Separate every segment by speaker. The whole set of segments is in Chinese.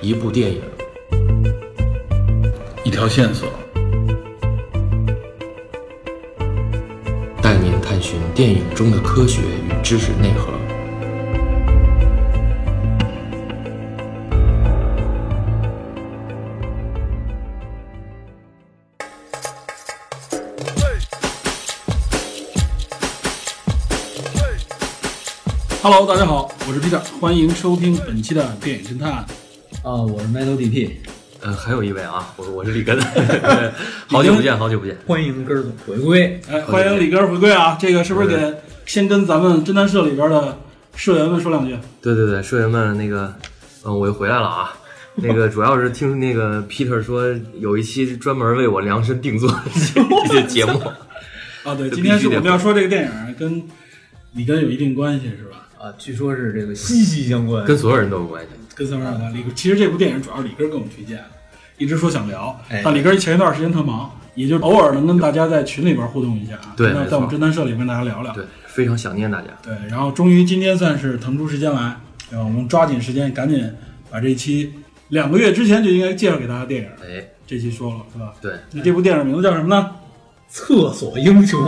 Speaker 1: 一部电影，
Speaker 2: 一条线索，
Speaker 1: 带您探寻电影中的科学与知识内核。
Speaker 2: Hello，大家好，我是 Peter，欢迎收听本期的电影侦探。
Speaker 3: 啊，我是 Metal DP，
Speaker 4: 嗯，还有一位啊，我我是李根， 对好久不见，好久不见。
Speaker 3: 欢迎根儿总回归。
Speaker 2: 哎，欢迎李根儿回归啊！这个是不是得先跟咱们侦探社里边的社员们说两句？
Speaker 4: 对对对，社员们，那个，嗯，我又回来了啊。那个主要是听那个 Peter 说有一期专门为我量身定做 的这些节目，
Speaker 2: 啊，对，
Speaker 4: 这
Speaker 2: 今天是
Speaker 4: 必须
Speaker 2: 我
Speaker 4: 得
Speaker 2: 们要说这个电影跟李根有一定关系，是吧？
Speaker 3: 啊，据说是这个息息相关。
Speaker 4: 跟所有人都有关系。
Speaker 2: 跟三万
Speaker 4: 嗯
Speaker 2: 二李根，其实这部电影主要是李根儿给我们推荐的，一直说想聊，
Speaker 3: 哎
Speaker 2: 但李根儿前一段时间特忙，也就偶尔能跟大家在群里边互动一下啊，
Speaker 4: 对
Speaker 2: 那
Speaker 4: 没
Speaker 2: 在
Speaker 4: 错
Speaker 2: 我们侦探社里跟大家聊聊。
Speaker 4: 对，非常想念大家。
Speaker 2: 对，然后终于今天算是腾出时间来，然后我们抓紧时间赶紧把这期两个月之前就应该介绍给大家的电影，
Speaker 4: 哎，
Speaker 2: 这期说了是吧？
Speaker 4: 对，
Speaker 2: 那这部电影名字叫什么呢？
Speaker 3: 厕所英雄，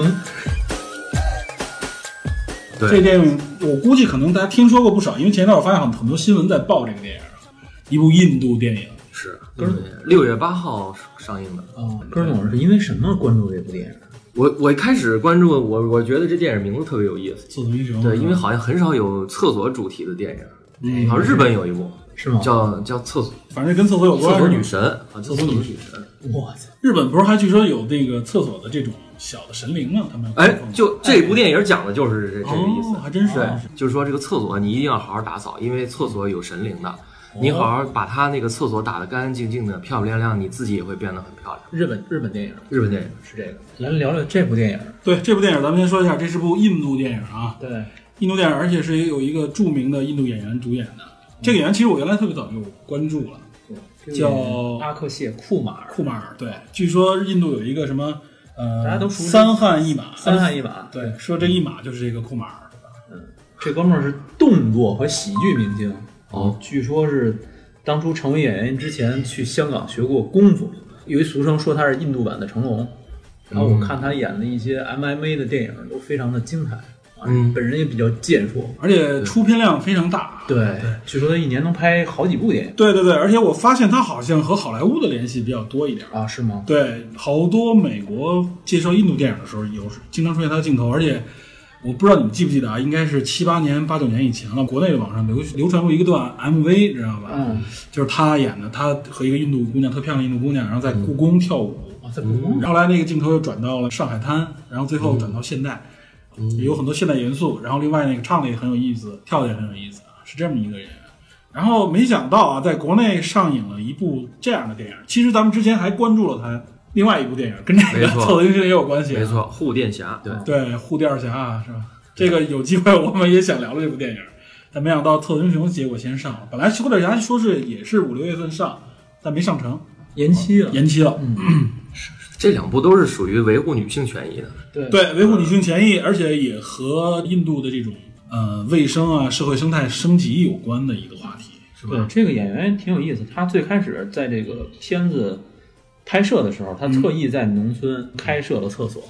Speaker 2: 这
Speaker 4: 对，
Speaker 2: 电影我估计可能大家听说过不少，因为前一段我发现好像很多新闻在报这个电影，一部印度电影。
Speaker 4: 是六月八号上映的。
Speaker 3: 啊，根儿总是因为什么关注这部电影？
Speaker 4: 我我一开始关注我，我觉得这电影名字特别有意思。
Speaker 2: 厕所英雄，
Speaker 4: 对，因为好像很少有厕所主题的电影，
Speaker 2: 嗯
Speaker 4: 好像日本有一部
Speaker 3: 是吗？
Speaker 4: 叫叫厕所
Speaker 2: 反正跟厕所有关
Speaker 4: 厕
Speaker 2: 是
Speaker 4: 所
Speaker 2: 吧
Speaker 4: 女神啊，厕所女神。
Speaker 3: 我操，
Speaker 2: 日本不是还据说有那个厕所的这种小的神灵吗？他们
Speaker 4: 哎，就这部电影讲的就是这这个意
Speaker 2: 哦，
Speaker 4: 思。
Speaker 2: 还真是
Speaker 4: 对，就是说这个厕所你一定要好好打扫，因为厕所有神灵
Speaker 2: 哦
Speaker 4: 的。你好好把它那个厕所打得干干净净的、漂漂亮亮，你自己也会变得很漂亮。
Speaker 3: 日本日本电影
Speaker 4: 日本电影
Speaker 3: 是这个，来聊聊这部电影。
Speaker 2: 对这部电影，咱们先说一下，这是部印度电影啊，
Speaker 3: 对，
Speaker 2: 印度电影，而且是有一个著名的印度演员主演的。这个演员其实我原来特别早就关注了，叫
Speaker 3: 阿克谢库马尔，
Speaker 2: 库马尔。对，据说印度有一个什么呃，
Speaker 3: 大啊家都熟知
Speaker 2: 三汉一马，
Speaker 3: 三汉一马。
Speaker 2: 对，说这一马就是这个库马尔。
Speaker 3: 这哥们儿是动作和喜剧明星，啊
Speaker 4: 哦，
Speaker 3: 据说是当初成为演员之前去香港学过功夫，有一俗称说他是印度版的成龙。然后我看他演的一些 MMA 的电影都非常的精彩，啊
Speaker 4: 嗯
Speaker 3: 本人也比较健硕。
Speaker 2: 而且出片量非常大。
Speaker 3: 对，据说他一年能拍好几部电影
Speaker 2: 对对对，而且我发现他好像和好莱坞的联系比较多一点。
Speaker 3: 啊？是吗？
Speaker 2: 对，好多美国介绍印度电影的时候，有经常出现他的镜头，而且我不知道你们记不记得啊，应该是七八年、八九年以前了，国内网上流流传过一个段 MV，知道吧？
Speaker 3: 嗯，
Speaker 2: 就是他演的，他和一个印度姑娘，特漂亮的印度姑娘，然后在故宫跳舞。
Speaker 3: 哇，在故宫
Speaker 2: 后来那个镜头又转到了上海滩，然后最后转到现代，
Speaker 4: 嗯
Speaker 2: 也有很多现代元素。然后另外那个唱的也很有意思，跳的也很有意思，啊是这么一个人。然后没想到啊，在国内上映了一部这样的电影。其实咱们之前还关注了他另外一部电影，跟这个
Speaker 4: 没
Speaker 2: 《
Speaker 4: 错
Speaker 2: 厕所英雄》也有关系。啊
Speaker 4: 没，错，护垫侠。嗯对，
Speaker 2: 对，护垫侠啊，是吧？这个有机会我们也想聊聊这部电影，但没想到《厕所英雄》结果先上了。本来《护垫侠》说是也是五六月份上，但没上成，
Speaker 3: 延期了。
Speaker 2: 延期了。
Speaker 4: 这两部都是属于维护女性权益的。
Speaker 3: 对对
Speaker 2: 对，维护女性权益，而且也和印度的这种呃卫生啊、社会生态升级有关的一个话题，是吧？
Speaker 3: 这个演员挺有意思。他最开始在这个片子拍摄的时候，他
Speaker 2: 嗯
Speaker 3: 特意在农村开设了厕所，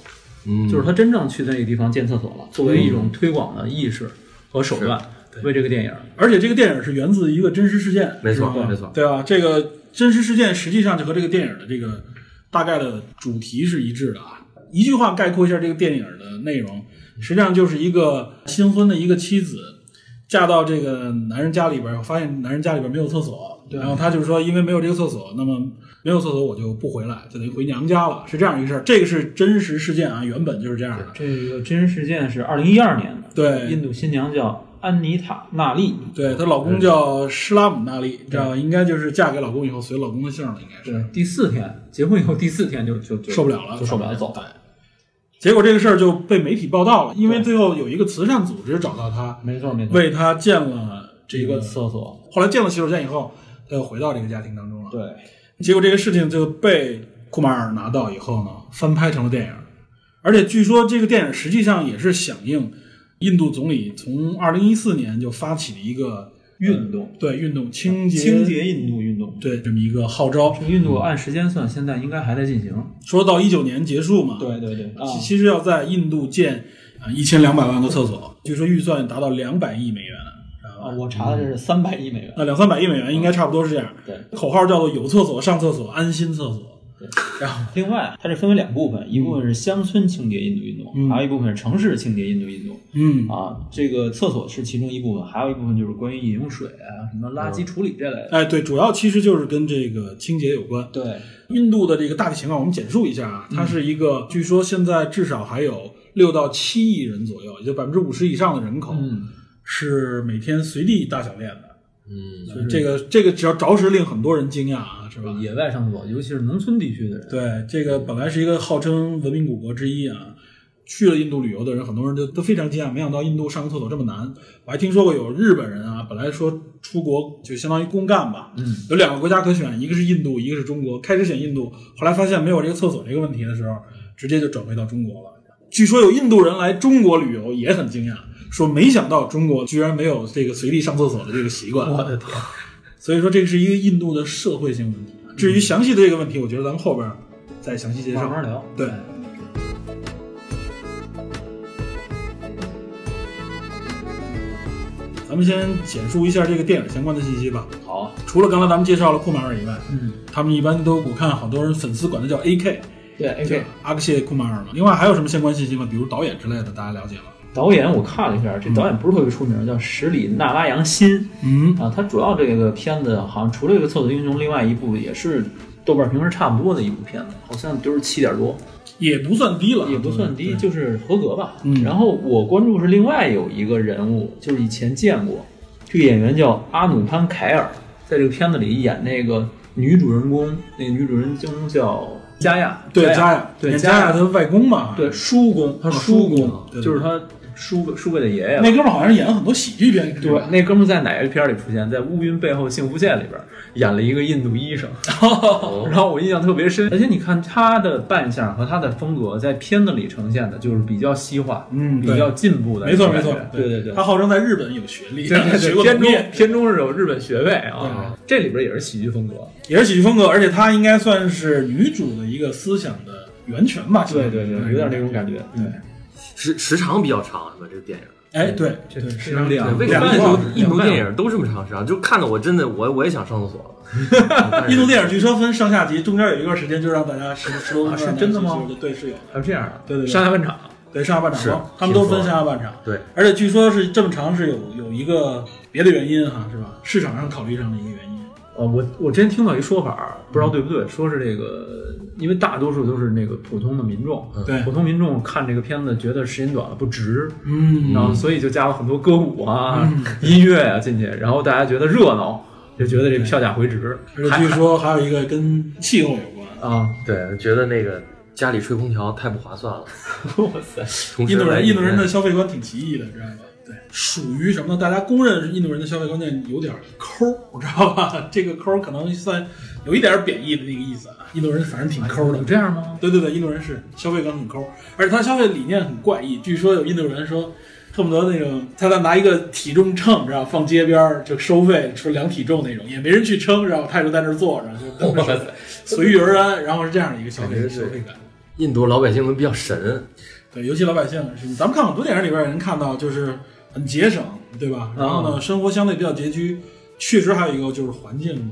Speaker 4: 嗯，
Speaker 3: 就是他真正去那个地方建厕所了，作为一种
Speaker 2: 嗯
Speaker 3: 推广的意识和手段，为这个电影。
Speaker 2: 而且这个电影是源自一个真实事件，
Speaker 4: 没错
Speaker 2: 是吧
Speaker 4: 没错
Speaker 2: 对啊吧？这个真实事件实际上就和这个电影的这个大概的主题是一致的啊。一句话概括一下这个电影的内容，实际上就是一个新婚的一个妻子。嫁到这个男人家里边儿，发现男人家里边儿没有厕所，然后她就是说，因为没有这个厕所，那么没有厕所我就不回来，就等于回娘家了，是这样一个事儿。这个是真实事件啊，原本就是这样的。
Speaker 3: 这个真实事件是二零一二年的，
Speaker 2: 对
Speaker 3: 印度新娘叫安妮塔·纳利，
Speaker 2: 对，她老公叫施拉姆纳利，这样应该就是嫁给老公以后随老公的姓了，应该是。
Speaker 3: 对，第四天结婚以后第四天就就就
Speaker 2: 受不了了
Speaker 3: 就受不了走
Speaker 2: 对
Speaker 3: 了。
Speaker 2: 结果这个事儿就被媒体报道了，因为最后有一个慈善组织找到她，
Speaker 3: 没错没错，
Speaker 2: 为嗯她建了这
Speaker 3: 一
Speaker 2: 个
Speaker 3: 个，厕所，
Speaker 2: 后来建了洗手间以后，她又回到这个家庭当中了。
Speaker 3: 对，
Speaker 2: 结果这个事情就被库马尔拿到以后呢，翻拍成了电影，而且据说这个电影实际上也是响应印度总理从二零一四年就发起的一个
Speaker 3: 运动
Speaker 2: 对运动清洁嗯
Speaker 3: 嗯清洁印度运动，
Speaker 2: 对这么一个号召
Speaker 3: 这。个运动按时间算，现在应该还在进行。
Speaker 2: 说到一九年结束嘛，
Speaker 3: 对对对，啊，
Speaker 2: 其其实要在印度建啊一千两百万个厕 所，据说预算达到两百亿美元，知道吧
Speaker 3: 啊我查的这是三百亿美元。
Speaker 2: 那两三百亿美元应该差不多是这样。
Speaker 3: 对，
Speaker 2: 口号叫做“有厕所上厕所，安心厕所
Speaker 3: 另外，它是分为两部分，一部分是乡村清洁印度运动，
Speaker 2: 嗯
Speaker 3: 还有一部分是城市清洁印度运动。”。
Speaker 2: 嗯，
Speaker 3: 啊，这个厕所是其中一部分，还有一部分就是关于饮用水啊、什么垃圾处理这类的。
Speaker 2: 哎，对，主要其实就是跟这个清洁有关。
Speaker 3: 对，
Speaker 2: 印度的这个大体情况，我们简述一下啊，
Speaker 3: 嗯
Speaker 2: 它是一个，据说现在至少还有六到七亿人左右，也就百分之五十以上的人口
Speaker 3: 嗯，
Speaker 2: 是每天随地大小便的。
Speaker 4: 嗯，
Speaker 2: 所以这个这个只要着实令很多人惊讶啊，是吧？
Speaker 3: 野外上厕所，尤其是农村地区的人，
Speaker 2: 对，这个本来是一个号称文明古国之一啊，去了印度旅游的人，很多人都都非常惊讶，没想到印度上个厕所这么难。我还听说过有日本人啊，本来说出国就相当于公干吧，
Speaker 3: 嗯，
Speaker 2: 有两个国家可选，一个是印度，一个是中国。开始选印度，后来发现没有这个厕所这个问题的时候，直接就转回到中国了。据说有印度人来中国旅游也很惊讶，说没想到中国居然没有这个随地上厕所的这个习惯。
Speaker 3: 我的天，
Speaker 2: 所以说，这个是一个印度的社会性问题。啊至于详细的这个问题，我觉得咱们后边儿再详细介
Speaker 3: 慢
Speaker 2: 绍。
Speaker 3: 慢聊。
Speaker 2: 对
Speaker 3: 哎
Speaker 2: 咱们先简述一下这个电影相关的信息吧。
Speaker 3: 好，
Speaker 2: 除了刚才咱们介绍了库马尔以外，
Speaker 3: 嗯，
Speaker 2: 他们一般都我看好多人粉丝管他叫 AK，
Speaker 3: 对
Speaker 2: 就
Speaker 3: ，AK
Speaker 2: 阿克谢库马尔嘛。另外还有什么相关信息吗？比如导演之类的，大家了解吗？
Speaker 3: 导演我看了一下，这导演不是特别出名，叫十里纳拉扬新
Speaker 2: 嗯，
Speaker 3: 啊。他主要这个片子好像除了这个《厕所英雄》，另外一部也是豆瓣评分差不多的一部片子，好像都是七点多，
Speaker 2: 也不算低了，
Speaker 3: 也不算低，
Speaker 2: 嗯对
Speaker 3: 就是合格吧。
Speaker 2: 嗯
Speaker 3: 然后我关注是另外有一个人物，就是以前见过，这个演员叫阿努潘凯尔，在这个片子里演那个女主人公，那个女主人公叫加亚，
Speaker 2: 对
Speaker 3: 加
Speaker 2: 加
Speaker 3: 亚
Speaker 2: 亚，，
Speaker 3: 对
Speaker 2: 演加
Speaker 3: 亚
Speaker 2: 亚他外公嘛，
Speaker 3: 对，叔公，他
Speaker 2: 哦
Speaker 3: 叔
Speaker 2: 叔公对对
Speaker 3: 就是他叔叔辈的爷爷吧。
Speaker 2: 那哥们儿好像是演了很多喜剧片，
Speaker 3: 对，那哥们儿在哪个片儿里出现？在《乌云背后幸福线》里边儿演了一个印度医生， 然后我印象特别深。而且你看他的扮相和他的风格，在片子里呈现的就是比较西化，
Speaker 2: 嗯
Speaker 3: 比
Speaker 2: 对
Speaker 3: 较进步的
Speaker 2: 没
Speaker 3: 一种
Speaker 2: 错没
Speaker 3: 感觉，
Speaker 2: 错，
Speaker 3: 对对对
Speaker 2: 他。号称在日本有学历，
Speaker 3: 对对
Speaker 2: 学
Speaker 3: 对，
Speaker 2: 过
Speaker 3: 片
Speaker 2: 农
Speaker 3: 中
Speaker 2: 业，
Speaker 3: 片中是有日本学位啊，这里边也是喜剧风格。
Speaker 2: 也是喜剧风格，而且她应该算是女主的一个思想的源泉吧？
Speaker 3: 对对对，有点那种感觉。对，
Speaker 4: 时时长比较长是吧？这个电影。
Speaker 2: 哎，对
Speaker 3: 这
Speaker 2: 对，
Speaker 3: 非
Speaker 2: 是
Speaker 3: 常
Speaker 2: 这
Speaker 3: 亮
Speaker 2: 样
Speaker 4: 对，为什
Speaker 2: 嗯两个
Speaker 4: 么印
Speaker 2: 话。
Speaker 4: 度印度电影都这么长时长？就看的我真的我我也想上厕所嗯 了
Speaker 2: 印度电影据说分上下集，中间有一段时间就让大家十十多
Speaker 3: 啊
Speaker 2: 分钟
Speaker 3: 是真的吗？
Speaker 2: 十多对，是有的，
Speaker 3: 还有啊这样的，
Speaker 2: 对对对
Speaker 3: 上下半场，
Speaker 2: 对上下半场
Speaker 4: 是
Speaker 2: 嘛，他们都分上
Speaker 4: 听说
Speaker 2: 下半场。
Speaker 4: 对，
Speaker 2: 而且据说是这么长是有有一个别的原因哈，是吧？市场上考虑上的一个原因。
Speaker 3: 呃，我我之前听到一说法儿，不知道对不对，说是这个，因为大多数都是那个普通的民众，
Speaker 2: 对
Speaker 3: 普，通民众看这个片子觉得时间短了不值，
Speaker 2: 嗯，
Speaker 3: 然后所以就加了很多歌舞啊、音乐啊进去，然后大家觉得热闹，就觉得这票价回值，
Speaker 2: 而且据说还有一个跟气候有关。
Speaker 3: 啊，
Speaker 4: 对，觉得那个家里吹空调太不划 算了。
Speaker 3: 哇塞，
Speaker 4: 同时
Speaker 2: 印度
Speaker 4: 来
Speaker 2: 人
Speaker 4: 一
Speaker 2: 印度人
Speaker 4: 遍
Speaker 2: 的消费观挺奇异的，知道吗？对，属于什么呢？大家公认是印度人的消费观念有点抠，知道吧？这个抠可能算有一点贬义的那个意思啊。印度人反正挺抠的
Speaker 3: 有，这样吗？
Speaker 2: 对对对，印度人是消费观很抠，而且他消费理念很怪异。据说有印度人说，恨不得那种他在拿一个体重秤，知道放街边儿就收费，说量体重那种，也没人去称，然后他就在那儿坐着，就
Speaker 4: 哇塞
Speaker 2: 随遇而安，然后是这样的一个消费
Speaker 4: 感觉
Speaker 2: 消
Speaker 4: 是
Speaker 2: 费感。
Speaker 4: 印度老百姓都比较神，
Speaker 2: 对，尤其老百姓是，咱们看很多电影里边也能看到，就是很节省，对吧？然
Speaker 4: 啊
Speaker 2: 后呢，生活相对比较拮据，确实还有一个就是环境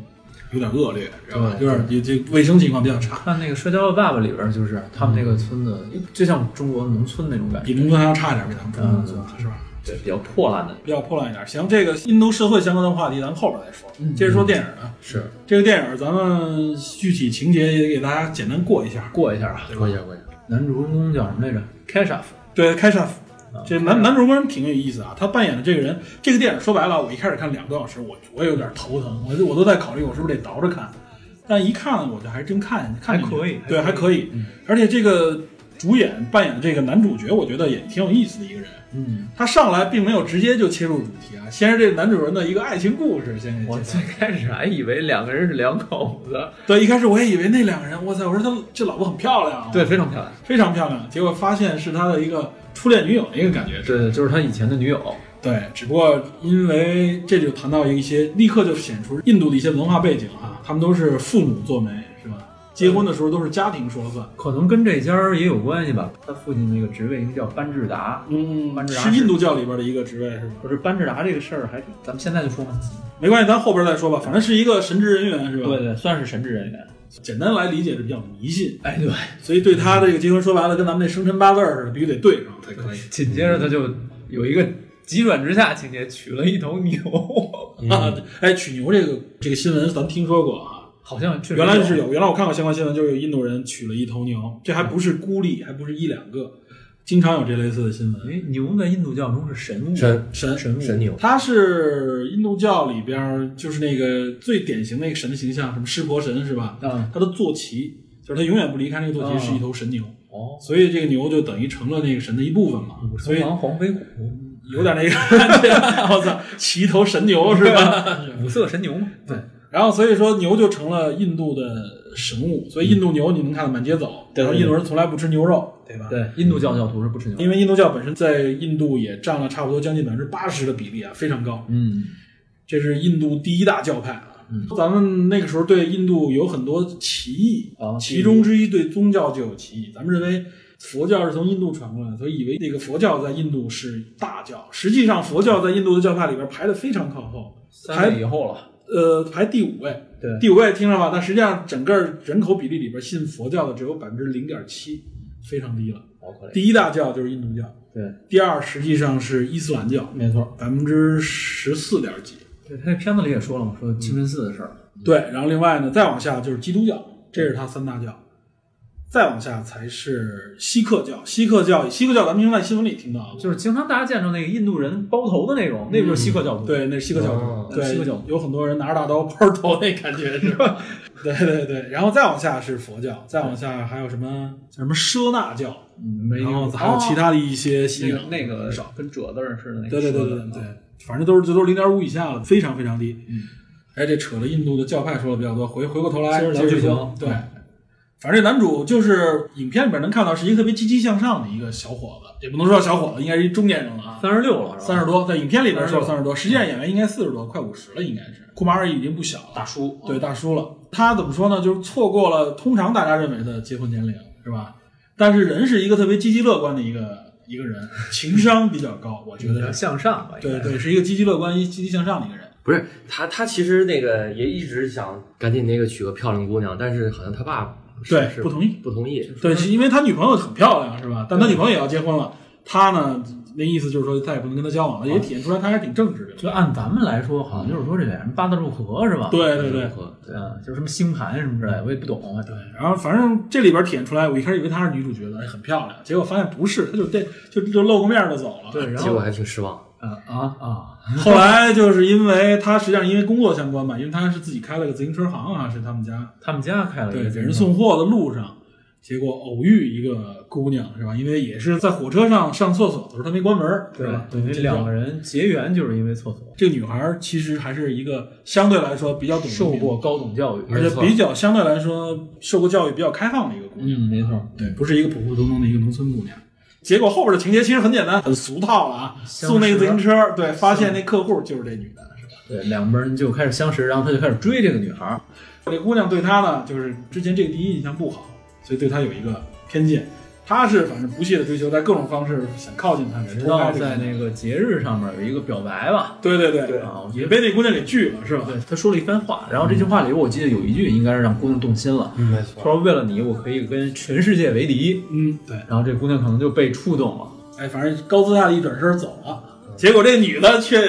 Speaker 2: 有点恶劣，知道吧？有
Speaker 3: 对
Speaker 2: 点这这卫生情况比较差，
Speaker 3: 看那个《摔跤的爸爸》里边儿，就是他们那个村子，就像中国农村那种感觉，
Speaker 2: 比农村还要差一点，比咱们中国农村
Speaker 3: 嗯
Speaker 2: 是吧？
Speaker 3: 对，比较破烂的，
Speaker 2: 比较破烂一点。行，这个印度社会相关的话题咱们后边再说，
Speaker 3: 嗯
Speaker 2: 接着说电影啊。
Speaker 3: 是
Speaker 2: 这个电影咱们具体情节也给大家简单过一下。
Speaker 3: 过一下啊。
Speaker 4: 过一下过一下。
Speaker 3: 男主人公叫什么来着？开沙夫。
Speaker 2: 对，开煞夫
Speaker 3: 啊
Speaker 2: 这男男主人公挺有意思啊，他扮演的这个人，这个电影说白了，我一开始看两个多小时，我我也有点头疼，我就我都在考虑我是不是得倒着看，但一看我就还真看看进去
Speaker 3: 还可以嗯
Speaker 2: 对，还
Speaker 3: 还
Speaker 2: 可以，而且这个主演扮演的这个男主角，我觉得也挺有意思的一个人。
Speaker 3: 嗯，
Speaker 2: 他上来并没有直接就切入主题啊，先是这男主人的一个爱情故事，先给
Speaker 3: 我
Speaker 2: 介绍
Speaker 3: 最开始还以为两个人是两口子，
Speaker 2: 对，一开始我也以为那两个人，哇塞，我说他这老婆很漂亮啊，
Speaker 3: 对，非常漂亮。
Speaker 2: 非常漂亮，结果发现是他的一个初恋女友那个感觉，
Speaker 3: 对，就是他以前的女友，
Speaker 2: 对，只不过因为这就谈到一些，立刻就显出印度的一些文化背景啊，他们都是父母做媒，是吧？结婚的时候都是家庭说了算。
Speaker 3: 可能跟这家儿也有关系吧。他父亲那个职位应该叫班智达，
Speaker 2: 嗯
Speaker 3: 班智达
Speaker 2: 是印度教里边的一个职位，是吧？
Speaker 3: 不是班智达这个事儿，还是咱们现在就说嘛。
Speaker 2: 没关系，咱后边再说吧。反正是一个神职人员，是吧？
Speaker 3: 对，对，算是神职人员。
Speaker 2: 简单来理解是比较迷信，
Speaker 3: 哎，对，
Speaker 2: 所以对他这个结婚说白了，跟咱们那生辰八字儿似的，必须得对上才可以。
Speaker 3: 紧接着他就有一个急转直下情节，娶了一头牛，
Speaker 2: 啊， 哎，取牛这个这个新闻咱听说过啊，
Speaker 3: 好像确实
Speaker 2: 原来是有，原来我看过相关新闻，就是有印度人娶了一头牛，这还不是孤立，还不是一两个，经常有这类似的新
Speaker 3: 因
Speaker 2: 闻。
Speaker 3: 为牛在印度教中是神物，
Speaker 4: 神
Speaker 2: 神
Speaker 3: 神物
Speaker 4: 神牛，
Speaker 2: 他是印度教里边儿就是那个最典型那个神的形象，什么湿婆神是吧？
Speaker 3: 啊，
Speaker 2: 他的坐骑就是他永远不离开那个坐骑，
Speaker 3: 啊
Speaker 2: 是一头神牛，
Speaker 3: 哦，
Speaker 2: 所以这个牛就等于成了那个神的一部分嘛。所
Speaker 3: 所
Speaker 2: 以
Speaker 3: 以黄飞虎，
Speaker 2: 有点那个感觉， 我操，骑一头神牛是吧？
Speaker 3: 五色神牛嘛，对
Speaker 2: 然后所以说牛就成了印度的神物，所以印度牛你能看到满街走，
Speaker 3: 对
Speaker 2: 然后印度人从来不吃牛肉，对吧？。
Speaker 3: 对，印度教教徒是不吃牛的，
Speaker 2: 因为印度教本身在印度也占了差不多将近百分之八十的比例啊，非常高。
Speaker 3: 嗯，
Speaker 2: 这是印度第一大教派啊。咱们那个时候对印度有很多歧义
Speaker 3: 啊
Speaker 2: 其中之一对宗教就有歧义。咱们认为佛教是从印度传过来的，所以以为那个佛教在印度是大教。实际上，佛教在印度的教派里边排的非常靠后，
Speaker 3: 三位以后了，
Speaker 2: 呃，排第五位。
Speaker 3: 对
Speaker 2: 第五位听着吧，但实际上整个人口比例里边信佛教的只有百分之零点七，非常低了。
Speaker 3: 好可怜，
Speaker 2: 第一大教就是印度教，
Speaker 3: 对，
Speaker 2: 第二实际上是伊斯兰教，
Speaker 3: 没错，
Speaker 2: 百分之十四点几。
Speaker 3: 对，他这片子里也说了嘛，说清真寺的事儿，
Speaker 2: 对，然后另外呢，再往下就是基督教，这是它三大教。再往下才是锡克教，锡克教，锡克教咱们经常在新闻里听到啊，
Speaker 3: 就是经常大家见着那个印度人包头的那种，那不就是锡克教徒？，
Speaker 2: 嗯对，那是锡克教徒，
Speaker 4: 哦
Speaker 2: 对，
Speaker 3: 锡克教徒
Speaker 2: 有很多人拿着大刀 抛着头那感觉 是吧？对对对，然后再往下是佛教，再往下还有什么像什么舍那教，
Speaker 3: 嗯，没
Speaker 2: 然后
Speaker 3: 听过
Speaker 2: 还有其
Speaker 3: 哦
Speaker 2: 他的一些信
Speaker 3: 那
Speaker 2: 仰
Speaker 3: 个，那个少跟褶子似的那个，
Speaker 2: 对对对对对对，反正都是最多零点五以下了，非常非常低。
Speaker 3: 嗯，
Speaker 2: 哎，这扯了印度的教派说的比较多，回回过头来
Speaker 3: 接着聊
Speaker 2: 这
Speaker 3: 剧情
Speaker 2: 对，反正这男主就是影片里边能看到是一个特别积极向上的一个小伙子，也不能说小伙子，应该是一中年人了啊。
Speaker 3: 三十六了，
Speaker 2: 三十多，在影片里边说
Speaker 3: 36
Speaker 2: 三十多，实际上演员应该四十多，快五十了，应该是。库马尔已经不小了，
Speaker 3: 大叔，
Speaker 2: 对大叔嗯了。他怎么说呢？就是错过了通常大家认为的结婚年龄，是吧？但是人是一个特别积极乐观的一个一个人，情商比较高，我觉
Speaker 3: 比
Speaker 2: 得
Speaker 3: 较
Speaker 2: 是
Speaker 3: 向上吧，应
Speaker 2: 嗯对
Speaker 3: 该
Speaker 2: 对，是一个积极乐观、积极向上的一个人。
Speaker 4: 不是他，他其实那个也一直想赶紧那个娶个漂亮姑娘，但是好像他爸是
Speaker 2: 对
Speaker 4: 是
Speaker 2: 不同意
Speaker 4: 不同意。
Speaker 2: 对，是因为他女朋友很漂亮，是吧？但他女朋友也要结婚了，他呢，那意思就是说再也不能跟他交往了，也体现出来他还是挺正直的。
Speaker 3: 就按咱们来说，好像就是说这俩人八字入合啊是吧？
Speaker 2: 对对对
Speaker 4: 如何
Speaker 3: 对啊，就是什么星盘什么之类的，我也不懂啊。
Speaker 2: 对，然后反正这里边体现出来，我一开始以为她是女主角的，哎很漂亮，结果发现不是，她就这就就露个面儿就走了。
Speaker 3: 对，然
Speaker 4: 结果
Speaker 3: 后
Speaker 4: 还挺失望。
Speaker 3: 呃啊啊，
Speaker 2: 后来就是因为她实际上因为工作相关吧，因为她是自己开了个自行车行啊，是他们家
Speaker 3: 他们家开了一
Speaker 2: 对
Speaker 3: 个
Speaker 2: 给人送货的路上，结果偶遇一个姑娘是吧？因为也是在火车上上厕所的时候，她没关门儿，
Speaker 3: 对
Speaker 2: 是吧？
Speaker 3: 等于
Speaker 2: 这
Speaker 3: 两
Speaker 2: 叫
Speaker 3: 个人结缘就是因为厕所，
Speaker 2: 这个女孩儿其实还是一个相对来说比较懂得
Speaker 3: 受
Speaker 2: 民
Speaker 3: 过高等教育，
Speaker 2: 而
Speaker 4: 没
Speaker 2: 且
Speaker 4: 错
Speaker 2: 比较相对来说受过教育比较开放的一个姑娘，
Speaker 3: 嗯，没错，
Speaker 2: 对，不是一个普普通通的一个农村姑娘。结果后边的情节其实很简单，很俗套了啊。
Speaker 3: 相识
Speaker 2: 送那个自行车，对，发现那客户就是这女的，是吧？
Speaker 3: 对，两边人就开始相识，然后他就开始追这个女孩儿，
Speaker 2: 这姑娘对他呢，就是之前这个第一印象不好，所以对他有一个偏见。他是反正不懈的追求，在各种方式想靠近她，
Speaker 3: 直
Speaker 2: 脱
Speaker 3: 到
Speaker 2: 开这
Speaker 3: 在那个节日上面有一个表白吧，
Speaker 2: 对对对
Speaker 3: 啊，我
Speaker 2: 也
Speaker 3: 觉得。
Speaker 2: 被那姑娘给拒了，是吧？
Speaker 3: 对，他说了一番话，然后这句话里边我记得有一句应该是让姑娘动心了，
Speaker 4: 没
Speaker 3: 他，说为了你我可以跟全世界为敌，
Speaker 2: 嗯，对。
Speaker 3: 然后这姑娘可能就被触动了。
Speaker 2: 哎，反正高姿态的一转身走了，结果这女的却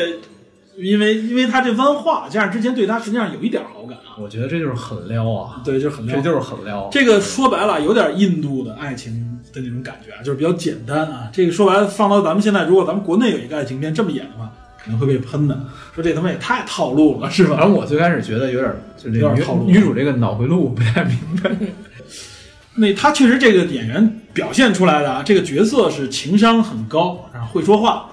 Speaker 2: 因为因为他这番话，加上之前对他实际上有一点好感啊，
Speaker 3: 我觉得这就是狠撩啊，
Speaker 2: 对，就很撩
Speaker 3: 这就是狠撩。
Speaker 2: 这个说白了有点印度的爱情的那种感觉啊，就是比较简单啊。这个说白了放到咱们现在，如果咱们国内有一个爱情片这么演的话，可能会被喷的，说这他妈也太套路了，是
Speaker 3: 反
Speaker 2: 吧？
Speaker 3: 正我最开始觉得有点，就这
Speaker 2: 有点
Speaker 3: 女
Speaker 2: 套路
Speaker 3: 女主这个脑回路不太明白。
Speaker 2: 那他确实这个演员表现出来的啊，这个角色是情商很高，然后会说话，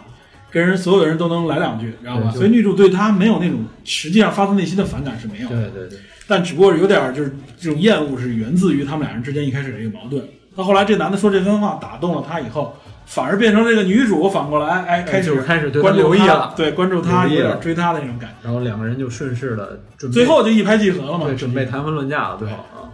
Speaker 2: 跟人所有人都能来两句，知道吧？
Speaker 3: 对就
Speaker 2: 所以女主对他没有那种实际上发自内心的反感是没有的，
Speaker 3: 对对对，
Speaker 2: 但只不过是有点儿就是这种厌恶是源自于他们俩人之间一开始的一个矛盾。到后来这男的说这番话打动了她以后，反而变成这个女主反过来，哎，开始
Speaker 3: 就开始对她
Speaker 2: 关注
Speaker 3: 留意
Speaker 2: 她
Speaker 3: 了
Speaker 2: 对，关注她，
Speaker 3: 留意
Speaker 2: 有
Speaker 3: 了
Speaker 2: 点追她的那种感
Speaker 3: 然后两个人就顺势的准
Speaker 2: 觉，最
Speaker 3: 备
Speaker 2: 后就一拍即合了嘛，
Speaker 3: 对
Speaker 2: 是
Speaker 3: 准备谈婚论嫁了，最后
Speaker 2: 对
Speaker 3: 啊，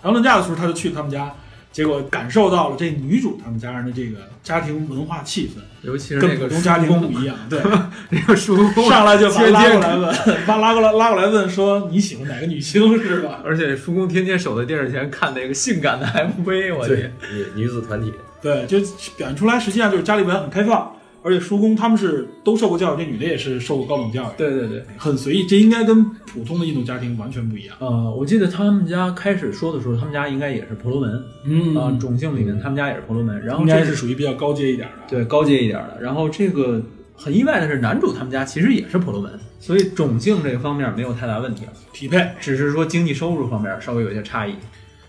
Speaker 2: 然后论嫁的时候，他就去他们家，结果感受到了这女主他们家人的这个家庭文化气氛，
Speaker 3: 尤其是
Speaker 2: 跟
Speaker 3: 那
Speaker 2: 普
Speaker 3: 个
Speaker 2: 通家庭不
Speaker 3: 公，
Speaker 2: 一样。对，
Speaker 3: 那个叔公，
Speaker 2: 上来就把
Speaker 3: 天
Speaker 2: 拉过
Speaker 3: 天
Speaker 2: 来问，把拉过来拉过来问说你喜欢哪个女星是吧？
Speaker 3: 而且叔公天天守在电视前看那个性感的 MV，我
Speaker 4: 对
Speaker 3: 天，，
Speaker 4: 女女子团体，
Speaker 2: 对，就表现出来，实际上就是家里边很开放，而且叔公他们是都受过教育，这女的也是受过高等教育，
Speaker 3: 对对对，
Speaker 2: 很随意，这应该跟普通的印度家庭完全不一样。
Speaker 3: 呃，我记得他们家开始说的时候，他们家应该也是婆罗门
Speaker 2: 嗯
Speaker 3: 啊，种姓里面他们家也是婆罗门，然后
Speaker 2: 应该
Speaker 3: 这
Speaker 2: 是属于比较高阶一点的。
Speaker 3: 对高阶一点的，然后这个很意外的是，男主他们家其实也是婆罗门，所以种姓这个方面没有太大问题，
Speaker 2: 匹配
Speaker 3: 只是说经济收入方面稍微有一些差异。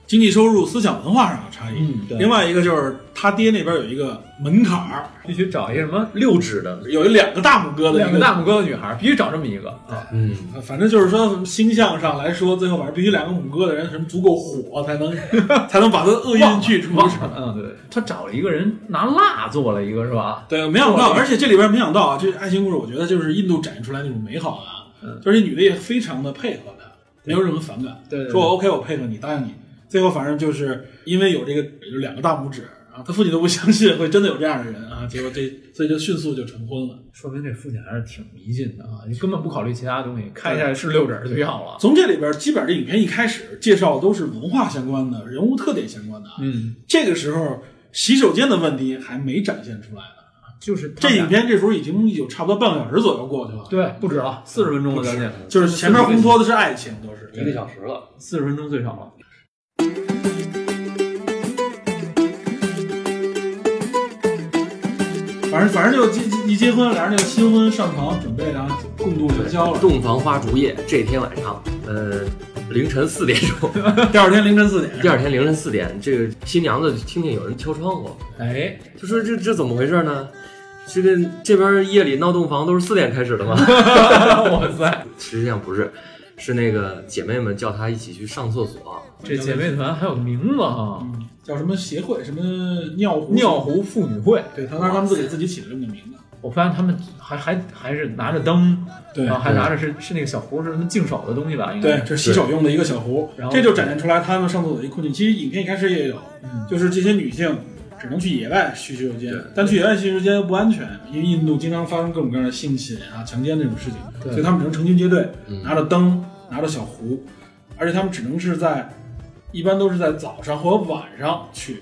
Speaker 2: 经济收入、思想文化上的差异。
Speaker 3: 嗯对
Speaker 2: 另外一个就是他爹那边有一个门槛儿，
Speaker 3: 必须找一个什么六指的
Speaker 2: 有一两个大拇哥的一
Speaker 3: 两
Speaker 2: 个
Speaker 3: 个大拇哥的女孩，必须找这么一个 啊。
Speaker 4: 嗯，
Speaker 2: 呃反正就是说，星象上来说，最后反正必须两个拇哥的人，什么足够火，才 能才能把他的厄运去除。是吧
Speaker 3: 嗯，对，他找了一个人拿蜡做了一个是吧？
Speaker 2: 对，没想到，
Speaker 3: 对
Speaker 2: 而且这里边没想到啊，这爱情故事，我觉得就是印度展现出来那种美好的啊，
Speaker 3: 嗯
Speaker 2: 就是这女的也非常的配合他，没有任何反感，
Speaker 3: 对对对
Speaker 2: 说我 OK，我配合你，答应你。最后反正就是因为有这个有两个大拇指，然后他父亲都不相信会真的有这样的人啊，结 果这所以就迅速就成婚了。
Speaker 3: 说明这父亲还是挺迷信的啊，你根本不考虑其他东西，看一下是六指儿就要了。
Speaker 2: 从这里边，基本上这影片一开始介绍的都是文化相关的、人物特点相关的啊，
Speaker 3: 嗯，
Speaker 2: 这个时候洗手间的问题还没展现出来呢。
Speaker 3: 就是他
Speaker 2: 这
Speaker 3: 俩
Speaker 2: 影片这时候已经有差不多半个小时左右过去了，
Speaker 3: 对不止了，四十分钟了，将近
Speaker 2: 就是前面烘托的是爱情，都是
Speaker 4: 一个小时了，
Speaker 3: 四十分钟最少了。
Speaker 2: 反正反正就结一结婚，俩人就新婚上床，准备然后共度元宵了。
Speaker 4: 洞房花烛夜这天晚上，呃，凌晨四点钟，
Speaker 2: 第二天凌晨四点，
Speaker 4: 第二天凌晨四点，这个新娘子听见有人敲窗户，
Speaker 3: 哎，
Speaker 4: 就说这这怎么回事呢？这个这边夜里闹洞房都是四点开始的吗？
Speaker 3: 哇塞，
Speaker 4: 实际上不是，是那个姐妹们叫她一起去上厕所。
Speaker 3: 这姐妹团还有名字哈，
Speaker 2: 嗯叫什么协会？什么尿壶？
Speaker 3: 尿？壶妇女会。
Speaker 2: 对，他当时他们自己自己起了这么个名字。
Speaker 3: 我发现他们还还还是拿着灯，啊
Speaker 2: 对
Speaker 3: 然后还拿着是是那个小壶，是什么净手的东西吧？应
Speaker 2: 啊对
Speaker 3: 该，，
Speaker 2: 这是洗手用的一个小壶
Speaker 3: 然，后
Speaker 2: 这就展现出来他们上厕所的一个困境。其实影片一开始也有，
Speaker 3: 嗯
Speaker 2: 就是这些女性只能去野外去洗手间，但去野外洗手间又不安全，因为印度经常发生各种各样的性侵啊、强奸这种事情，
Speaker 3: 对
Speaker 2: 所以他们只能成群结队，
Speaker 4: 嗯
Speaker 2: 拿着灯，拿着小壶，而且他们只能是在，一般都是在早上或者晚上去。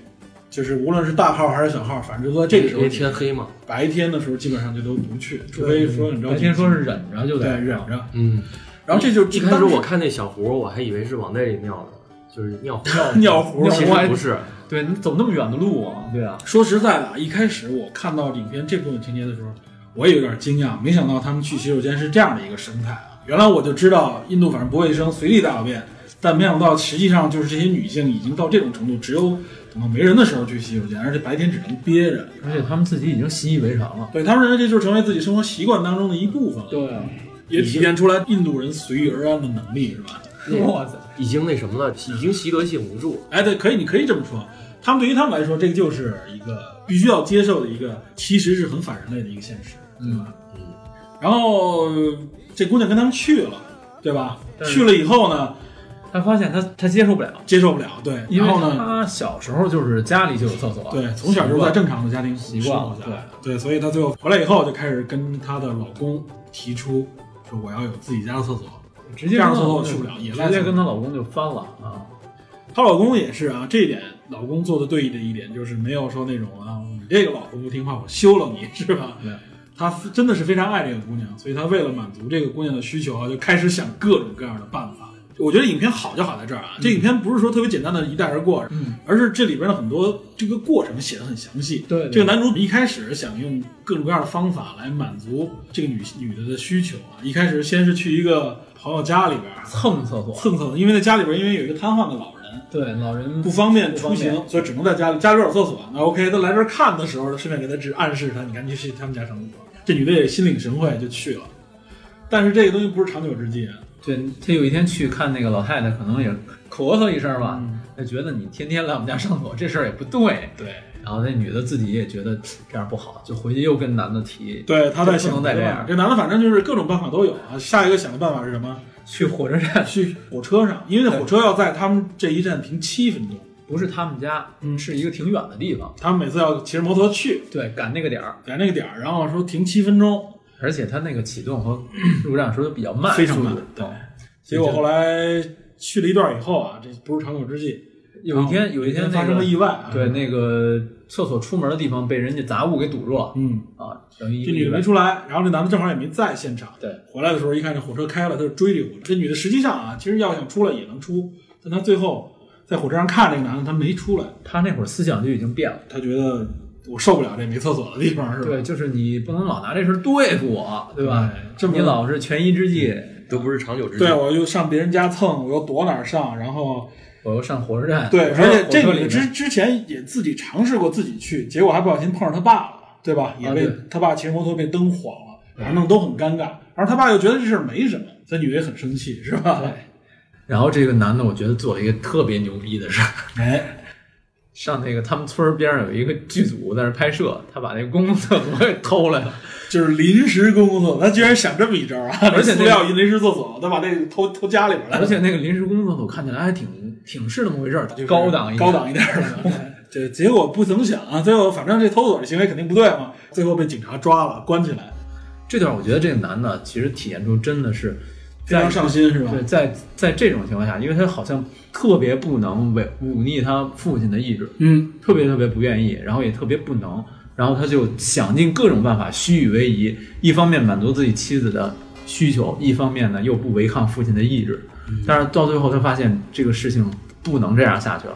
Speaker 2: 就是无论是大号还是小号，反正就在这个时
Speaker 4: 因
Speaker 2: 候
Speaker 4: 为
Speaker 2: 去，
Speaker 4: 天黑嘛。
Speaker 2: 白天的时候基本上就都不去，除非
Speaker 3: 对
Speaker 2: 说很着急。
Speaker 3: 白天说是忍着就
Speaker 2: 对
Speaker 3: 得
Speaker 2: 忍着，
Speaker 4: 嗯，
Speaker 2: 然后这就
Speaker 4: 一开始我看那小壶，我还以为是往那里尿的，就是尿壶，
Speaker 2: 尿壶
Speaker 3: 尿
Speaker 4: 其
Speaker 3: 壶
Speaker 4: 实
Speaker 3: 还
Speaker 4: 不是。
Speaker 3: 对，你走那么远的路啊，对啊，
Speaker 2: 说实在的，啊，一开始我看到影片这部分情节的时候，我也有点惊讶，没想到他们去洗手间是这样的一个生态啊！原来我就知道印度反正不卫生，随地大小便，但没想到实际上就是这些女性已经到这种程度，只有等到没人的时候去洗手间，而且白天只能憋着。
Speaker 3: 而且他们自己已经习以为常了。
Speaker 2: 对他们认为这就是成为自己生活习惯当中的一部分了，
Speaker 3: 对啊，
Speaker 2: 也体现出来印度人随遇而安的能力，是吧？
Speaker 3: 哇塞，
Speaker 4: 已经那什么了，已经习得性无助。
Speaker 2: 哎，对，可以，你可以这么说。他们对于他们来说，这个就是一个必须要接受的一个，其实是很反人类的一个现实，对吧？
Speaker 4: 嗯嗯。
Speaker 2: 然后呃这姑娘跟他们去了，对吧？
Speaker 3: 但是
Speaker 2: 去了以后呢，
Speaker 3: 他发现他他接受不了，
Speaker 2: 接受不了，对。
Speaker 3: 因
Speaker 2: 然
Speaker 3: 为
Speaker 2: 后呢，
Speaker 3: 他小时候就是家里就有厕所，
Speaker 2: 对，从小就是在正常的家庭
Speaker 3: 习惯了
Speaker 2: 生活下来的对，所以她最后回来以后，就开始跟她的老公提出，说我要有自己家的厕所。
Speaker 3: 直接
Speaker 2: 这
Speaker 3: 跟
Speaker 2: 样
Speaker 3: 她
Speaker 2: 厕所
Speaker 3: 老公
Speaker 2: 去不了野外
Speaker 3: 直接
Speaker 2: 厕所
Speaker 3: 跟她老公就翻了啊。
Speaker 2: 她老公也是啊，这一点老公做的对的一点就是没有说那种啊，你这个老婆不听话，我休了你是吧
Speaker 3: 对？
Speaker 2: 他真的是非常爱这个姑娘，所以他为了满足这个姑娘的需求啊，就开始想各种各样的办法。我觉得影片好就好在这儿啊，这影片不是说特别简单的一带而过，
Speaker 3: 嗯
Speaker 2: 而是这里边的很多这个过程写的很详细。
Speaker 3: 对对
Speaker 2: 这个男主一开始想用各种各样的方法来满足这个女女的的需求啊，一开始先是去一个朋友家里边儿
Speaker 3: 蹭厕所，
Speaker 2: 蹭蹭，因为那家里边因为有一个瘫痪的老人，
Speaker 3: 对，老人
Speaker 2: 不方便
Speaker 3: 不
Speaker 2: 出
Speaker 3: 方便
Speaker 2: 行，所以只能在家里。家里边有厕所，那 OK，他来这儿看的时候，顺便给他指暗示他，你赶紧去他们家上厕所。这女的也心领神会，就去了。但是这个东西不是长久之计啊，
Speaker 3: 对他有一天去看那个老太太，啊
Speaker 2: 嗯
Speaker 3: 嗯可能也咳嗽一声吧，他觉得你天天来我们家上厕所这事儿也不对，
Speaker 2: 对，
Speaker 3: 然后那女的自己也觉得这样不好，就回去又跟男的提，
Speaker 2: 对，他在
Speaker 3: 不
Speaker 2: 想
Speaker 3: 能再
Speaker 2: 辙
Speaker 3: 这
Speaker 2: 了
Speaker 3: 样
Speaker 2: 这男的反正就是各种办法都有啊。下一个想的办法是什么？
Speaker 3: 去火车站，
Speaker 2: 去火车上，因为那火车要在他们这一站停七分钟，
Speaker 3: 不是他们家，
Speaker 2: 嗯
Speaker 3: 是一个挺远的地方，
Speaker 2: 他们每次要骑着摩托去，
Speaker 3: 对，赶那个点儿，
Speaker 2: 赶那个点儿，然后说停七分钟，
Speaker 3: 而且他那个启动和 入站时候都比较慢，
Speaker 2: 非常慢
Speaker 3: 速度
Speaker 2: 对
Speaker 3: 嗯
Speaker 2: 结果后来去了一段以后啊，这不是长久之计，
Speaker 3: 有一天，啊有一天那
Speaker 2: 发生
Speaker 3: 个
Speaker 2: 了意外啊，
Speaker 3: 对，那个厕所出门的地方被人家杂物给堵住了
Speaker 2: 嗯，
Speaker 3: 啊，等于一
Speaker 2: 这
Speaker 3: 个
Speaker 2: 女
Speaker 3: 意
Speaker 2: 的
Speaker 3: 外
Speaker 2: 没出来，然后这男的正好也没在现场，
Speaker 3: 对，
Speaker 2: 回来的时候一看这火车开了，他就追这火车。这女的实际上啊，其实要想出来也能出，但她最后在火车上看这个男的，她没出来，
Speaker 3: 他那会儿思想就已经变了。
Speaker 2: 她觉得我受不了这没厕所的地方，是吧？
Speaker 3: 对，就是你不能老拿这事儿对付我，对吧？
Speaker 2: 这么
Speaker 3: 你老是权宜之计，
Speaker 4: 都不是长久之计
Speaker 2: 对，。我又上别人家蹭，我又躲哪儿上，然后
Speaker 3: 我又上火车站，
Speaker 2: 对，
Speaker 3: 我上
Speaker 2: 而且这
Speaker 3: 火车
Speaker 2: 女
Speaker 3: 里
Speaker 2: 的之之前也自己尝试过自己去，结果还不小心碰上她爸了，对吧？也被、
Speaker 3: 啊对
Speaker 2: 她爸骑着摩托被灯晃了，反正弄都很尴尬。然后她爸又觉得这事儿没什么，这女的也很生气，是吧？
Speaker 3: 对然后这个男的，我觉得做了一个特别牛逼的事儿，
Speaker 2: 哎，
Speaker 3: 上那个他们村儿边上有一个剧组在那儿拍摄，他把那个公共厕所给偷来了，
Speaker 2: 就是临时公共厕所，他居然想这么一招啊！
Speaker 3: 而且
Speaker 2: 这
Speaker 3: 那
Speaker 2: 塑料临时厕所，他把那个偷偷家里边来
Speaker 3: 而
Speaker 2: 了，
Speaker 3: 且那个临时公共厕所看起来还挺挺是那么回事儿，
Speaker 2: 就是
Speaker 3: 高档一点
Speaker 2: 高档一点儿的。对这结果不曾想啊，最后反正这偷走的行为肯定不对嘛，最后被警察抓了，关起来，
Speaker 3: 这段我觉得这个男的其实体现出真的是
Speaker 2: 非
Speaker 3: 在
Speaker 2: 常上心是吧？
Speaker 3: 对，在在这种情况下，因为他好像特别不能违忤逆他父亲的意志，
Speaker 2: 嗯，
Speaker 3: 特别特别不愿意，然后也特别不能，然后他就想尽各种办法虚与委蛇，一方面满足自己妻子的需求，一方面呢又不违抗父亲的意志，
Speaker 2: 嗯
Speaker 3: 但是到最后他发现这个事情不能这样下去了，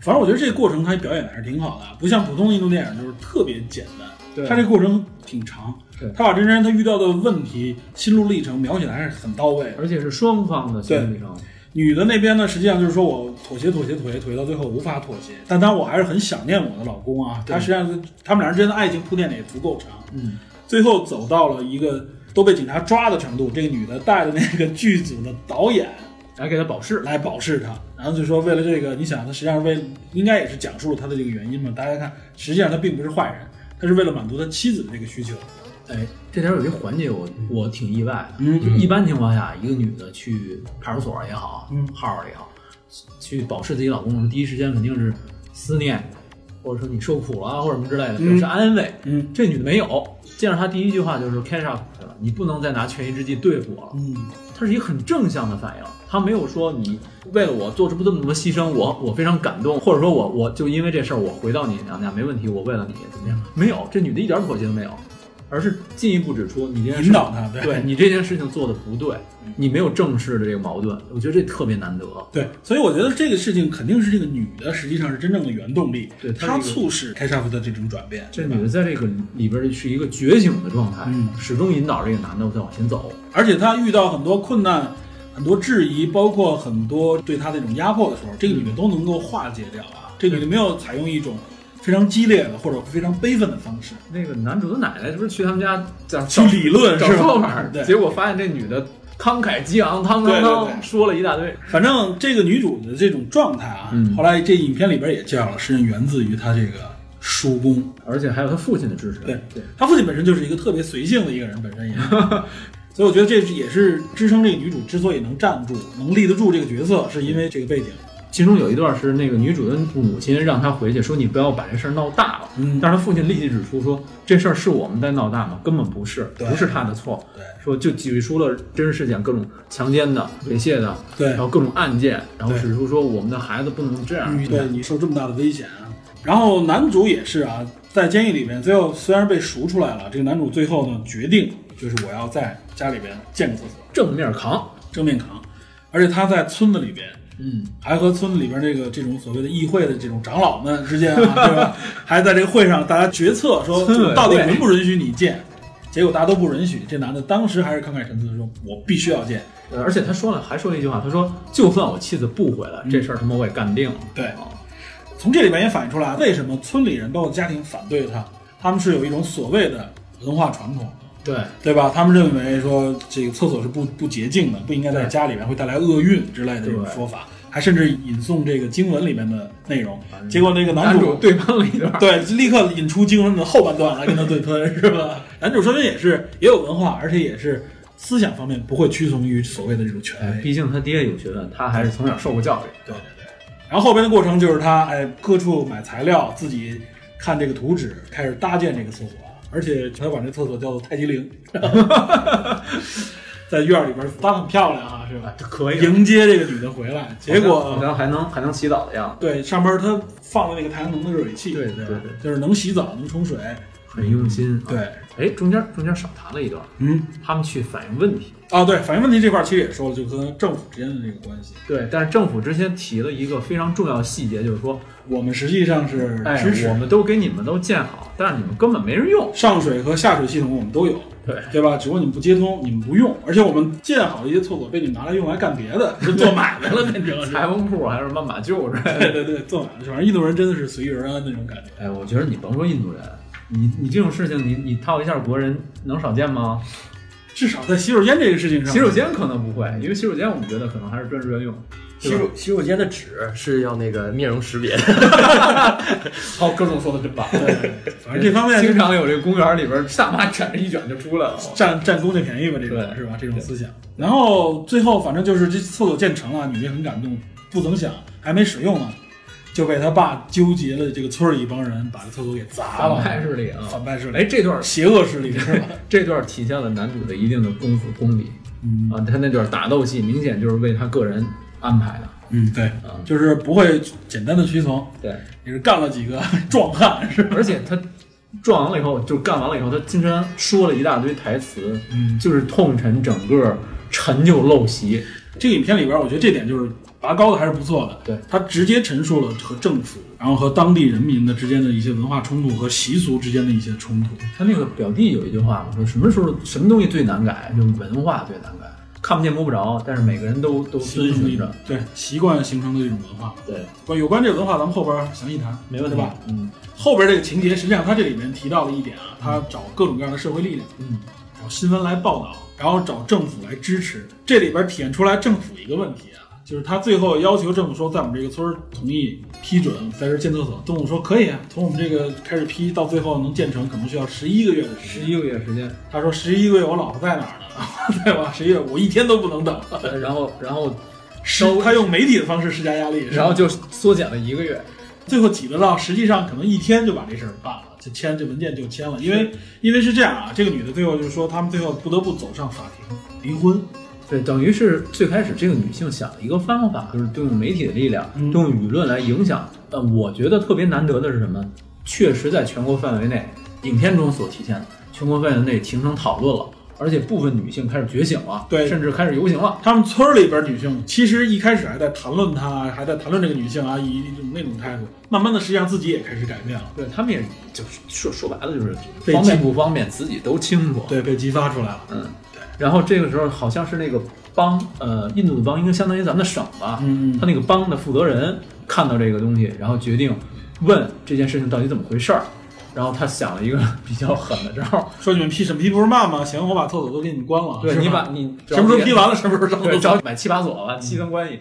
Speaker 2: 反正我觉得这个过程他表演的还是挺好的，啊不像普通的印度电影就是特别简单。
Speaker 3: 对
Speaker 2: 他这个过程挺长
Speaker 3: 对，
Speaker 2: 他把这人他遇到的问题、心路历程描写的还是很到位的。
Speaker 3: 而且是双方的心理上，
Speaker 2: 女的那边呢，实际上就是说我妥协、妥协、妥协，妥协到最后无法妥协。但当然我还是很想念我的老公啊。
Speaker 3: 对
Speaker 2: 他实际上是他们俩人之间的爱情铺垫的也足够长，
Speaker 3: 嗯，
Speaker 2: 最后走到了一个都被警察抓的程度。这个女的带着那个剧组的导演
Speaker 3: 来给他保释，
Speaker 2: 来保释他，然后就说为了这个，你想他实际上是为应该也是讲述了他的这个原因嘛。大家看，实际上他并不是坏人，他是为了满足他妻子的这个需求。
Speaker 3: 哎，这点儿有一环节我我挺意外的。
Speaker 2: 嗯
Speaker 3: 就一般情况下，一个女的去派出所也好，
Speaker 2: 嗯
Speaker 3: 号儿也好，去保释自己老公的时候，第一时间肯定是思念，或者说你受苦了啊或者什么之类的，
Speaker 2: 嗯
Speaker 3: 表示安慰。
Speaker 2: 嗯
Speaker 3: 这女的没有，见着他第一句话就是 “cash up” 去了，你不能再拿权宜之计对付我了。
Speaker 2: 嗯，
Speaker 3: 她是一个很正向的反应，她没有说你为了我做出这么多牺牲，我我非常感动，或者说我我就因为这事儿我回到你娘家没问题，我为了你怎么样？没有，这女的一点妥协都没有，而是进一步指出你这件事
Speaker 2: 引导嗯他，对
Speaker 3: 对你这件事情做的不对，你没有正视的这个矛盾，我觉得这特别难得。
Speaker 2: 对所以我觉得这个事情肯定是这个女的实际上是真正的原动力，
Speaker 3: 对她是一
Speaker 2: 她
Speaker 3: 个
Speaker 2: 促使开沙夫的这种转变，
Speaker 3: 这
Speaker 2: 对吧
Speaker 3: 女的在这个里边是一个觉醒的状态，
Speaker 2: 嗯
Speaker 3: 始终引导这个男的再往前走。
Speaker 2: 而且她遇到很多困难、很多质疑，包括很多对她那种压迫的时候，这个女
Speaker 3: 嗯
Speaker 2: 的都能够化解掉啊。这个女的没有采用一种非常激烈的或者非常悲愤的方式。
Speaker 3: 那个男主的奶奶不是去他们家找
Speaker 2: 去理论
Speaker 3: 找
Speaker 2: 是吧
Speaker 3: 说法儿
Speaker 2: 对，
Speaker 3: 结果发现这女的慷慨激昂，汤
Speaker 2: 对
Speaker 3: 汤
Speaker 2: 对对
Speaker 3: 汤说了一大堆。
Speaker 2: 反正这个女主的这种状态啊，
Speaker 3: 嗯
Speaker 2: 后来这影片里边也介绍了，实际上源自于她这个叔公。
Speaker 3: 而且还有他父亲的支持。
Speaker 2: 对她父亲本身就是一个特别随性的一个人，本身也，所以我觉得这是也是支撑这个女主之所以能站住、能立得住这个角色，是因为这个背景。
Speaker 3: 其中有一段是那个女主的母亲让她回去说：“你不要把这事儿闹大了。”
Speaker 2: 嗯
Speaker 3: 但是她父亲立即指出说：“这事儿是我们在闹大吗？根本不是，
Speaker 2: 对
Speaker 3: 不是她的错。
Speaker 2: 对”
Speaker 3: 说就举出了真实事件，各种强奸的、猥亵的，
Speaker 2: 对
Speaker 3: 然后各种案件，然后
Speaker 2: 对
Speaker 3: 指出说我们的孩子不能这样。
Speaker 2: 你对你受这么大的危险啊。然后男主也是啊，在监狱里面，最后虽然被赎出来了，这个男主最后呢决定就是我要在家里边建个厕所，
Speaker 3: 正面扛。
Speaker 2: 正面扛，而且他在村子里边
Speaker 3: 嗯，
Speaker 2: 还和村子里边这个这种所谓的议会的这种长老们之间啊，对 吧？还在这个会上大家决策说
Speaker 3: 村委会
Speaker 2: 到底允不允许你建，结果大家都不允许。这男的当时还是慷慨陈词地说：“我必须要建。
Speaker 3: 呃而且他说了，还说了一句话，他说：“就算我妻子不回来，这事儿他妈我也干定了。”
Speaker 2: 对
Speaker 3: 啊
Speaker 2: 从这里面也反映出来，为什么村里人包括家庭反对他，他们是有一种所谓的文化传统，
Speaker 3: 对，
Speaker 2: 对吧？他们认为说这个厕所是不不洁净的，不应该在家里面会带来厄运之类的这种
Speaker 3: 对
Speaker 2: 说法。还甚至引送这个经文里面的内容。结果那个
Speaker 3: 男
Speaker 2: 男
Speaker 3: 主
Speaker 2: 主
Speaker 3: 对喷了一 段，
Speaker 2: 对立刻引出经文的后半段来跟他对喷，是吧？ 男主说明也是也有文化，而且也是思想方面不会屈从于所谓的这种权威。
Speaker 3: 哎毕竟他爹有学问，他还是从小受过教育。
Speaker 2: 对对对。然后后边的过程就是他哎各处买材料，自己看这个图纸，开始搭建这个厕所，而且他管这厕所叫做太极 陵，在院儿里边搭很漂亮啊，是吧？
Speaker 3: 可
Speaker 2: 迎接这个女的回来，结
Speaker 3: 好
Speaker 2: 果
Speaker 3: 像还能还能洗澡的样子，
Speaker 2: 对上边他放了那个太阳能的热水器，
Speaker 3: 对
Speaker 2: 对吧
Speaker 3: 对对
Speaker 2: 就是能洗澡能冲水，
Speaker 3: 很用心。，
Speaker 2: 对，
Speaker 3: 哎，中间中间少谈了一段，
Speaker 2: 嗯
Speaker 3: 他们去反映问题。
Speaker 2: 啊对，反映问题这块儿其实也说了，就跟政府之间的这个关系，
Speaker 3: 对，但是政府之前提了一个非常重要的细节，就是说，
Speaker 2: 我们实际上是
Speaker 3: 哎
Speaker 2: 支持、，
Speaker 3: 我们都给你们都建好，但是你们根本没人用。
Speaker 2: 上水和下水系统我们都有，
Speaker 3: 对
Speaker 2: 对吧？只不过你们不接通，你们不用，而且我们建好的一些厕所被你们拿来用来干别的，就做买卖了，变成是。
Speaker 3: 裁缝铺还是什么马厩是吧？
Speaker 2: 对对对，做买卖，反正印度人真的是随遇而安那种感觉。
Speaker 3: 哎，我觉得你甭说印度人，你你这种事情，你你套一下国人能少见吗？
Speaker 2: 啊至少在洗手间这个事情上，
Speaker 3: 洗手间可能不会，因为洗手间我们觉得可能还是专职专用。
Speaker 4: 洗手洗手间的纸是要那个面容识别的，
Speaker 3: 好，哥总说的真棒。
Speaker 2: 对，反正这方面就
Speaker 3: 经
Speaker 2: 是
Speaker 3: 常有这个公园里边大妈卷着一卷就出来了。
Speaker 2: 占占公家便宜吧，这种
Speaker 3: 对
Speaker 2: 是吧？这种思想。然后最后反正就是这厕所建成了，女的很感动，不曾想还没使用呢，就被他爸纠结了这个村儿里一帮人把这厕所给砸
Speaker 3: 反
Speaker 2: 了，
Speaker 3: 派势力啊！
Speaker 2: 反派势力
Speaker 3: 哎，这段
Speaker 2: 邪恶势力是吧？
Speaker 3: 这段体现了男主的一定的功夫功底
Speaker 2: 嗯
Speaker 3: 啊，他那段打斗戏明显就是为他个人安排的。
Speaker 2: 嗯，对
Speaker 3: 嗯，
Speaker 2: 就是不会简单的屈从，
Speaker 3: 对，
Speaker 2: 也是干了几个 壮汉，是吧？
Speaker 3: 而且他撞完了以后，就干完了以后，他竟然说了一大堆台词，
Speaker 2: 嗯，
Speaker 3: 就是痛陈整个陈旧陋习。
Speaker 2: 这个影片里边，我觉得这点就是拔高的还是不错的。
Speaker 3: 对，
Speaker 2: 他直接陈述了和政府，然后和当地人民的之间的一些文化冲突和习俗之间的一些冲突。
Speaker 3: 他那个表弟有一句话，我说什么时候什么东西最难改，就是文化最难改，看不见摸不着，但是每个人都都遵
Speaker 2: 形成的一
Speaker 3: 循
Speaker 2: 种
Speaker 3: 着。
Speaker 2: 对习惯形成的一种文化。
Speaker 3: 对，
Speaker 2: 关有关这个文化，咱们后边详细谈，
Speaker 3: 没问题
Speaker 2: 对吧？？
Speaker 3: 嗯
Speaker 2: 后边这个情节，实际上他这里面提到的一点啊，他找各种各样的社会力量。
Speaker 3: 嗯，
Speaker 2: 找新闻来报道，然后找政府来支持。这里边体现出来政府一个问题啊，就是他最后要求政府说，在我们这个村儿同意批准在这儿建厕所。政府说可以啊，从我们这个开始批到最后能建成，可能需要十一个月的时
Speaker 3: 十
Speaker 2: 间。
Speaker 3: 一个月时间，
Speaker 2: 他说十一个月我老婆在哪儿呢？ 对吧？十一个月我一天都不能等。
Speaker 3: 呃然后然后
Speaker 2: 施
Speaker 3: 稍微
Speaker 2: 他用媒体的方式施加压力，是吧
Speaker 3: 然后就缩减了一个月。
Speaker 2: 最后挤得到，实际上可能一天就把这事儿办了，就签这文件就签了。因为因为是这样啊，这个女的最后就是说，他们最后不得不走上法庭离婚。
Speaker 3: 对，等于是最开始这个女性想了一个方法，就是动用媒体的力量，
Speaker 2: 嗯
Speaker 3: 动用舆论来影响。呃，我觉得特别难得的是什么？确实在全国范围内，影片中所体现的，全国范围内形成讨论了，而且部分女性开始觉醒了，
Speaker 2: 对
Speaker 3: 甚至开始游行了。
Speaker 2: 他们村儿里边女性，其实一开始还在谈论她，还在谈论这个女性啊，以一种那种态度。慢慢的，实际上自己也开始改变了，
Speaker 3: 对他们也就是说说白了就是
Speaker 2: 被
Speaker 3: 方便
Speaker 2: 禁
Speaker 3: 不方便自己都清楚。，
Speaker 2: 对，被激发出来了。
Speaker 3: 嗯，
Speaker 2: 对。
Speaker 3: 然后这个时候好像是那个帮呃印度的帮，应该相当于咱们的省吧，
Speaker 2: 嗯
Speaker 3: 他那个帮的负责人看到这个东西，然后决定问这件事情到底怎么回事儿。然后他想了一个比较狠的招儿，
Speaker 2: 说你们批审批不是骂吗？行，我把厕所都给你们关了。
Speaker 3: 对
Speaker 2: 是吧
Speaker 3: 你把你
Speaker 2: 什么时候批
Speaker 3: 完？
Speaker 2: 完了，什么时候上
Speaker 3: 对，
Speaker 2: 厕
Speaker 3: 找
Speaker 2: 所。
Speaker 3: 买七把锁吧，七层关系，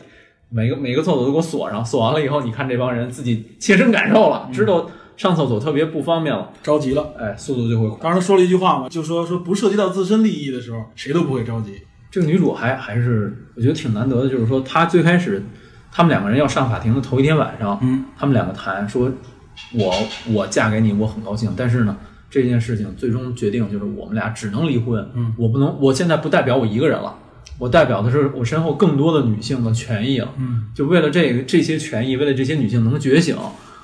Speaker 3: 每个每个厕所都给我锁上。锁完了以后，你看这帮人自己切身感受了，知道上厕所特别不方便了，
Speaker 2: 着急了。
Speaker 3: 哎，速度就会快。
Speaker 2: 当时说了一句话嘛，就说说不涉及到自身利益的时候，谁都不会着急。
Speaker 3: 这个女主还还是我觉得挺难得的，就是说她最开始他们两个人要上法庭的头一天晚上，
Speaker 2: 嗯，
Speaker 3: 他们两个谈说，我我嫁给你，我很高兴，但是呢，这件事情最终决定就是我们俩只能离婚，
Speaker 2: 嗯，
Speaker 3: 我不能，我现在不代表我一个人了，我代表的是我身后更多的女性的权益了，
Speaker 2: 嗯，
Speaker 3: 就为了这个这些权益，为了这些女性能觉醒，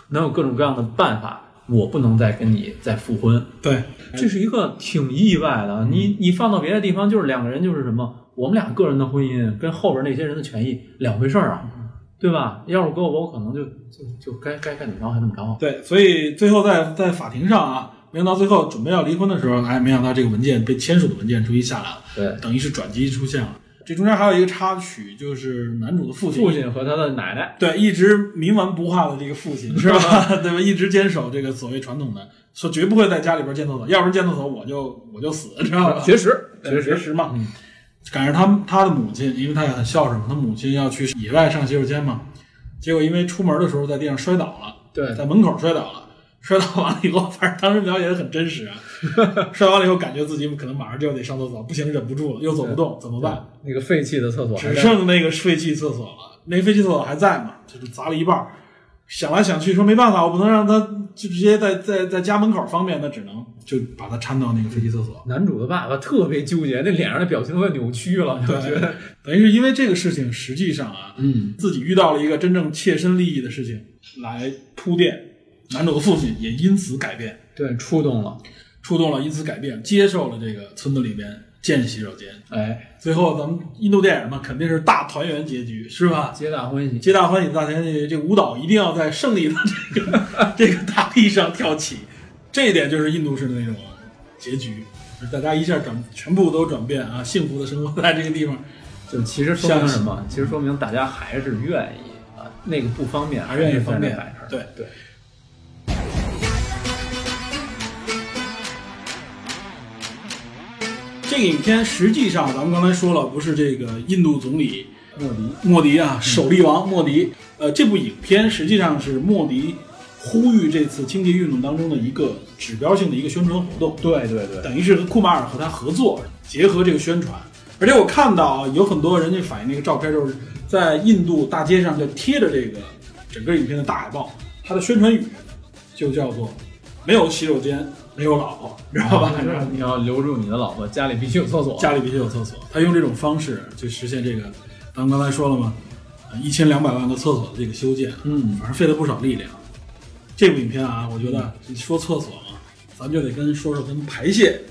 Speaker 3: 能有各种各样的办法，我不能再跟你再复婚，
Speaker 2: 对，
Speaker 3: 这是一个挺意外的。啊
Speaker 2: 嗯
Speaker 3: 你你放到别的地方，就是两个人就是什么，我们俩个人的婚姻跟后边那些人的权益两回事儿啊，
Speaker 2: 嗯
Speaker 3: 对吧？要是搁我，我可能就就就该该该怎么着还怎么着。
Speaker 2: 对，所以最后在在法庭上啊，没想到最后准备要离婚的时候，哎，没想到这个文件被签署的文件终于下来了，
Speaker 3: 对，
Speaker 2: 等于是转机出现了。这中间还有一个插曲，就是男主的父亲，
Speaker 3: 父亲和他的奶奶，
Speaker 2: 对一直冥顽不化的这个父亲是吧？ 对吧？一直坚守这个所谓传统的，说绝不会在家里边建厕所，要不然建厕所我就我就死，知道吧？
Speaker 3: 绝食，
Speaker 2: 对
Speaker 3: 绝
Speaker 2: 绝
Speaker 3: 食。
Speaker 2: 食嘛。赶上他他的母亲，因为他也很孝顺嘛，他母亲要去野外上洗手间嘛，结果因为出门的时候在地上摔倒了，
Speaker 3: 对
Speaker 2: 在门口摔倒了，摔倒完了以后，反正当时描写的很真实啊，摔完了以后感觉自己可能马上就要得上厕所，不行忍不住了，又走不动，怎么办？
Speaker 3: 那个废弃的厕所还
Speaker 2: 只
Speaker 3: 在，
Speaker 2: 剩那个废弃厕所了，那废弃厕所还在嘛，就是砸了一半儿。想来想去，说没办法，我不能让他就直接在在在家门口方便，那只能就把他搀到那个废弃厕所。
Speaker 3: 男主的爸爸特别纠结，那脸上的表情都快扭曲了，我觉得，
Speaker 2: 等于是因为这个事情，实际上啊，
Speaker 3: 嗯，
Speaker 2: 自己遇到了一个真正切身利益的事情来铺垫，男主的父亲也因此改变，
Speaker 3: 对，触动了，
Speaker 2: 触动了，因此改变，接受了这个村子里边建洗手间。
Speaker 3: 哎，
Speaker 2: 最后咱们印度电影嘛，肯定是大团圆结局，是吧？
Speaker 3: 皆大欢喜，
Speaker 2: 皆大欢喜大团圆，这个舞蹈一定要在胜利的这个这个大地上跳起，这一点就是印度式的那种结局，就是大家一下转全部都转变啊，幸福的生活在这个地方，
Speaker 3: 就其实说明
Speaker 2: 像
Speaker 3: 什么？其实说明大家还是愿意啊，那个不方便，
Speaker 2: 还愿意
Speaker 3: 方
Speaker 2: 方便
Speaker 3: 摆事儿，
Speaker 2: 对
Speaker 3: 对。
Speaker 2: 这个影片实际上，咱们刚才说了，不是这个印度总理
Speaker 3: 莫迪，
Speaker 2: 莫迪啊，
Speaker 3: 嗯
Speaker 2: 首例王莫迪。呃，这部影片实际上是莫迪呼吁这次清洁运动当中的一个指标性的一个宣传活动，
Speaker 3: 对对对，
Speaker 2: 等于是库马尔和他合作，结合这个宣传。而且我看到啊，有很多人家反映那个照片，就是在印度大街上就贴着这个整个影片的大海报，它的宣传语就叫做“没有洗手间，没有老婆”，知道吧？然后
Speaker 3: 你要留住你的老婆，家里必须有厕所。
Speaker 2: 家里必须有厕所。他用这种方式去实现这个，咱们刚才说了嘛，一千两百万个厕所的这个修建，
Speaker 3: 嗯，
Speaker 2: 反正费了不少力量。这部影片啊，我觉得
Speaker 3: 嗯
Speaker 2: 说厕所嘛，咱们就得跟说说跟排泄、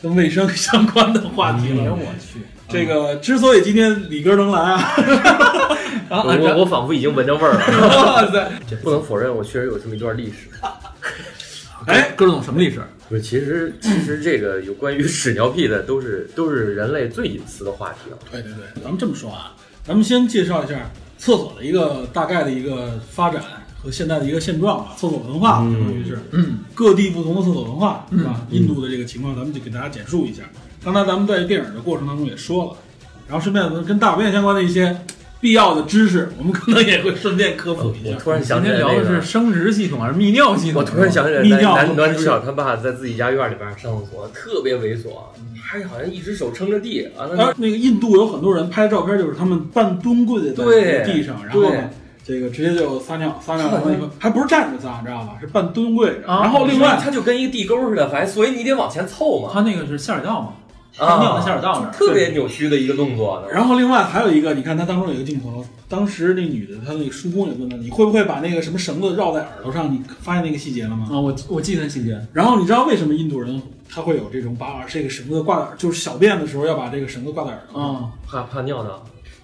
Speaker 2: 跟卫生相关的话题了。
Speaker 3: 哎我去，
Speaker 2: 这个之所以今天李哥能来 啊，
Speaker 3: 啊，
Speaker 4: 我我我仿佛已经闻着味儿了，
Speaker 3: 哇塞，
Speaker 4: 这不能否认，我确实有这么一段历史。
Speaker 2: 哎，
Speaker 3: 哥懂什么历史？
Speaker 4: 不是，其实其实这个有关于屎尿屁的，都是都是人类最隐私的话题了。
Speaker 2: 对对对，咱们这么说啊，咱们先介绍一下厕所的一个大概的一个发展和现在的一个现状吧，厕所文化相当于是，
Speaker 3: 嗯，
Speaker 2: 各地不同的厕所文化是吧？印度的这个情况，咱们就给大家简述一下。刚才咱们在电影的过程当中也说了，然后顺便咱们跟大小便相关的一些必要的知识，我们可能也会顺便科普一
Speaker 4: 我
Speaker 2: 下。
Speaker 4: 突然
Speaker 3: 今
Speaker 4: 想起
Speaker 3: 天
Speaker 4: 来
Speaker 3: 聊
Speaker 4: 那
Speaker 3: 的是
Speaker 4: 个，
Speaker 3: 生殖系统还是泌尿系统？
Speaker 4: 我突然想起来
Speaker 2: 泌尿
Speaker 4: 男
Speaker 2: 和
Speaker 4: 男男主角他爸在自己家院里边上厕所，特别猥琐，
Speaker 3: 嗯
Speaker 4: 他好像一只手撑着地啊，那
Speaker 2: 呃而那个印度有很多人拍照片，就是他们半蹲跪在
Speaker 4: 对
Speaker 2: 地上，然后
Speaker 4: 对
Speaker 2: 呢，这个直接就撒尿，撒尿
Speaker 4: 是的
Speaker 2: 完了以后还不是站着撒，你知道吧？是半蹲跪着。
Speaker 3: 啊
Speaker 2: 然后另外
Speaker 4: 他就跟一个地沟似的，反正所以你得往前凑嘛，
Speaker 3: 他那个是下水道嘛，
Speaker 4: 啊
Speaker 3: 尿在下水道那儿，
Speaker 4: 特别扭曲的一个动作。
Speaker 2: 然后另外还有一个，你看他当中有一个镜头，当时那女的她那个叔公也问她，你会不会把那个什么绳子绕在耳朵上？你发现那个细节了吗？
Speaker 3: 啊，我我记得细节，
Speaker 2: 然后你知道为什么印度人他会有这种把耳这个绳子挂在耳，就是小便的时候要把这个绳子挂在耳朵上？
Speaker 3: 啊，
Speaker 4: 怕怕尿呢，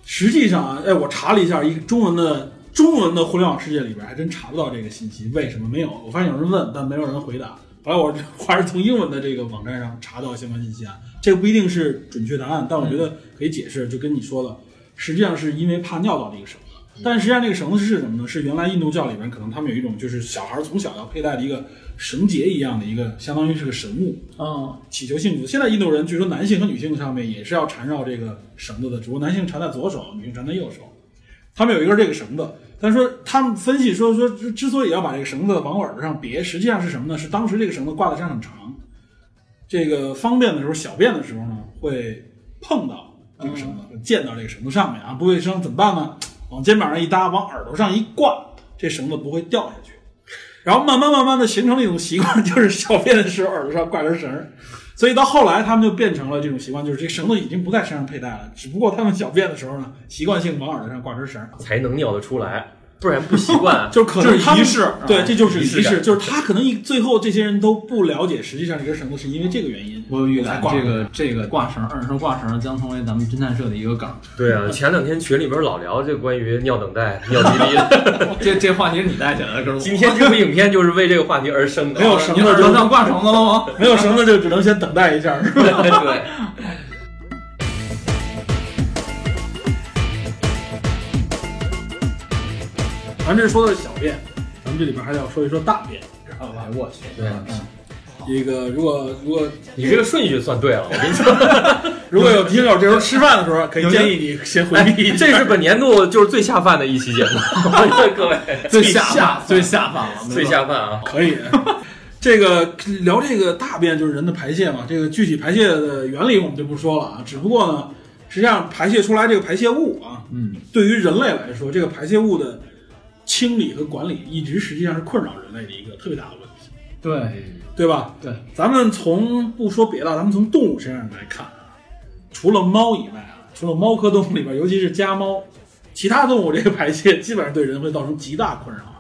Speaker 2: 实际上啊，哎，我查了一下，一个中文的中文的互联网世界里边还真查不到这个信息，为什么没有？我发现有人问，但没有人回答。后来我还是从英文的这个网站上查到相关信息啊，这个不一定是准确答案，但我觉得可以解释，就跟你说的，实际上是因为怕尿到这个绳子，但实际上这个绳子是什么呢？是原来印度教里边可能他们有一种就是小孩从小要佩戴的一个绳结一样的一个，相当于是个神物，
Speaker 3: 啊，
Speaker 2: 祈求幸福。现在印度人据说男性和女性上面也是要缠绕这个绳子的，只不过男性缠在左手，女性缠在右手。他们有一根这个绳子，但是说他们分析说说之之所以要把这个绳子往耳朵上别，实际上是什么呢？是当时这个绳子挂的上很长，这个方便的时候小便的时候呢会碰到这个绳子，溅到这个绳子上面啊，不卫生怎么办呢？往肩膀上一搭，往耳朵上一挂，这绳子不会掉下去。然后慢慢慢慢的形成了一种习惯，就是小便的时候耳朵上挂根绳儿，所以到后来他们就变成了这种习惯，就是这个绳子已经不在身上佩戴了，只不过他们小便的时候呢，习惯性往耳朵上挂根绳儿，。
Speaker 4: 才能尿得出来，不然不习惯啊
Speaker 2: 就是可能
Speaker 3: 这是
Speaker 2: 他们
Speaker 3: 仪式
Speaker 2: 对，这就是
Speaker 3: 仪
Speaker 2: 仪
Speaker 3: 式感
Speaker 2: 式，就是他可能一最后这些人都不了解，实际上这根绳子是因为这个原因，
Speaker 3: 我预
Speaker 2: 才
Speaker 3: 感
Speaker 2: 挂
Speaker 3: 这个这个挂绳，二绳挂绳将成为咱们侦探社的一个梗。
Speaker 4: 对啊，前两天群里边老聊这关于尿等待、尿滴 滴的。
Speaker 3: 这这话题是你带起来的，哥们儿。
Speaker 4: 今天 这部影片就是为这个话题而生的。啊
Speaker 2: 没有
Speaker 3: 你
Speaker 2: 绳
Speaker 3: 你
Speaker 2: 子
Speaker 3: 耳
Speaker 2: 就
Speaker 3: 朵上挂绳子了吗？
Speaker 2: 没有绳子就只能先等待一 下，是吧？
Speaker 4: 对，
Speaker 2: 咱这说的是小便，咱们这里边还得要说一说大便，知道吧？
Speaker 3: 哎我去，
Speaker 4: 对
Speaker 3: 嗯
Speaker 2: 这个如果如果
Speaker 4: 你这个顺序算对了，我跟你说，
Speaker 2: 如果有听友这时候吃饭的时候，可以建议你先回避一下。
Speaker 4: 这是本年度就是最下饭的一期节目， 各位
Speaker 3: 最
Speaker 2: 下
Speaker 3: 下最下饭了，没
Speaker 4: 最
Speaker 3: 错
Speaker 4: 下饭啊！
Speaker 2: 可以。 这个聊这个大便就是人的排泄嘛，这个具体排泄的原理我们就不说了啊。只不过呢，实际上排泄出来这个排泄物啊，
Speaker 3: 嗯，
Speaker 2: 对于人类来说，这个排泄物的清理和管理一直实际上是困扰人类的一个特别大的问题，
Speaker 3: 对
Speaker 2: 对吧？
Speaker 3: 对，
Speaker 2: 咱们从不说别的，咱们从动物身上来看啊，除了猫以外啊，除了猫科动物里边，尤其是家猫，其他动物这个排泄基本上对人会造成极大困扰啊。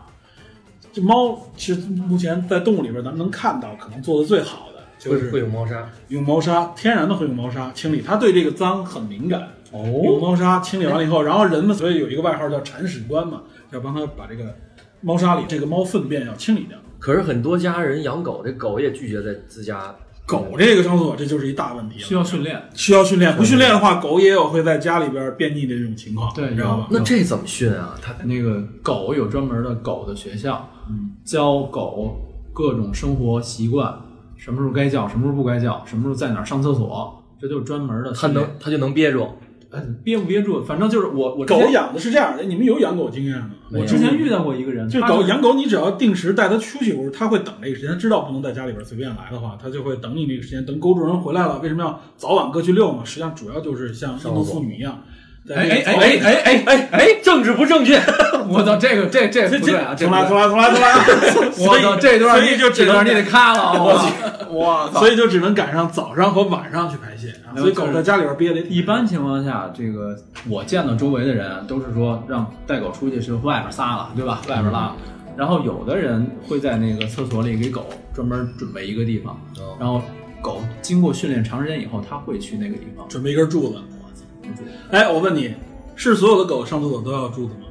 Speaker 2: 这猫是目前在动物里边咱们能看到可能做的最好的，就
Speaker 4: 会会
Speaker 2: 是
Speaker 4: 有猫砂，
Speaker 2: 用猫砂，天然的会用猫砂清理，它对这个脏很敏感。用
Speaker 3: 哦，
Speaker 2: 猫砂清理完了以后，然后人们所以有一个外号叫铲屎官嘛，要帮它把这个猫砂里这个猫粪便要清理掉。
Speaker 4: 可是很多家人养狗，这狗也拒绝在自家
Speaker 2: 狗这个上厕所这就是一大问题了
Speaker 3: 需。要训练，
Speaker 2: 需要训练，不训练的话，狗也有会在家里边便秘的这种情况，
Speaker 3: 对
Speaker 2: 你知道吧？
Speaker 4: 那这怎么训啊？它
Speaker 3: 那个狗有专门的狗的学校，
Speaker 2: 嗯
Speaker 3: 教狗各种生活习惯，什么时候该叫，什么时候不该叫，什么时候在哪儿上厕所，这就是专门的
Speaker 4: 它
Speaker 3: 训练。
Speaker 4: 能它就能憋住，
Speaker 3: 哎憋不憋住，反正就是我我之
Speaker 2: 狗
Speaker 3: 前
Speaker 2: 养的是这样的，你们有养狗经验吗？
Speaker 4: 没有
Speaker 3: 我之前遇到过一个人，
Speaker 2: 就
Speaker 3: 他
Speaker 2: 狗
Speaker 3: 是
Speaker 2: 养狗，你只要定时带它出去，它会等这个时间，它知道不能在家里边随便来的话，它就会等你那个时间。等狗主人回来了，为什么要早晚各去遛呢？实际上主要就是像印度妇女一样，在
Speaker 3: 哎哎
Speaker 2: 那个
Speaker 3: 哎
Speaker 2: 草
Speaker 3: 哎哎哎哎哎，
Speaker 4: 政治不正确。
Speaker 3: 我操，这个这这不对啊，这
Speaker 2: 重
Speaker 3: 不
Speaker 2: 来重
Speaker 3: 对。
Speaker 2: 来重来重来，
Speaker 3: 我操，这段
Speaker 2: 所以
Speaker 3: 你
Speaker 2: 就只
Speaker 3: 这
Speaker 2: 能
Speaker 3: 段你得 咔了啊，我操。
Speaker 2: 哇，所以就只能赶上早上和晚上去排泄啊。
Speaker 3: 没有
Speaker 2: 所以狗在家里边憋得也挺
Speaker 3: 一般情况下，这个我见到周围的人啊都是说让带狗出去是外边撒了，对吧？外边拉。
Speaker 2: 嗯
Speaker 3: 然后有的人会在那个厕所里给狗专门准备一个地方，
Speaker 2: 哦
Speaker 3: 然后狗经过训练长时间以后，它会去那个地方。啊
Speaker 2: 准备一根柱子。哎，我问你，是所有的狗上厕所都要柱子吗？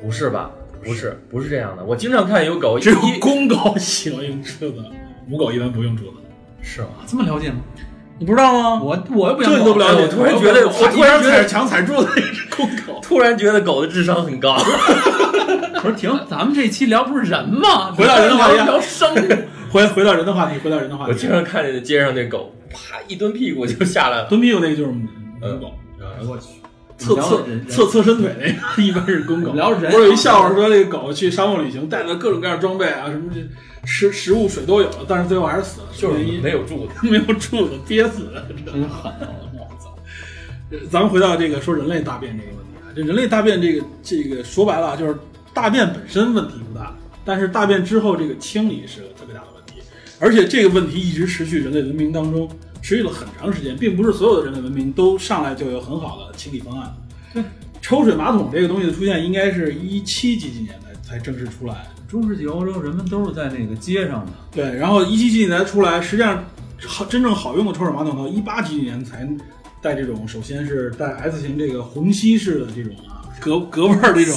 Speaker 4: 不是吧？不是，不是这样的。我经常看有狗一
Speaker 2: 只有公狗喜欢用柱子，母狗一般不用柱子。
Speaker 4: 是吗？
Speaker 3: 这么了解吗？
Speaker 2: 你不知道吗？
Speaker 3: 我我又不想
Speaker 2: 这你都不了解，
Speaker 4: 我突然觉得
Speaker 2: 我
Speaker 4: 我
Speaker 2: 突
Speaker 4: 突
Speaker 2: 然
Speaker 4: 然
Speaker 2: 觉
Speaker 4: 觉
Speaker 2: 得
Speaker 4: 得
Speaker 2: 墙踩柱子那是公狗。
Speaker 4: 突然觉得狗的智商很 高。
Speaker 3: 不是停，咱们这期聊不是人吗？
Speaker 2: 回到人的话题啊
Speaker 3: 聊聊生物。
Speaker 2: 回回到人的话题，回到人的话
Speaker 4: 我
Speaker 2: 题
Speaker 4: 经，常看见街上那狗，啪一蹲屁股就下 来了。
Speaker 2: 蹲屁股那个就是母母狗，
Speaker 3: 哎我去，
Speaker 2: 侧
Speaker 3: 聊
Speaker 2: 侧
Speaker 3: 人
Speaker 2: 侧侧伸腿那 个一般是公狗。
Speaker 3: 聊人
Speaker 2: 我有一笑话说，这个狗去沙漠旅行，带了各种各样的装备啊，什么这食食物、水都有，但是最后还是死了，
Speaker 4: 就是
Speaker 2: 因
Speaker 4: 没有柱子，
Speaker 2: 为没有柱子憋死的。
Speaker 3: 真狠啊！我操，
Speaker 2: 咱们回到这个说人类大便这个问题啊，这人类大便这个这个说白了啊就是大便本身问题不大，但是大便之后这个清理是个特别大的问题，而且这个问题一直持续人类文明当中持续了很长时间，并不是所有的人类文明都上来就有很好的清理方案。抽水马桶这个东西的出现，应该是一七几几年才才正式出来。
Speaker 3: 中世纪欧洲人们都是在那个街 上的，
Speaker 2: 对，然后一七几几年出来，实际上好真正好用的抽水马桶到一八几几年才带这种，首先是带 S 型这个虹吸式的这种啊隔隔味儿这种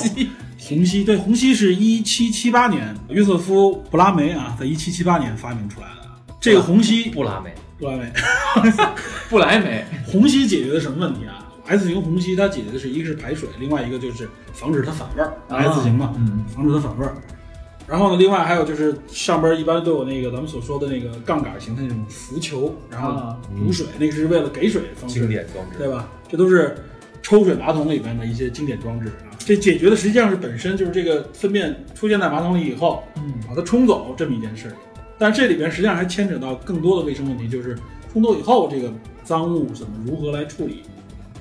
Speaker 2: 虹吸，对，虹吸是一七七八年约瑟夫布拉梅啊，在一七七八年发明出来的。这个虹吸
Speaker 4: 不拉美。
Speaker 2: 布拉梅，
Speaker 3: 不来梅。
Speaker 2: 虹吸解决的什么问题啊？S 型虹吸它解决的是一个是排水，另外一个就是防止它反味儿、s 型嘛，
Speaker 3: 嗯，
Speaker 2: 防止它反味儿。然后呢，另外还有就是上边一般都有那个咱们所说的那个杠杆型的那种浮球，然后
Speaker 3: 啊
Speaker 2: 补水，那个是为了给水方
Speaker 4: 嗯经
Speaker 2: 式，
Speaker 4: 典装置
Speaker 2: 对吧？这都是抽水马桶里边的一些经典装置啊。这解决的实际上是本身就是这个粪便出现在马桶里以后，
Speaker 3: 嗯，
Speaker 2: 把它冲走这么一件事。但是这里边实际上还牵扯到更多的卫生问题，就是冲走以后这个脏物怎么如何来处理，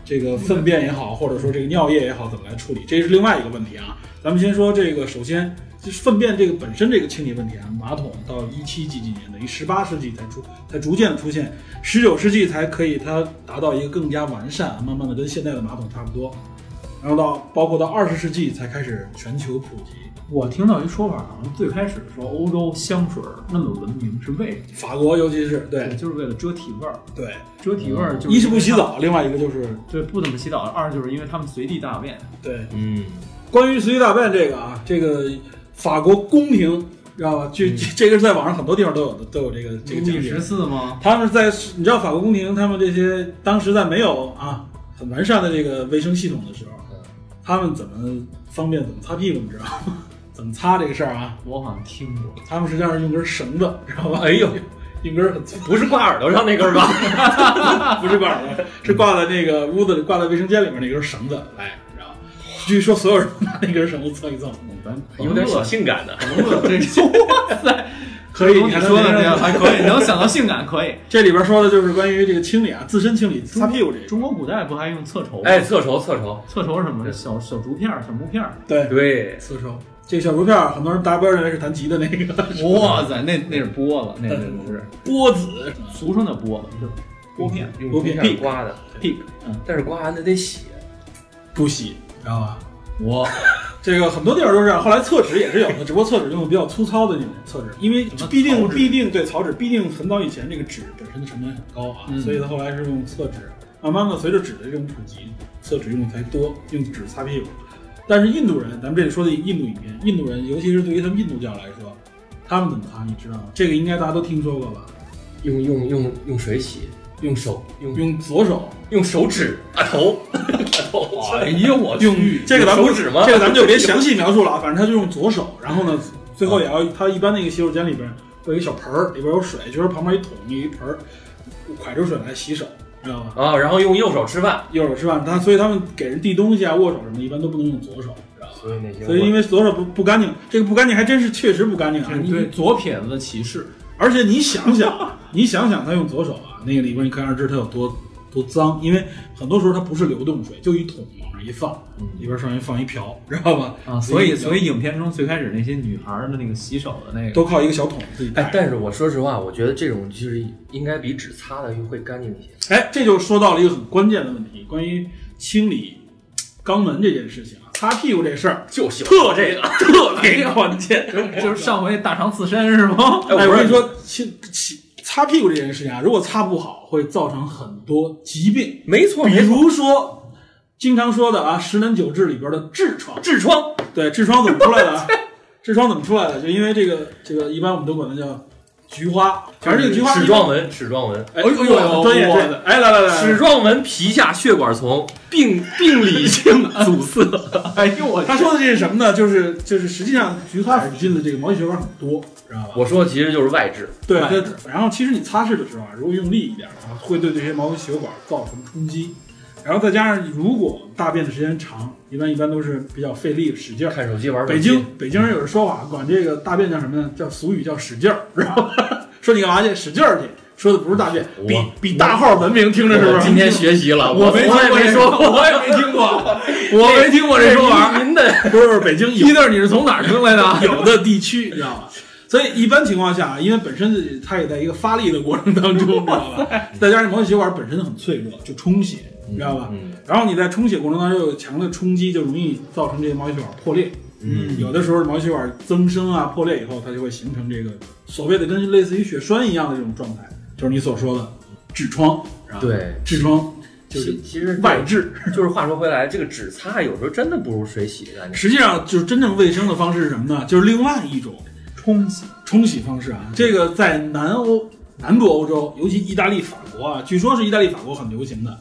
Speaker 2: 这个粪便也好，或者说这个尿液也好，怎么来处理，这是另外一个问题啊。咱们先说这个，首先就是粪便这个本身这个清理问题啊，马桶到一七几几年，等于十八世纪才出，才逐渐出现，十九世纪才可以它达到一个更加完善，啊慢慢的跟现在的马桶差不多。然后到包括到二十世纪才开始全球普及，
Speaker 3: 我听到一说法，好像最开始说欧洲香水儿那么文明是为什么？
Speaker 2: 法国尤其是对
Speaker 3: 就是为了遮体味儿。
Speaker 2: 对，
Speaker 3: 遮体味儿就是
Speaker 2: 一是不洗，澡，另外一个就是
Speaker 3: 对，不怎么洗澡；二就是因为他们随地大便。
Speaker 2: 对
Speaker 4: 嗯，
Speaker 2: 关于随地大便这个啊，这个法国宫廷知道吧？这这这个是在网上很多地方都有的，都有这个这个
Speaker 3: 路
Speaker 2: 讲
Speaker 3: 易
Speaker 2: 解
Speaker 3: 十。四吗？
Speaker 2: 他们在你知道法国宫廷，他们这些当时在没有啊很完善的这个卫生系统的时候
Speaker 4: 嗯，
Speaker 2: 他们怎么方便怎么擦屁股，你知道吗？ 怎么擦这个事儿啊？
Speaker 3: 我好像听过，
Speaker 2: 他们实际上是用根绳子，知道吧？
Speaker 4: 哎呦，
Speaker 2: 用根很粗
Speaker 4: 不是挂耳朵上那根儿吧？
Speaker 2: 不是挂耳朵，是挂在那个屋子里，挂在卫生间里面那根绳子来，你知道吗？据说所有人都拿那根绳子蹭一蹭，
Speaker 3: 嗯咱
Speaker 4: 有点小性感的，
Speaker 3: 朋乐，这是 哇塞，
Speaker 2: 可以
Speaker 3: 你
Speaker 2: 还能
Speaker 3: 说的
Speaker 2: 没
Speaker 3: 这
Speaker 2: 人
Speaker 3: 样还可以，能想到性感 可以。
Speaker 2: 这里边说的就是关于这个清理啊，自身清理擦屁股这个。
Speaker 3: 中国古代不还用侧绸？
Speaker 4: 哎，，侧筹侧筹，
Speaker 3: 侧绸是什么？小小竹片儿、小木片儿。
Speaker 2: 对，
Speaker 4: 对，
Speaker 2: 四收这个小竹片儿，很多人大家不要认为是弹吉的那个
Speaker 3: 哇塞，那那是波子，那那不是，
Speaker 2: 波子，
Speaker 3: 俗称的波子，就是波片
Speaker 4: 用
Speaker 2: 拨
Speaker 4: 拨
Speaker 2: 片
Speaker 4: 片刮的，
Speaker 3: ，pick。嗯，
Speaker 4: 但是刮完的得洗，
Speaker 2: 不洗，知道吧？
Speaker 3: 我
Speaker 2: 这个很多地儿都是这样，后来厕纸也是有的，只不过厕纸用的比较粗糙的那种厕纸，因为
Speaker 3: 什么
Speaker 2: 必定
Speaker 3: 草纸
Speaker 2: 必定对草纸，必定很早以前这个纸本身的成本很高啊，
Speaker 3: 嗯
Speaker 2: 所以它后来是用厕纸。慢慢的，随着纸的这种普及，厕纸用的才多，用纸擦屁股。但是印度人，咱们这里说的印度影片，印度人，尤其是对于他们印度教来说，他们怎么擦，你知道吗？这个应该大家都听说过吧？
Speaker 4: 用用用用水洗，用手用
Speaker 2: 用左手
Speaker 4: 用手指啊头啊头，
Speaker 3: 哎呀，我
Speaker 2: 用
Speaker 3: 去
Speaker 2: 这个咱们
Speaker 4: 手指吗哦
Speaker 2: 这个咱们就别详细描述了啊，反正他就用左手，然后呢，最后也要他一般那个洗手间里边会有一个小盆儿，里边有水，就是旁边一桶一盆儿，蒯出水来洗手，知道吗？
Speaker 4: 啊，然后用右手吃饭，
Speaker 2: 右手吃饭，他所以他们给人递东西啊、握手什么的，一般都不能用左手，知道吗？
Speaker 4: 所以那些
Speaker 2: 所以因为左手不不干净，这个不干净还真是确实不干净啊！你
Speaker 3: 对左撇子的歧视，
Speaker 2: 而且你想想， 你想想他用左手啊，那个里边你可想而知它有多多脏，因为很多时候它不是流动水，就一桶往那儿一放，里边上面放一瓢，知道吧？
Speaker 3: 啊，所以
Speaker 2: 嗯所以
Speaker 3: 所以影片中最开始那些女孩儿的那个洗手的那个，
Speaker 2: 都靠一个小桶自己带
Speaker 4: 哎，。但是我说实话，我觉得这种就是应该比纸擦的会干净一些。
Speaker 2: 哎，这就说到了一个很关键的问题，关于清理肛门这件事情啊，擦屁股这事儿
Speaker 4: 就喜欢
Speaker 2: 特这个特别关键。
Speaker 3: 就是上回大肠刺身是吗？
Speaker 4: 哎
Speaker 2: 哎，
Speaker 4: 我
Speaker 2: 我跟你
Speaker 4: 说
Speaker 2: 说，清清擦屁股这件事情啊，如果擦不好，会造成很多疾病，
Speaker 4: 没错，
Speaker 2: 比
Speaker 4: 没错，
Speaker 2: 如说经常说的啊，十男九痔里边的痔疮。
Speaker 4: 痔疮
Speaker 2: 对，痔疮怎么出来的啊？ 痔疮怎么出来的？就因为这个这个，一般我们都管它叫菊花，反正这个菊花
Speaker 4: 齿状纹，齿状纹，
Speaker 2: 哎
Speaker 3: 哎呦
Speaker 2: 呦呦，专业
Speaker 3: 我
Speaker 2: 专业，哎，来来来，
Speaker 4: 齿状纹皮下血管丛病病理性阻塞。
Speaker 3: 哎呦我
Speaker 2: 他说的这是什么呢？就是就是，实际上菊花附近的这个毛细血管很多，知道吧？
Speaker 4: 我说的其实就是外痔，
Speaker 2: 对，
Speaker 3: 哎
Speaker 2: 它然后其实你擦拭的时候啊，如果用力一点的话，会对这些毛细血管造成冲击。然后再加上，如果大便的时间长，一般一般都是比较费力使劲儿。
Speaker 4: 看手机玩手机
Speaker 2: 北京北京人有人说法，管这个大便叫什么呢？叫俗语叫使劲 儿，知道吧？ 说你干嘛去？使劲儿去。说的不是大便，比
Speaker 4: 我
Speaker 2: 比大号文明，听着是不
Speaker 4: 我
Speaker 2: 是？
Speaker 4: 今天学习了，
Speaker 3: 我没
Speaker 4: 从来
Speaker 3: 听过
Speaker 4: 没
Speaker 3: 这
Speaker 4: 说
Speaker 3: 说，
Speaker 4: 过，
Speaker 3: 我也没听 过，我没听过这说法儿。
Speaker 4: 您的
Speaker 2: 不是北京有
Speaker 3: 一豆，你是从哪儿听来的？
Speaker 2: 有的地区，你 知道吧？所以一般情况下，啊因为本身它也在一个发力的过程当中，知道 吧？再加上毛细血管本身很脆弱，就充血，你知道吧？
Speaker 4: 嗯
Speaker 2: 然后你在充血过程当中有强的冲击，就容易造成这些毛细血管破裂。
Speaker 3: 嗯
Speaker 2: 有的时候毛细血管增生啊、破裂以后，它就会形成这个所谓的跟类似于血栓一样的这种状态，就是你所说的痔疮，是吧？，
Speaker 4: 对，
Speaker 2: 痔疮就是
Speaker 4: 其其实
Speaker 2: 外痔。
Speaker 4: 就是话说回来，这个纸擦有时候真的不如水洗干净。
Speaker 2: 实际上，就是真正卫生的方式是什么呢？就是另外一种
Speaker 3: 冲洗
Speaker 2: 冲洗方式啊，这个在南欧、南部欧洲，尤其意大利、法国啊，据说是意大利、法国很流行的，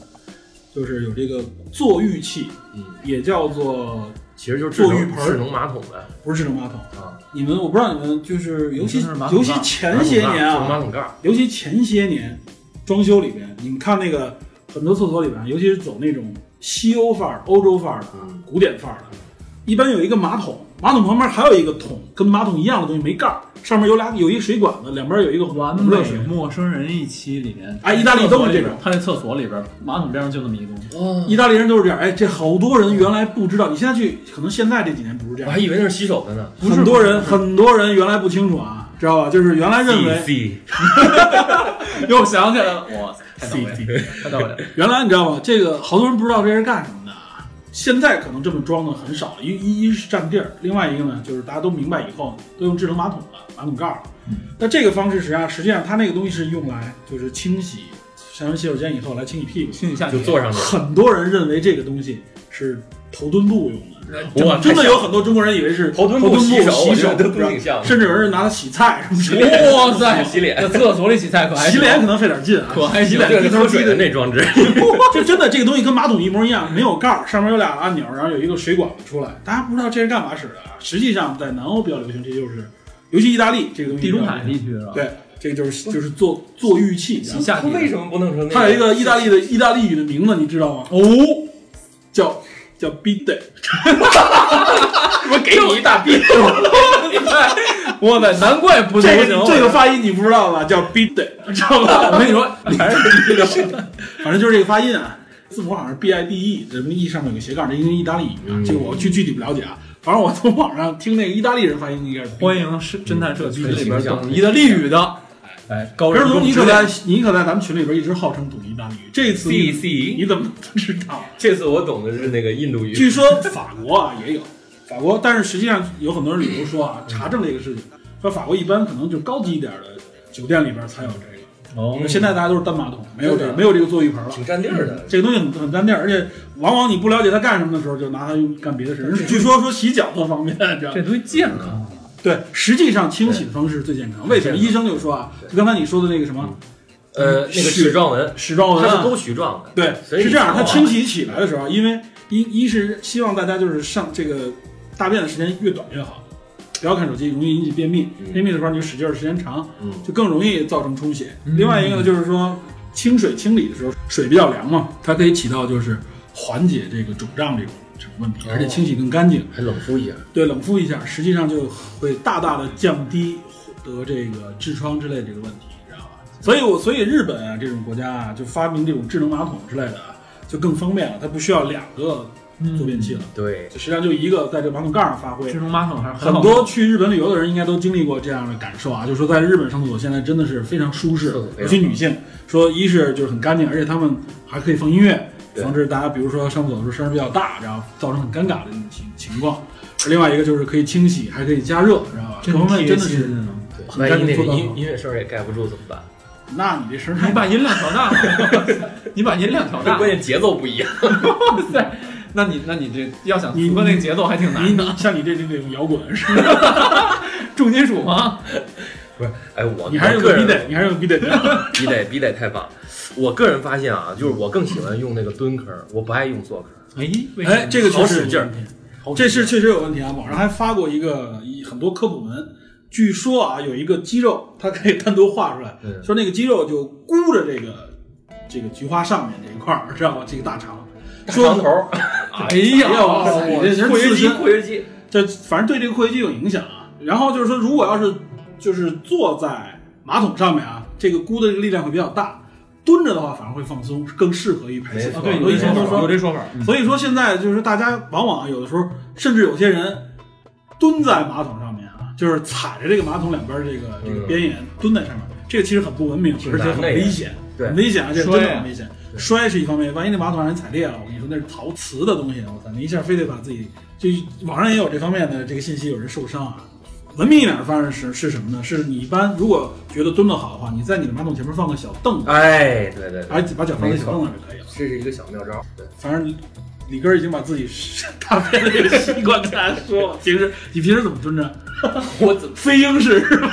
Speaker 2: 就是有这个坐浴器，
Speaker 4: 嗯，
Speaker 2: 也叫做
Speaker 4: 其实就是智
Speaker 2: 坐浴
Speaker 4: 能
Speaker 2: 盆儿
Speaker 4: 智能马桶呗，
Speaker 2: 不是智能马桶
Speaker 4: 啊。
Speaker 2: 你们我不知道你们就是，尤其
Speaker 3: 就是马桶
Speaker 2: 尤其
Speaker 3: 盖
Speaker 2: 前些年
Speaker 4: 马桶盖智能马
Speaker 2: 啊，
Speaker 4: 桶盖儿，
Speaker 2: 尤其前些年装修里边，你们看那个很多厕所里边，尤其是走那种西欧范儿、欧洲范儿的、
Speaker 4: 嗯，
Speaker 2: 古典范儿的，一般有一个马桶，马桶旁边还有一个桶，跟马桶一样的东西没盖儿，上面有俩有一水管子，两边有一个
Speaker 3: 完
Speaker 2: 热
Speaker 3: 美
Speaker 2: 水。
Speaker 3: 陌生人一期里面，
Speaker 2: 哎意大利都是这种
Speaker 3: 他那厕所里边，马桶边上就那么一东西。
Speaker 4: 哇，
Speaker 2: 意大利人都是这样，哎，这好多人原来不知道，你现在去，可能现在这几年不是这
Speaker 4: 我
Speaker 2: 样
Speaker 4: 还，以为那是洗手的呢。
Speaker 2: 很多人很多人原来不清楚啊，知道吧？就是原来认为
Speaker 4: C
Speaker 3: 又想起来了，哇塞，太
Speaker 2: C
Speaker 3: 到位了，
Speaker 2: D，
Speaker 3: 太到位 了。
Speaker 2: 原来你知道吗？这个好多人不知道这是干什么的啊。现在可能这么装的很少了，一一一是占地儿，另外一个呢就是大家都明白以后都用智能马桶了，马桶盖了。
Speaker 4: 嗯
Speaker 2: 那这个方式实际上实际上它那个东西是用来就是清洗上完洗手间以后来清洗屁股，
Speaker 3: 清洗下
Speaker 4: 就坐上去了，
Speaker 2: 很多人认为这个东西是头墩布用的。
Speaker 3: 那
Speaker 2: 哇， 真的有很多中国人以为是
Speaker 4: 头
Speaker 2: 墩
Speaker 4: 墩
Speaker 2: 布
Speaker 4: 布洗手
Speaker 2: 洗
Speaker 4: 我觉
Speaker 2: 手，
Speaker 4: 得都挺像的
Speaker 2: 甚至有人是拿它洗菜什么之类的。
Speaker 3: 哇塞，
Speaker 4: 洗脸
Speaker 3: 在厕所里洗菜可还
Speaker 2: 洗脸可
Speaker 3: 行
Speaker 2: 能费点劲啊，
Speaker 3: 可还行
Speaker 2: 洗脸
Speaker 4: 这
Speaker 2: 一
Speaker 4: 是
Speaker 2: 头
Speaker 4: 喝
Speaker 2: 低
Speaker 4: 水
Speaker 2: 的
Speaker 4: 的那装置，
Speaker 2: 就真的这个东西跟马桶一模一样，没有盖儿，上面有俩按钮，然后有一个水管子出来。大家不知道这是干嘛使的啊？实际上在南欧比较流行，这就是，尤其意大利这个东西
Speaker 3: 地
Speaker 2: 比较流
Speaker 3: 中
Speaker 2: 行。
Speaker 3: 海地区是吧？
Speaker 2: 对，这个就是就是做做浴器。你知道
Speaker 3: 洗
Speaker 2: 吗
Speaker 3: 下
Speaker 4: 它
Speaker 3: 体
Speaker 4: 为什么不弄成那？
Speaker 2: 它有一个意大利的意大利语的名字，你知道吗？哦，叫叫 bidet，
Speaker 4: 我给你一大逼，
Speaker 3: 哇塞，难怪不流
Speaker 2: 这
Speaker 3: 行
Speaker 2: 个。这个发音你不知道吧？叫 bidet，知道吧？
Speaker 3: 我跟你说， 还是
Speaker 2: 反正就是这个发音啊，字母好像是 b i d e，人民 e 上面有个斜杠，这应该是意大利语啊，这个我具具体不了解啊。反正我从网上听那个意大利人发音应该是 bidet
Speaker 3: 欢迎是侦探社区里边懂
Speaker 4: 嗯
Speaker 3: 意大利语的，哎，
Speaker 4: 哦
Speaker 3: 高
Speaker 2: 可
Speaker 3: 人
Speaker 2: 是龙，
Speaker 3: 众
Speaker 2: 你
Speaker 3: 指
Speaker 2: 可在
Speaker 3: 点。
Speaker 2: 你可在咱们群里边一直号称懂意大利语，这次你
Speaker 4: C C
Speaker 2: 你怎么不知道？
Speaker 4: 这次我懂的是那个印度语，
Speaker 2: 据说 法国啊也有，法国，但是实际上有很多人旅游说啊，查证这个事情，说法国一般可能就高级一点的酒店里边才有这个。
Speaker 3: 哦
Speaker 2: 现在大家都是单马桶，没有这
Speaker 4: 是
Speaker 2: 个
Speaker 4: 的
Speaker 2: 没有这个坐浴盆了。
Speaker 4: 挺占地儿的。
Speaker 2: 这个东西很很占地儿，而且往往你不了解它干什么的时候，就拿它用干别的事儿。据说说洗脚多方便，你知道吗
Speaker 3: 这东西健康，
Speaker 2: 对，实际上清洗的方式是最健康。为什么？医生就说啊，就刚才你说的那个什么
Speaker 4: 呃，那个
Speaker 2: 嗯是
Speaker 4: 许状文，
Speaker 2: 矢状纹
Speaker 4: 它
Speaker 2: 啊
Speaker 4: 是，勾许状的，
Speaker 2: 对，
Speaker 4: 所以
Speaker 2: 是这样，
Speaker 4: 你
Speaker 2: 它
Speaker 4: 看
Speaker 2: 清洗起来的时候，因为一一是希望大家就是上这个大便的时间越短越好，不要看手机，容易引起便秘。
Speaker 4: 嗯
Speaker 2: 便秘的时候你就使劲儿，时间长，
Speaker 4: 嗯
Speaker 2: 就更容易造成充血。
Speaker 3: 嗯
Speaker 2: 另外一个呢，就是说清水清理的时候，水比较凉嘛，它可以起到就是缓解这个肿胀这种这种问
Speaker 4: 哦
Speaker 2: 题，而且清洗更干净。
Speaker 4: 还冷敷一下，
Speaker 2: 对，冷敷一下，实际上就会大大的降低得这个痔疮之类这个问题，你知道吧？所以我所以日本啊这种国家啊，就发明这种智能马桶之类的啊，就更方便了，它不需要两个
Speaker 3: 嗯
Speaker 2: 坐便器了，
Speaker 4: 对，
Speaker 2: 就实际上就一个在这马桶盖上发挥
Speaker 3: 智。能马桶还是
Speaker 2: 很
Speaker 3: 好
Speaker 2: 多去日本旅游的人应该都经历过这样的感受啊，就是说在日本上厕所现在真的是非常舒适
Speaker 4: 厕所，非常
Speaker 2: 尤其女性，说一是就是很干净，而且他们还可以放音乐，
Speaker 4: 对
Speaker 2: 防止大家比如说上厕所的时候声儿比较大，然后造成很尴尬的那种情情况。而另外一个就是可以清洗，还可以加热，知道吧？
Speaker 3: 这
Speaker 2: 各方面
Speaker 3: 真
Speaker 2: 真的
Speaker 3: 的是
Speaker 2: 是，，很
Speaker 4: 万一
Speaker 2: 干
Speaker 4: 那
Speaker 2: 净
Speaker 4: 个
Speaker 2: 做到
Speaker 4: 音音乐声儿也盖不住怎么办？
Speaker 2: 那你这声儿
Speaker 3: 你
Speaker 2: 太
Speaker 3: 把音量调大， 你把音量调
Speaker 4: 这
Speaker 3: 大，
Speaker 4: 关键节奏不一样，
Speaker 3: 那你那你这要想
Speaker 2: 你
Speaker 3: 符合那个节奏还挺
Speaker 2: 你
Speaker 3: 难的，
Speaker 2: 像你这这这种摇滚是吧，
Speaker 3: 重金属吗？
Speaker 4: 不是？哎，我
Speaker 2: 你还是
Speaker 4: 我
Speaker 2: 用
Speaker 4: 个
Speaker 2: 逼
Speaker 4: 人
Speaker 2: 得，你还是用逼得。
Speaker 4: 逼得逼得太棒了。我个人发现啊，就是我更喜欢用那个蹲坑儿，我不爱用坐坑儿。
Speaker 3: 哎，为什么
Speaker 2: 哎，这个确实有
Speaker 4: 好使劲儿
Speaker 2: 问题
Speaker 4: 好使
Speaker 2: 这事确实有问题啊！网上还发过一个一很多科普文，据说啊有一个肌肉，它可以 单独画出来，
Speaker 4: 嗯
Speaker 2: 说那个肌肉就箍着这个这个菊花上面这一块儿，知道吗？这个大肠，说
Speaker 4: 长头儿，
Speaker 3: 哎呀，
Speaker 2: 哎呀哇塞
Speaker 3: 我
Speaker 2: 你这人
Speaker 4: 括约
Speaker 2: 自
Speaker 4: 肌，
Speaker 2: 身
Speaker 4: 括约肌，
Speaker 2: 这反正对这个括约肌有影响啊。然后就是说，如果要是就是坐在马桶上面啊，这个箍的这个力量会比较大，蹲着的话反而会放松，更适合于排泄
Speaker 4: 没。错
Speaker 2: 啊
Speaker 3: 啊，对，
Speaker 2: 很多医生都
Speaker 3: 有
Speaker 2: 说，
Speaker 3: 这说法， 嗯
Speaker 2: 所以说现在就是大家往往有的时候，甚至有些人蹲在马桶上面啊，就是踩着这个马桶两边这个这个边沿蹲在上面，这个其实很不文明，
Speaker 4: 嗯挺
Speaker 2: 而
Speaker 4: 难
Speaker 2: 且
Speaker 4: 的
Speaker 2: 很危险，
Speaker 4: 对
Speaker 2: 很危险啊，这个
Speaker 3: 摔
Speaker 2: 真的
Speaker 3: 啊
Speaker 2: 很危险。
Speaker 4: 对
Speaker 2: 摔是一方面，万一那马桶让人踩裂了，我跟你说那是陶瓷的东西，我操，你一下非得把自己就网上也有这方面的这个信息，有人受伤啊。文明一点的方式是是什么呢？是你一般如果觉得蹲得好的话，你在你的马桶前面放个小凳子，
Speaker 4: 哎，对对
Speaker 2: 哎
Speaker 4: 对，，
Speaker 2: 把脚放在小凳子上就可以了。
Speaker 4: 这是一个小妙招。对，
Speaker 2: 反正李根儿已经把自己大便的这个习惯跟大家说了。平时你平时怎么蹲着？
Speaker 4: 我怎么
Speaker 2: 飞鹰 式是吧？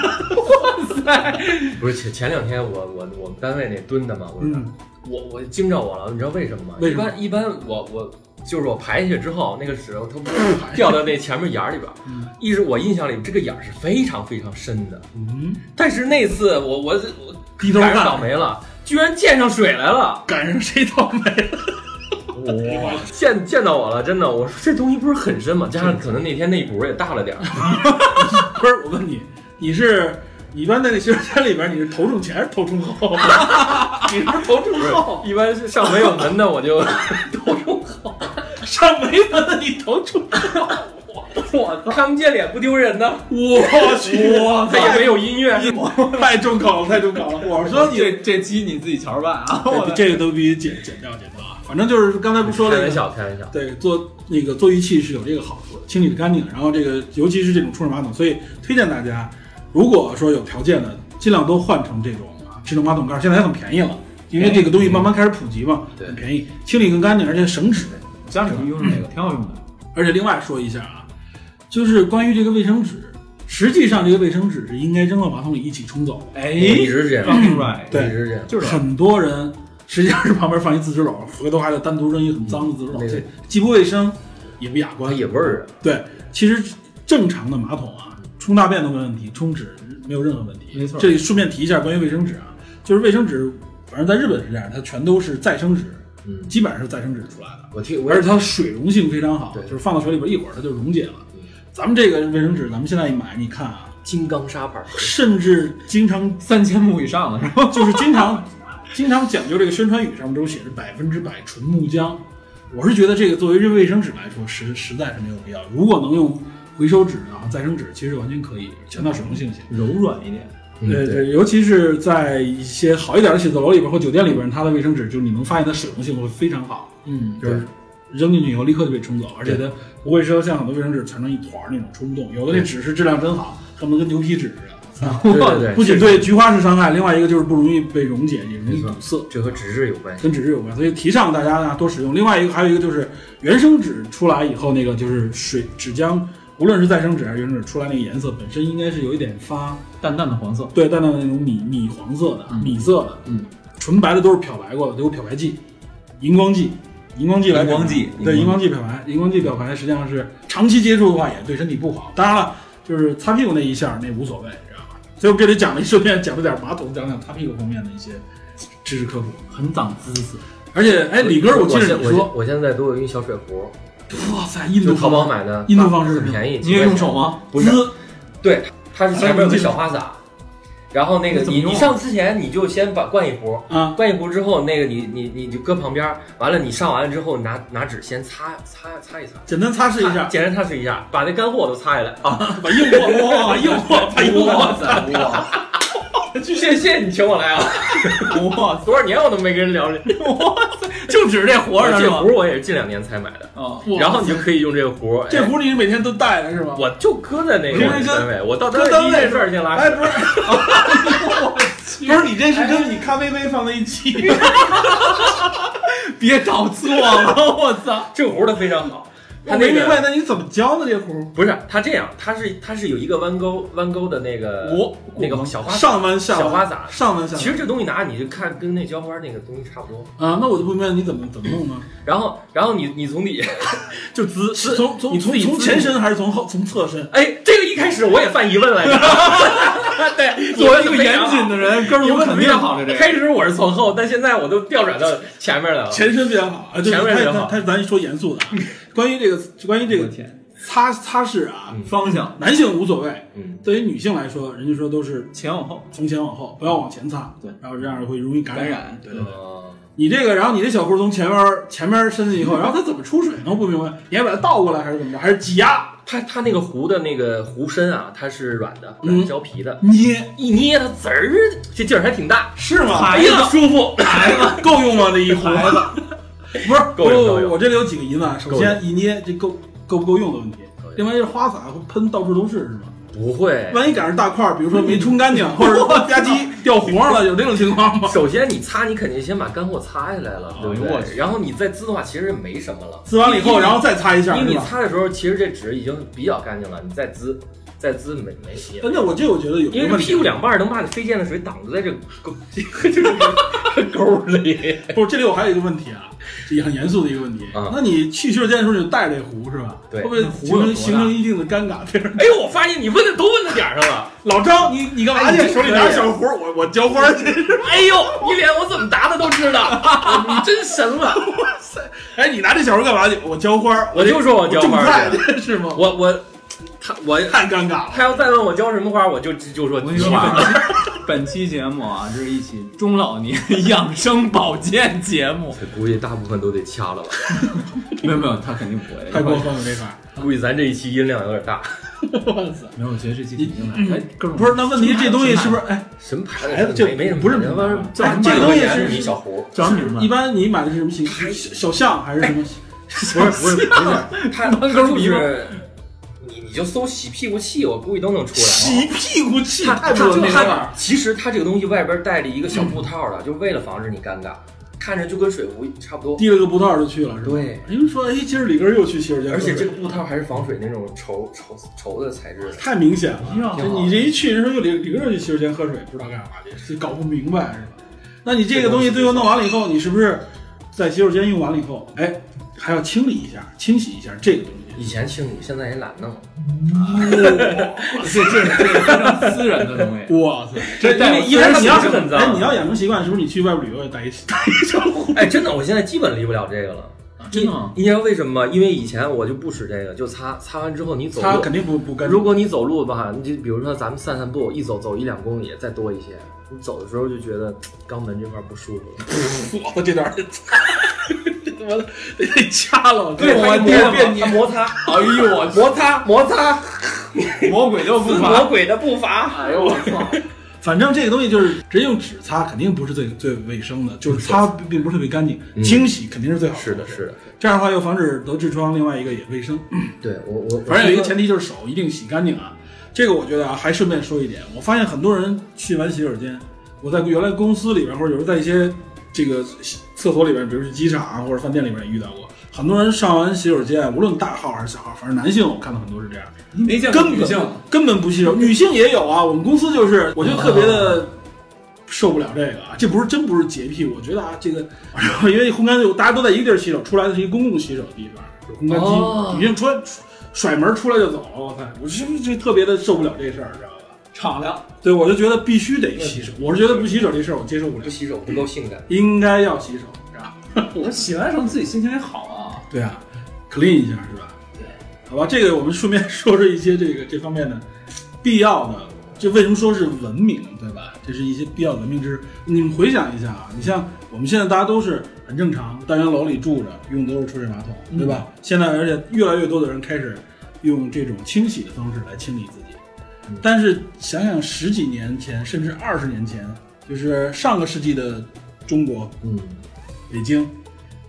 Speaker 4: 不是前前两天我我我们单位那蹲的嘛，我
Speaker 2: 嗯，
Speaker 4: 我我惊着我了，你知道为什么吗？
Speaker 2: 为
Speaker 4: 一
Speaker 2: 什么
Speaker 4: 般一般我我就是我排下去之后，那个屎它不是 掉到那前面眼儿里边儿
Speaker 2: 嗯，
Speaker 4: 一直我印象里这个眼儿是非常非常深的，
Speaker 2: 嗯，
Speaker 4: 但是那次我我我
Speaker 2: 低头
Speaker 4: 赶上倒
Speaker 2: 看，
Speaker 4: 霉了，居然溅上水来了，
Speaker 2: 赶上谁倒霉了？
Speaker 4: 溅溅到我了，真的，我说这东西不是很深吗？加上可能那天那股儿也大了 点儿，
Speaker 2: 不是，我问你，你是你一般在那洗手间里边，你是头冲前还是头冲后？ 你是头冲后，
Speaker 4: 一般是上没有门的 我就
Speaker 2: 上没门的你头冲后。
Speaker 4: 我看不见脸不丢人呢，
Speaker 2: 我去，我
Speaker 4: 它也没有音 乐，
Speaker 2: 太重口了，太重口了。我说你
Speaker 3: 这这期你自己瞧着办啊，我
Speaker 2: 这
Speaker 3: 的
Speaker 2: 这个都必须剪剪掉，剪掉啊！反正就是刚才不说
Speaker 4: 开
Speaker 2: 那
Speaker 4: 玩
Speaker 2: 个。
Speaker 4: 笑开玩笑，
Speaker 2: 对，做那个做浴器是有这个好处的，清理的干净。然后这个尤其是这种冲水马桶，所以推荐大家，如果说有条件的，尽量都换成这种啊智能马桶盖，现在也很便宜了，因为这个东西慢慢开始普及嘛，
Speaker 4: 对
Speaker 2: 很便宜，清理更干净，而且省纸。
Speaker 3: 家里用用那个挺好用的。
Speaker 2: 而且另外说一下啊，就是关于这个卫生纸，实际上这个卫生纸是应该扔到马桶里一起冲走的。
Speaker 3: 哎嗯
Speaker 4: 一直是这样，
Speaker 3: ，right，
Speaker 4: 一
Speaker 2: 对
Speaker 4: 直是这样。
Speaker 3: 就是这样
Speaker 2: 很多人实际上是旁边放一自制篓，回头还得单独扔一很脏的自制篓，
Speaker 4: 嗯
Speaker 2: 这既不卫生，也不雅
Speaker 4: 光
Speaker 2: 观。
Speaker 4: 野味儿啊，
Speaker 2: 对，其实正常的马桶啊，冲大便都没问题，冲纸没有任何问题。
Speaker 3: 没错
Speaker 2: 这里顺便提一下关于卫生纸啊，就是卫生纸，反正在日本是这样，它全都是再生纸，
Speaker 4: 嗯，
Speaker 2: 基本上是再生纸出来的。
Speaker 4: 我听我
Speaker 2: 而且它水溶性非常好，
Speaker 4: 对
Speaker 2: 就是放到水里边一会儿它就溶解了
Speaker 4: 嗯。
Speaker 2: 咱们这个卫生纸，咱们现在一买，你看啊，
Speaker 4: 金刚砂牌儿，
Speaker 2: 甚至经常
Speaker 3: 三千目以上的是吧？
Speaker 2: 就是经常经常讲究这个宣传语上面都写着百分之百纯木浆。我是觉得这个作为这卫生纸来说，实实在是没有必要。如果能用回收纸然后再生纸，其实完全可以，全到水溶性去。
Speaker 3: 柔软一点，
Speaker 4: 嗯
Speaker 2: 对
Speaker 4: 对，
Speaker 2: 对，尤其是在一些好一点的写字楼里边或酒店里边，它的卫生纸就是你能发现它水溶性会非常好。
Speaker 3: 嗯，
Speaker 2: 就是扔进去以后立刻就被冲走，而且它不会说像很多卫生纸全成一团儿那种冲动，有的那纸是质量真好，恨不得跟牛皮纸似的。
Speaker 4: 对对对，
Speaker 2: 不仅对菊花是伤害，另外一个就是不容易被溶解，也容易
Speaker 4: 没
Speaker 2: 堵
Speaker 4: 错
Speaker 2: 塞，
Speaker 4: 这和纸质有关系。
Speaker 2: 跟纸质有关，所以提倡大家呢多使用。另外一个还有一个就是原生纸出来以后，那个就是水纸浆，无论是再生纸还是原生纸出来那个颜色本身应该是有一点发，
Speaker 3: 淡淡的黄色，
Speaker 2: 对，淡淡的那种米米黄色的、
Speaker 3: 嗯
Speaker 2: 米色的，
Speaker 3: 嗯，
Speaker 2: 纯白的都是漂白过的，都有漂白剂，荧光剂，荧光剂来
Speaker 3: 荧光
Speaker 2: 漂白
Speaker 3: 剂
Speaker 2: 对，
Speaker 3: 荧
Speaker 2: 荧
Speaker 3: 光
Speaker 2: 光剂漂白，荧光剂漂白实际上是长期接触的话也对身体不好。当然了，就是擦屁股那一下那无所谓，知道吧？所以我给你讲了一顺便讲了点马桶，讲讲擦屁股方面的一些知识科普。
Speaker 3: 很长姿势，
Speaker 2: 而且，哎，李哥，
Speaker 4: 我
Speaker 2: 记得你
Speaker 4: 我现
Speaker 2: 说，
Speaker 4: 我现在都有一小水壶，
Speaker 2: 哇塞，印
Speaker 4: 就
Speaker 2: 度
Speaker 4: 淘宝，买的，
Speaker 2: 印度方式是
Speaker 4: 很
Speaker 2: 吗
Speaker 4: 便宜，
Speaker 3: 你也用手 吗？
Speaker 4: 不是
Speaker 2: 滋
Speaker 4: 对，它
Speaker 2: 哎
Speaker 4: 是前面有个小花洒，然后那个
Speaker 3: 你怎么
Speaker 4: 你
Speaker 3: 用啊
Speaker 4: 你上之前你就先把灌一壶，
Speaker 2: 啊，
Speaker 4: 灌一壶之后，那个你你你就搁旁边儿，完了你上完了之后拿拿纸先擦擦擦一擦，
Speaker 2: 简单擦拭一下，
Speaker 4: 简单擦拭一下，把那干货都擦下来啊！
Speaker 2: 把硬货，哇，硬货，把硬货，
Speaker 3: 塞，哇
Speaker 4: 谢谢谢你请我来 啊，
Speaker 3: 哇
Speaker 4: 多少年我都没跟人聊这，
Speaker 3: 塞， 就指着这活着
Speaker 4: 这
Speaker 3: 是吧？
Speaker 4: 壶我也是近两年才买的，
Speaker 3: 啊，
Speaker 2: 啊哇
Speaker 4: 然后你就可以用这个壶，哎
Speaker 2: 这壶你每天都带着是吧？
Speaker 4: 我就搁在那
Speaker 2: 我
Speaker 4: 个
Speaker 2: 跟人
Speaker 4: 单位，我到单
Speaker 2: 跟单
Speaker 4: 位
Speaker 2: 位
Speaker 4: 第一件事儿先拉
Speaker 2: 哎，
Speaker 4: 屎，
Speaker 2: 不是，不是你这
Speaker 3: 哎
Speaker 2: 是跟你咖啡杯放在一起，
Speaker 3: 别搞错 了，我操！
Speaker 4: 这个壶它非常好，它
Speaker 2: 我
Speaker 4: 那
Speaker 2: 没明白，那
Speaker 4: 个
Speaker 2: 你怎么教的这壶？
Speaker 4: 不是它这样，它是它是有一个弯钩弯钩的那个
Speaker 3: 我
Speaker 4: 那个小花洒，
Speaker 2: 啊上弯下
Speaker 4: 小花洒
Speaker 2: 上弯下弯。
Speaker 4: 其实这东西拿你就看跟那浇花那个东西差不多，
Speaker 2: 啊，那我就不明白你怎么怎么弄呢？
Speaker 4: 然后然后你你从底下就滋
Speaker 2: 是从从
Speaker 4: 你自
Speaker 2: 从
Speaker 4: 己
Speaker 2: 从
Speaker 4: 自
Speaker 2: 前身还是从后从侧身？
Speaker 4: 哎，这个一开始我也犯疑问来着， 对，
Speaker 3: 作为一个严谨的人，哥们
Speaker 4: 你
Speaker 3: 儿我
Speaker 4: 问
Speaker 3: 肯定好着这个。
Speaker 4: 开始我是从后，但现在我都调转到前面来了。
Speaker 2: 前身比较好啊，对，
Speaker 4: 前面比较
Speaker 2: 他
Speaker 4: 好嗯
Speaker 2: 他咱说严肃的啊，关于这个关于这
Speaker 3: 我
Speaker 2: 个
Speaker 3: 天，
Speaker 2: 擦擦拭啊，
Speaker 3: 方向
Speaker 2: 男性无所谓，
Speaker 4: 嗯，
Speaker 2: 对于女性来说，人家说都是
Speaker 3: 前往后，
Speaker 2: 从前往后，不要往前擦，
Speaker 3: 对
Speaker 2: 然后这样会容易感
Speaker 3: 感染
Speaker 2: 对对对。
Speaker 4: 哦
Speaker 2: 你这个，然后你这小壶从前面前面伸进去以 后，然后它怎么出水呢？我不明白，你还把它倒过来还是怎么着？还是挤压
Speaker 4: 它它那个壶的那个壶身啊，它是软的，
Speaker 2: 嗯
Speaker 4: 软胶皮的，
Speaker 2: 捏
Speaker 4: 一捏它滋儿，这劲儿还挺大，
Speaker 2: 是吗？
Speaker 4: 哎呀舒服。
Speaker 2: 孩子 够用啊吗？这一壶
Speaker 3: 孩子
Speaker 2: 不是
Speaker 4: 够用够用
Speaker 2: 我我这里有几个疑问啊。首
Speaker 4: 够
Speaker 2: 先一捏这够够不够用的问题
Speaker 4: 够，用
Speaker 2: 另外就是花洒会喷到处都是是吗？
Speaker 4: 不会，
Speaker 2: 万一赶上大块儿，比如说没冲 干净，或者说吧唧掉活上了，有这种情况吗？
Speaker 4: 首先你擦，你肯定先把干货擦下来了，对不
Speaker 3: 哎呦我去
Speaker 4: 对？然后你再滋的话，其实没什么了。
Speaker 2: 滋完了以后，然后再擦一下，
Speaker 4: 因为
Speaker 2: 是
Speaker 4: 你
Speaker 2: 吧？
Speaker 4: 擦的时候，其实这纸已经比较干净了，你再滋，再滋没没也
Speaker 2: 哎那我这我觉得有一
Speaker 4: 因为
Speaker 2: 个
Speaker 4: 这
Speaker 2: 问题
Speaker 4: 屁股两半儿能把你飞溅的水挡在这个 沟，这个就是这个 沟里。
Speaker 2: 不是，这里我还有一个问题啊，这也很严肃的一个问题。
Speaker 4: 啊
Speaker 2: 那你去洗手间的时候你就带这壶是吧？
Speaker 4: 对
Speaker 2: 会不会
Speaker 3: 那壶
Speaker 2: 形
Speaker 3: 有多
Speaker 2: 成
Speaker 3: 大
Speaker 2: 形成一定的尴尬？别人
Speaker 4: 哎呦，我发现你问的都问到点儿上 了。
Speaker 2: 老张，你你干嘛
Speaker 4: 哎
Speaker 2: 去？
Speaker 4: 你
Speaker 2: 手里拿着小壶，我我浇花去。
Speaker 4: 哎呦，你连我怎么答的都知道， 你真神了。
Speaker 2: 哎，你拿这小壶干嘛去？我浇花，
Speaker 4: 我就说我浇
Speaker 2: 种
Speaker 4: 花
Speaker 2: 菜
Speaker 4: 去，
Speaker 2: 去 是吗？
Speaker 4: 我我他我
Speaker 2: 太尴尬了。
Speaker 4: 他要再问我浇什么花，我就就说
Speaker 3: 我跟你说，
Speaker 4: 花。
Speaker 3: 本期 本期节目啊，这是一期中老年养生保健节目。
Speaker 4: 估计大部分都得掐了吧，
Speaker 3: 没有没有，他肯定不会。
Speaker 2: 太过分了，这块 儿
Speaker 4: 估计咱这一期音量有点大。
Speaker 3: 没有，我觉得这期肯定来。哎，哥们儿
Speaker 2: 不是？那问题这东西是不是？哎，
Speaker 4: 什么牌
Speaker 2: 哎
Speaker 4: 子？
Speaker 2: 这
Speaker 4: 没没什么，
Speaker 2: 不是
Speaker 4: 那玩意儿
Speaker 3: 叫什么
Speaker 4: 这
Speaker 2: 这
Speaker 4: 个
Speaker 2: 东西
Speaker 4: 东西
Speaker 2: 是
Speaker 4: 你小胡。
Speaker 3: 叫什么名字？
Speaker 2: 一般你买的是什么型？小小象还是
Speaker 4: 哎
Speaker 2: 什么？
Speaker 4: 不是不是不是， 他他
Speaker 3: 不
Speaker 4: 就是是你你就搜洗屁股器，我估计都能出来。
Speaker 2: 洗屁股器，
Speaker 4: 它
Speaker 2: 太
Speaker 4: 它
Speaker 2: 不文
Speaker 4: 就
Speaker 2: 明了。
Speaker 4: 它其实它这个东西外边带着一个小布套的，就是为了防止你尴尬。看着就跟水壶差不多。
Speaker 2: 提了个布套就去了，是吧？
Speaker 4: 对，
Speaker 2: 人家说，哎，今儿里根又去洗手间喝水，
Speaker 4: 而且这个布套还是防水那种绸绸绸的材质的。
Speaker 2: 太明显了。
Speaker 3: 挺好
Speaker 2: 这啊你这一去，人说又里里根儿去洗手间喝水，不知道干嘛去，这搞不明白是吧？那你这个东西最后弄完了以后，你是不是在洗手间用完了以后，哎，还要清理一下、清洗一下这个东西？
Speaker 4: 以前清理，现在也懒弄。
Speaker 3: 这这是这是非常私人的东西。
Speaker 2: 哇塞！
Speaker 3: 这
Speaker 2: 因为一
Speaker 4: 虽然
Speaker 2: 开始你要
Speaker 4: 手是很脏
Speaker 2: 哎，你要养成习惯，是不是你去外边旅游也带一 带一张护？
Speaker 4: 哎，真的，我现在基本离不了这个了。
Speaker 3: 真的吗？
Speaker 4: 你知道为什么吗？因为以前我就不使这个，就擦擦完之后你走
Speaker 2: 他
Speaker 4: 路，
Speaker 2: 肯定不不干净。
Speaker 4: 如果你走路吧，你就比如说咱们散散步，一走走一两公里，再多一些，你走的时候就觉得嘖嗯肛门这块不 舒服了。
Speaker 2: 我操，这段儿这他妈的得得掐了，我
Speaker 3: 对我
Speaker 4: 变
Speaker 3: 电变
Speaker 4: 变摩擦，
Speaker 3: 哎呦我去，
Speaker 4: 摩擦，摩擦，
Speaker 3: 魔鬼的步
Speaker 4: 魔
Speaker 3: 伐！
Speaker 4: 鬼的步伐。
Speaker 3: 哎呦我操！
Speaker 2: 反正这个东西就是直接用纸擦，肯定不是最最卫生的，就是擦并不是特别干净，清洗肯定是最好的。
Speaker 4: 是的，是的，
Speaker 2: 这样的话又防止得痔疮，另外一个也卫生。
Speaker 4: 对我我
Speaker 2: 反正有一个前提就是手一定洗干净啊。这个我觉得啊，还顺便说一点，我发现很多人去完洗手间，我在原来公司里边，或者有时候在一些这个洗厕所里边，比如是机场啊或者饭店里边也遇到过，很多人上完洗手间，无论大号还是小号，反正男性我看到很多是这样，
Speaker 3: 你没见过
Speaker 2: 根
Speaker 3: 女性
Speaker 2: 本根本不洗手，女性也有啊。我们公司就是，我就特别的受不了这个啊，这不是真不是洁癖，我觉得啊，这个因为烘干就大家都在一个地儿洗手，出来的是一个公共洗手的地方，有烘干机，
Speaker 4: 哦
Speaker 2: 女性穿甩门出来就走了，我操，我是不是这特别的受不了这事儿，知道吧？
Speaker 3: 敞亮，
Speaker 2: 对，我就觉得必须得洗手，我是觉得不洗手这事儿我接受不了
Speaker 4: 不，洗手不够性感。
Speaker 2: 应该要洗手，知道吧？
Speaker 3: 我洗完的时候自己心情也好啊。
Speaker 2: 对啊，clean 一下是吧？
Speaker 3: 对，
Speaker 2: 好吧，这个我们顺便说说一些这个这方面的必要的。这为什么说是文明，对吧？这是一些必要文明知识。你们回想一下啊，你像我们现在大家都是很正常，单元楼里住着，用的都是抽水马桶，对吧？现在而且越来越多的人开始用这种清洗的方式来清理自己。但是想想十几年前，甚至二十年前，就是上个世纪的中国，
Speaker 4: 嗯，
Speaker 2: 北京，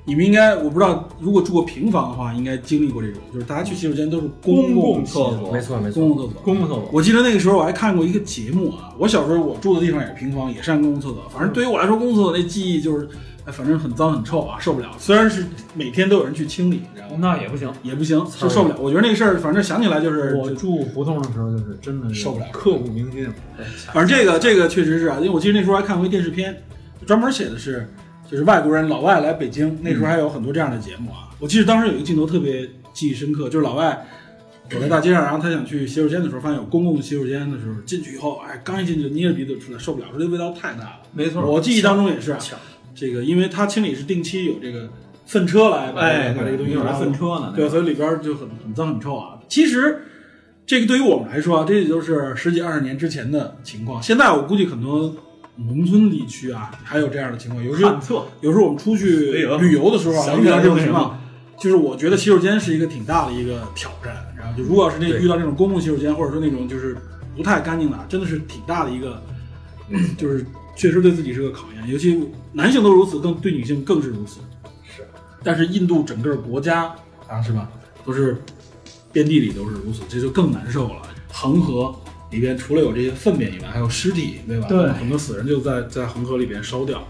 Speaker 2: 你们应该我不知道，如果住过平房的话，应该经历过这种，就是大家去洗手间都是共
Speaker 3: 共
Speaker 2: 厕
Speaker 3: 厕所
Speaker 4: 没错没
Speaker 2: 公
Speaker 4: 错。
Speaker 2: 共厕所。
Speaker 3: 公共厕所，
Speaker 2: 我记得那个时候我还看过一个节目啊，我小时候我住的地方也是平房，也上公共厕所。反正对于我来说，公共厕所那记忆就是，哎，反正很脏很臭啊，受不了。虽然是每天都有人去清理，你知道吗？
Speaker 3: 那也不行。
Speaker 2: 也不行，就受不了。我觉得那个事儿，反正想起来就是
Speaker 3: 我住胡同的时候，就是真的是
Speaker 2: 受不了
Speaker 3: 刻骨铭心。哎
Speaker 2: 反正这个这个确实是啊，因为我记得那时候还看过一电视片，专门写的是就是外国人老外来北京，那时
Speaker 3: 嗯
Speaker 2: 候还有很多这样的节目啊。我记得当时有一个镜头特别记忆深刻，就是老外走在大街上，然后他想去洗手间的时候，发现有公共洗手间的时候，进去以后，哎，刚一进去捏着鼻子就出来，受不了，说这味道太大了。
Speaker 3: 没错，
Speaker 2: 我记忆当中也是啊
Speaker 4: 抢，
Speaker 2: 这个因为他清理是定期有这个粪车来把这
Speaker 3: 哎，
Speaker 2: 个把这个东西
Speaker 3: 有
Speaker 2: 拿
Speaker 3: 来
Speaker 2: 走
Speaker 3: 粪车呢。
Speaker 2: 对，所以里边就很很脏很臭啊。其实这个对于我们来说啊，这也就是十几二十年之前的情况。现在我估计很多农村地区啊，还有这样的情况。有时候
Speaker 3: 旱厕，
Speaker 2: 有时候我们出去
Speaker 3: 哎呦
Speaker 2: 旅游的时候啊，
Speaker 3: 想
Speaker 2: 遇
Speaker 3: 起来
Speaker 2: 到这种
Speaker 3: 就那
Speaker 2: 情况，就是我觉得洗手间是一个挺大的一个挑战。然后就如果要是那
Speaker 4: 对
Speaker 2: 遇到那种公共洗手间，或者说那种就是不太干净的，真的是挺大的一 个，就是确实对自己是个考验。尤其男性都如此，更对女性更是如此。
Speaker 4: 是，
Speaker 2: 但是印度整个国家啊，是吧，都是遍地里都是如此，这就更难受了。恒河里边除了有这些粪便以外，还有尸体，对吧？
Speaker 3: 对
Speaker 2: 很多死人就在在恒河里边烧掉。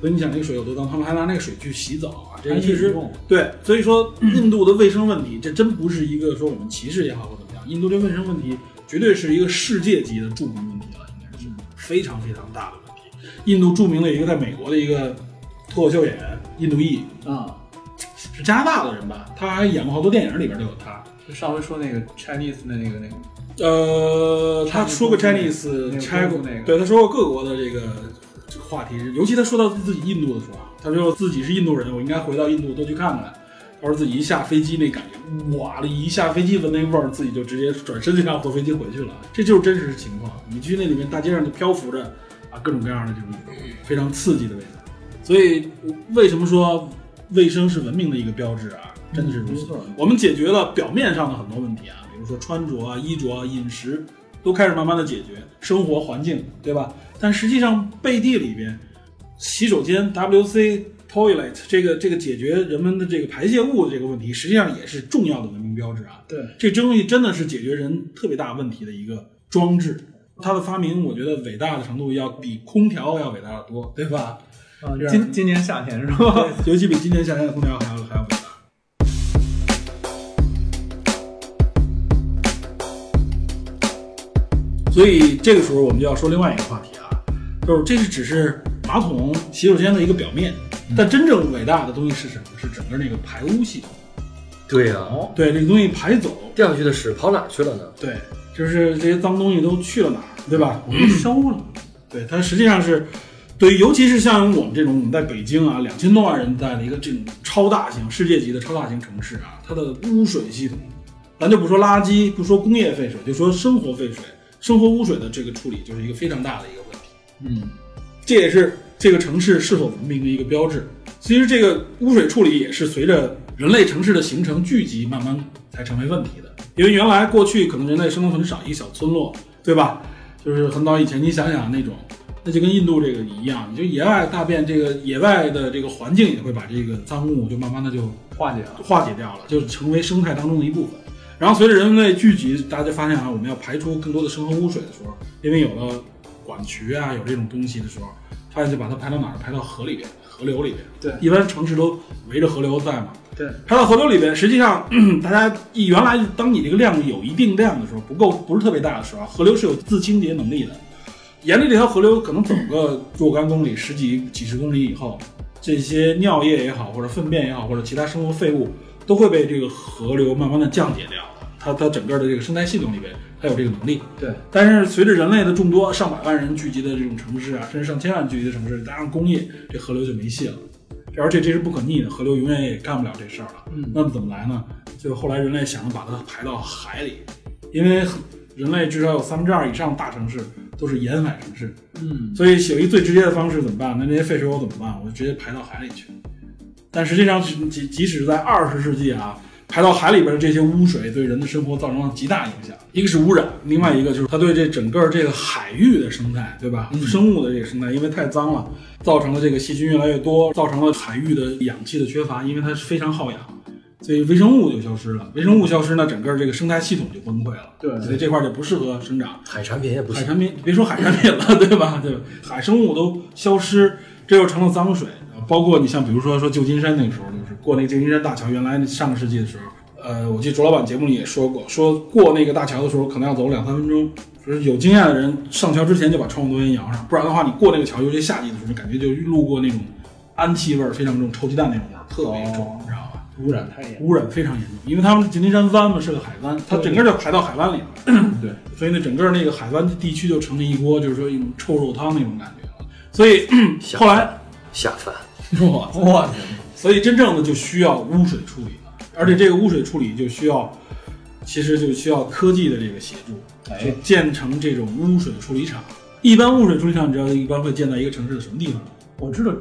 Speaker 2: 所以你想那个水有多脏，他们还拿那个水去洗澡啊，这个
Speaker 3: 还
Speaker 2: 确
Speaker 3: 是
Speaker 2: 实
Speaker 3: 用
Speaker 2: 对。所以说印度的卫生问题，这真不是一个说我们歧视也好或怎么样，印度这卫生问题绝对是一个世界级的著名问题了，应该是非常非常大的问题。印度著名的一个在美国的一个脱口秀演员，印度裔
Speaker 3: 啊。
Speaker 2: 是加拿大的人吧，他还演过好多电影，里边都有他。
Speaker 3: 就上回说那个 Chinese 的那个那个，
Speaker 2: 呃，他说过 Chinese，
Speaker 3: 那个
Speaker 2: 拆过
Speaker 3: 那个
Speaker 2: 对，他说过各国的这个这个话题，尤其他说到自己印度的时候啊，他说自己是印度人，我应该回到印度多去看看。他说自己一下飞机那感觉，哇，这一下飞机闻那味儿，自己就直接转身就想坐飞机回去了。这就是真实情况，你去那里面大街上就漂浮着啊各种各样的这种非常刺激的味道。所以为什么说卫生是文明的一个标志啊？真的是如
Speaker 3: 嗯没
Speaker 2: 此。
Speaker 3: 错，
Speaker 2: 我们解决了表面上的很多问题啊，比如说穿着啊、衣着啊、饮食，都开始慢慢的解决，生活环境，对吧？但实际上背地里边，洗手间、WC、toilet 这个这个解决人们的这个排泄物的这个问题，实际上也是重要的文明标志啊。
Speaker 3: 对，
Speaker 2: 这东西真的是解决人特别大问题的一个装置。它的发明，我觉得伟大的程度要比空调要伟大的多，对吧？啊，这样
Speaker 3: 今今年夏天是吧？
Speaker 2: 尤其比今年夏天的空调还要还要伟大。所以这个时候我们就要说另外一个话题啊，就是这是只是马桶洗手间的一个表面，但真正伟大的东西是什么？是整个那个排污系统，
Speaker 4: 对呀、
Speaker 2: 对这个东西排走，
Speaker 4: 掉下去的屎跑哪儿去了呢？
Speaker 2: 对，就是这些脏东西都去了哪儿，对吧？
Speaker 3: 收了，
Speaker 2: 对，它实际上是对于，尤其是像我们这种我们在北京啊，两千多万人在的一个这种超大型、世界级的超大型城市啊，它的污水系统，咱就不说垃圾，不说工业废水，就说生活废水、生活污水的这个处理，就是一个非常大的一个问题。
Speaker 3: 嗯，
Speaker 2: 这也是这个城市是否文明的一个标志。其实这个污水处理也是随着人类城市的形成聚集，慢慢才成为问题的。因为原来过去可能人类生活很少，一个小村落，对吧？就是很早以前，你想想那种，那就跟印度这个一样，你就野外大便，这个野外的这个环境也会把这个脏物就慢慢的就
Speaker 3: 化解了。
Speaker 2: 化解掉了，就是成为生态当中的一部分。然后随着人类聚集，大家就发现啊，我们要排出更多的生活污水的时候，因为有了管渠啊，有这种东西的时候，发现就把它排到哪儿？排到河里边、河流里边。
Speaker 3: 对
Speaker 2: 一般城市都围着河流在嘛。
Speaker 3: 对，
Speaker 2: 排到河流里边，实际上大家一原来当你这个量有一定量的时候，不够不是特别大的时候啊，河流是有自清洁能力的。沿着这条河流可能走个若干公里、十几几十公里以后，这些尿液也好，或者粪便也好，或者其他生活废物，都会被这个河流慢慢的降解掉的。它它整个的这个生态系统里边，它有这个能力。
Speaker 3: 对，
Speaker 2: 但是随着人类的众多，上百万人聚集的这种城市啊，甚至上千万聚集的城市，加上工业，这河流就没戏了。而且这是不可逆的，河流永远也干不了这事儿了。
Speaker 3: 嗯
Speaker 2: 那么怎么来呢？就后来人类想着把它排到海里，因为人类至少有三分之二以上大城市都是沿海城市，
Speaker 3: 嗯，
Speaker 2: 所以有一最直接的方式怎么办？那这些废水我怎么办？我就直接排到海里去。但实际上，即即使在二十世纪啊，排到海里边的这些污水对人的生活造成了极大影响。一个是污染，另外一个就是它对这整个这个海域的生态，对
Speaker 3: 嗯
Speaker 2: 吧？生物的这个生态，因为太脏了，造成了这个细菌越来越多，造成了海域的氧气的缺乏，因为它是非常耗氧，所以微生物就消失了。微生物消失呢，整个这个生态系统就崩溃了。
Speaker 3: 对
Speaker 2: 所以这块儿就不适合生长。
Speaker 4: 海产品也不
Speaker 2: 海
Speaker 4: 行，
Speaker 2: 产品，别说海产品了， 对吧？对吧，海生物都消失，这又成了脏水。包括你像比如说说旧金山那个时候，就是过那个旧金山大桥，原来上个世纪的时候，呃，我记得卓老板节目里也说过，说过那个大桥的时候可能要走两三分钟，就是有经验的人上桥之前就把窗户都先摇上，不然的话你过那个桥，尤其夏季的时候，你感觉就路过那种氨气味儿非常重，臭鸡蛋那种味儿特别重，你知道吧？
Speaker 3: 污染太严。
Speaker 2: 污染非常严重，因为他们旧金山湾嘛是个海湾，它整个就排到海湾里了。
Speaker 3: 对，
Speaker 2: 所以呢，整个那个海湾地区就成了一锅，就是说一种臭肉汤那种感觉了。所以 后来，
Speaker 4: 下饭。
Speaker 2: 哇，
Speaker 3: 我
Speaker 2: 所以真正的就需要污水处理了，而且这个污水处理就需要，其实就需要科技的这个协助，
Speaker 3: 哎
Speaker 2: 去，建成这种污水处理厂。一般污水处理厂，你知道一般会建在一个城市的什么地方吗？
Speaker 3: 我知道，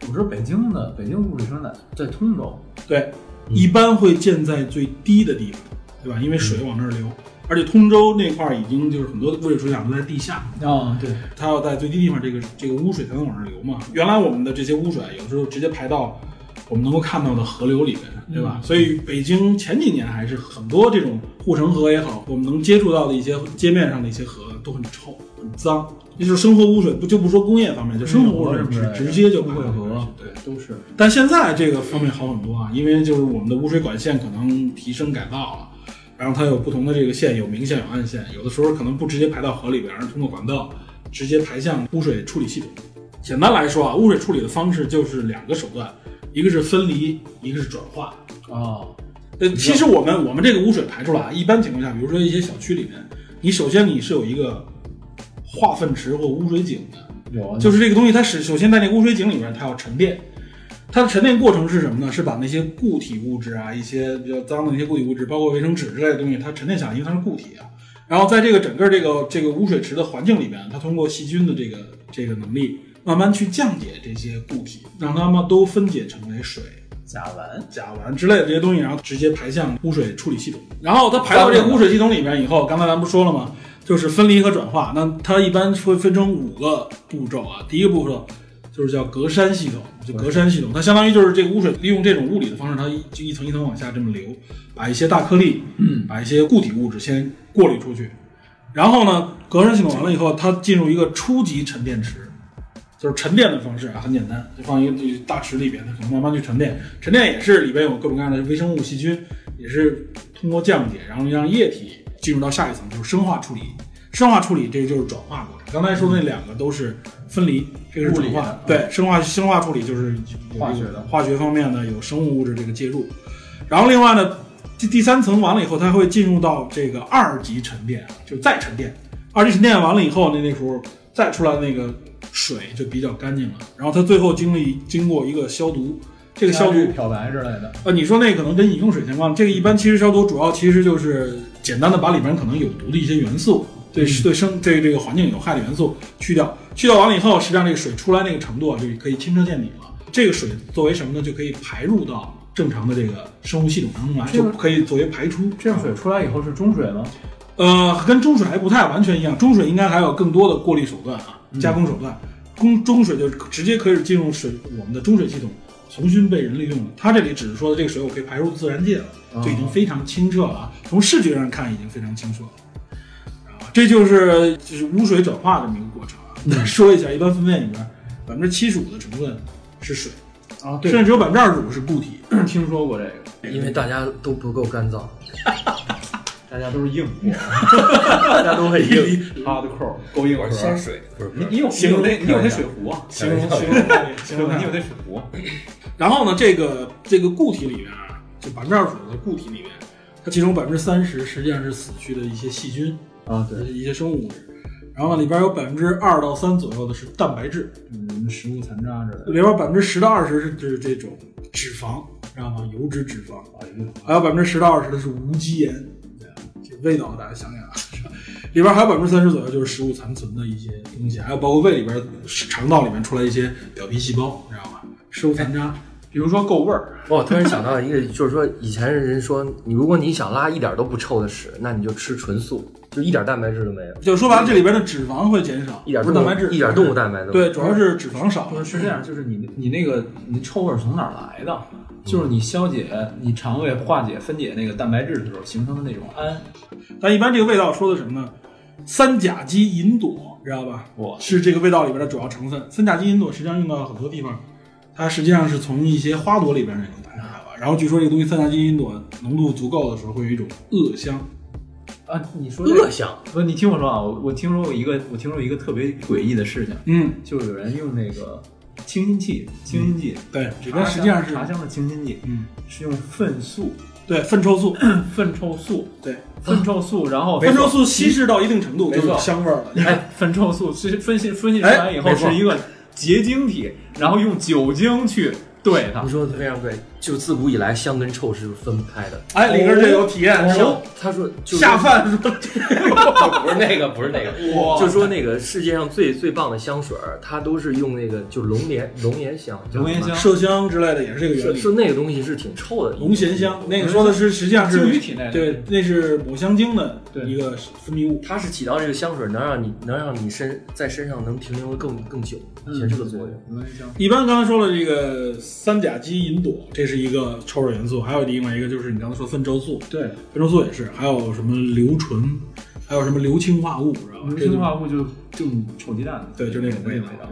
Speaker 3: 我知道北京的北京污水生产在通州，
Speaker 2: 对，一般会建在最低的地方，对吧？因为水往那儿流，而且通州那块儿已经就是很多污水处理厂都在地下，
Speaker 3: 啊，对，
Speaker 2: 它要在最低地方，这个这个污水才能往上流嘛。原来我们的这些污水有时候直接排到我们能够看到的河流里边，对吧？嗯所以北京前几年还是很多这种护城河也好，我们能接触到的一些街面上的一些河都很臭、很脏。这就是生活污水，不就不说工业方面，就生活污水
Speaker 3: 嗯
Speaker 2: 直直接就排
Speaker 3: 污
Speaker 2: 到
Speaker 3: 秽
Speaker 2: 河
Speaker 3: 河
Speaker 2: 去，对。
Speaker 3: 都是啊
Speaker 2: 但现在这个方面好很多啊，因为就是我们的污水管线可能提升改造了，然后它有不同的这个线，有明线有暗线，有的时候可能不直接排到河里边，而是通过管道直接排向污水处理系统。简单来说啊，污水处理的方式就是两个手段，一个是分离，一个是转化。
Speaker 3: 啊，
Speaker 2: 呃，其实我们我们这个污水排出来啊，一般情况下，比如说一些小区里面，你首先你是有一个化粪池或污水井的，
Speaker 3: 有啊，
Speaker 2: 就是这个东西，它是首先在那个污水井里面，它要沉淀。它的沉淀过程是什么呢？是把那些固体物质啊，一些比较脏的那些固体物质，包括卫生纸之类的东西，它沉淀下来，因为它是固体啊。然后在这个整个这个这个污水池的环境里边，它通过细菌的这个这个能力，慢慢去降解这些固体，让它们都分解成为水、
Speaker 3: 甲烷，
Speaker 2: 甲烷之类的这些东西，然后直接排向污水处理系统。然后它排到这个污水系统里面以后，刚才咱不说了吗？就是分离和转化。那它一般会分成五个步骤啊。第一个步骤就是叫隔山系统，就隔山系统，它相当于就是这个污水利用这种物理的方式，它一就一层一层往下这么流，把一些大颗粒，嗯，把一些固体物质先过滤出去。然后呢，隔山系统完了以后，它进入一个初级沉淀池，就是沉淀的方式啊，很简单，就放一个大池里边，它可能慢慢去沉淀。沉淀也是里边有各种各样的微生物、细菌，也是通过降解，然后让液体进入到下一层，就是生化处理。生化处理这个就是转化过程。刚才说的那两个都是分离，这个是转
Speaker 3: 物理
Speaker 2: 化
Speaker 3: 的。
Speaker 2: 对，生化生化处理就是有
Speaker 3: 化
Speaker 2: 这
Speaker 3: 学
Speaker 2: 个
Speaker 3: 的
Speaker 2: 化学方面呢有生物物质这个介入。然后另外呢，第第三层完了以后，它会进入到这个二级沉淀，就再沉淀。二级沉淀完了以后，那那时候再出来那个水就比较干净了。然后它最后经历经过一个消毒，这个消毒
Speaker 3: 加入漂白之类的，
Speaker 2: 呃，你说那可能跟饮用水相关，这个一般其实消毒主要其实就是简单的把里面可能有毒的一些元素，对、
Speaker 3: 嗯
Speaker 2: 对生对这个环境有害的元素去掉，去掉完了以后，实际上这个水出来那个程度啊，就可以清澈见底了。这个水作为什么呢？就可以排入到正常的这个生物系统当中来，
Speaker 3: 这
Speaker 2: 就
Speaker 3: 个
Speaker 2: 可以作为排出。啊
Speaker 3: 这样水出来以后是中水吗？
Speaker 2: 呃，跟中水还不太完全一样，中水应该还有更多的过滤手段啊，加工手段。中中水就直接可以进入水我们的中水系统，重新被人利用了。它这里只是说的这个水我可以排入自然界了，就已经非常清澈了啊。从视觉上看已经非常清澈了。啊，这就是就是污水转化这么一个过程啊。再说一下，一般粪便里边百分之七十五的成分是水，
Speaker 3: 啊，
Speaker 2: 甚至只有百分之二十五是固体。
Speaker 3: 听说过这个，
Speaker 4: 因为大家都不够干 燥，
Speaker 3: 大家都是硬货
Speaker 4: 大家都很硬。
Speaker 3: ，hardcore 够硬核。
Speaker 5: 鲜水，
Speaker 4: 不是不
Speaker 3: 你
Speaker 4: 是，
Speaker 3: 你有你
Speaker 2: 形容
Speaker 3: 有那你有那水壶啊，
Speaker 2: 形容形容太 形
Speaker 3: 对
Speaker 2: 容
Speaker 3: 吧？
Speaker 2: 太
Speaker 3: 你有那水壶，
Speaker 2: 然后呢，这个这个固体里面啊，就百分之二十五的固体里面，它其中百分之三十实际上是死去的一些细菌，
Speaker 3: 啊，
Speaker 2: 就是，一些生物物质。然后呢，里边有百分之二到三左右的是蛋白质，
Speaker 3: 嗯，食物残渣之类的。
Speaker 2: 里边百分之十到二十是就是这种脂肪，知道吗？呃油脂脂肪，
Speaker 3: 哎呦，
Speaker 2: 还有百分之十到二十的是无机盐，对啊这味道大家想想啊。是吧里边还有百分之三十左右就是食物残存的一些东西，还有包括胃里边、肠道里面出来一些表皮细胞，你知道吗？食物残渣，
Speaker 3: 哎比如说够味儿，
Speaker 4: 我突然想到一个，就是说以前人说，你如果你想拉一点都不臭的屎，那你就吃纯素，就一点蛋白质都没有，
Speaker 2: 就说白了，这里边的脂肪会减少，
Speaker 4: 一点
Speaker 2: 不
Speaker 4: 动
Speaker 2: 是
Speaker 4: 物
Speaker 2: 蛋白质，
Speaker 4: 一点动物蛋白都没有。
Speaker 2: 对，主要是脂肪少
Speaker 3: 不。是是这样，就是你你那个你臭味儿从哪儿来的？就是你消解你肠胃化解分解那个蛋白质的时候形成的那种氨。
Speaker 2: 但一般这个味道说的什么呢？三甲基吲哚，知道吧？
Speaker 3: 哇，
Speaker 2: 是这个味道里边的主要成分。三甲基吲哚实际上用到了很多地方，它实际上是从一些花朵里边能拿来的。然后据说这个东西三甲基吲哚浓度足够的时候，会有一种恶香。
Speaker 3: 啊，你说这
Speaker 4: 恶
Speaker 3: 个，
Speaker 4: 香，
Speaker 3: 不，你听我说啊，我我听说过一个，我听说过一个特别诡异的事情，
Speaker 2: 嗯，
Speaker 3: 就是有人用那个清新剂，清新剂，
Speaker 2: 对，里
Speaker 3: 茶
Speaker 2: 边实际上
Speaker 3: 香
Speaker 2: 是，
Speaker 3: 茶香的清新剂，
Speaker 2: 嗯，
Speaker 3: 是用粪素、
Speaker 2: 对，粪臭素，
Speaker 3: 粪臭素、
Speaker 2: 对，
Speaker 3: 粪臭素，然后
Speaker 2: 粪臭素稀释到一定程度就
Speaker 3: 没
Speaker 2: 有
Speaker 3: 错
Speaker 2: 香味儿了。
Speaker 3: 哎，粪臭素是分析分析出来以后
Speaker 4: 哎没错
Speaker 3: 是一个结晶体，然后用酒精去兑它
Speaker 4: 你。说的非常对，就自古以来香跟臭是分开的。
Speaker 2: 哎，里边这
Speaker 4: 哦
Speaker 2: 有体
Speaker 3: 哦
Speaker 2: 验，是吧
Speaker 4: 香，他说就
Speaker 2: 下饭 哦是吧？
Speaker 4: 不是那个，不是那个，
Speaker 3: 哇
Speaker 4: 就说那个世界上最最棒的香水儿，它都是用那个就龙涎龙涎香，叫
Speaker 3: 龙涎
Speaker 4: 什么
Speaker 3: 香
Speaker 2: 麝香之类的也是这个原
Speaker 4: 是
Speaker 2: 理。
Speaker 4: 是那个东西是挺臭的，
Speaker 2: 龙涎香，那个说的是实际上是
Speaker 3: 嗯鲸鱼体内的
Speaker 2: 对，那是抹香鲸的
Speaker 3: 对
Speaker 2: 一个分泌物。
Speaker 4: 它是起到这个香水能让你能让你身在身上能停留的更更久，起
Speaker 2: 嗯
Speaker 4: 到这个作用。
Speaker 3: 龙涎嗯香，
Speaker 2: 一般刚才说了这个三甲基吲哚，这是一个臭味元素，还有另外一个就是你刚才说粪臭素，
Speaker 3: 对，
Speaker 2: 粪臭素也是，还有什么硫醇，还有什么硫氰化物，知道吧？
Speaker 3: 硫氰化物就就你臭鸡蛋，
Speaker 2: 对就那种味
Speaker 3: 味
Speaker 2: 道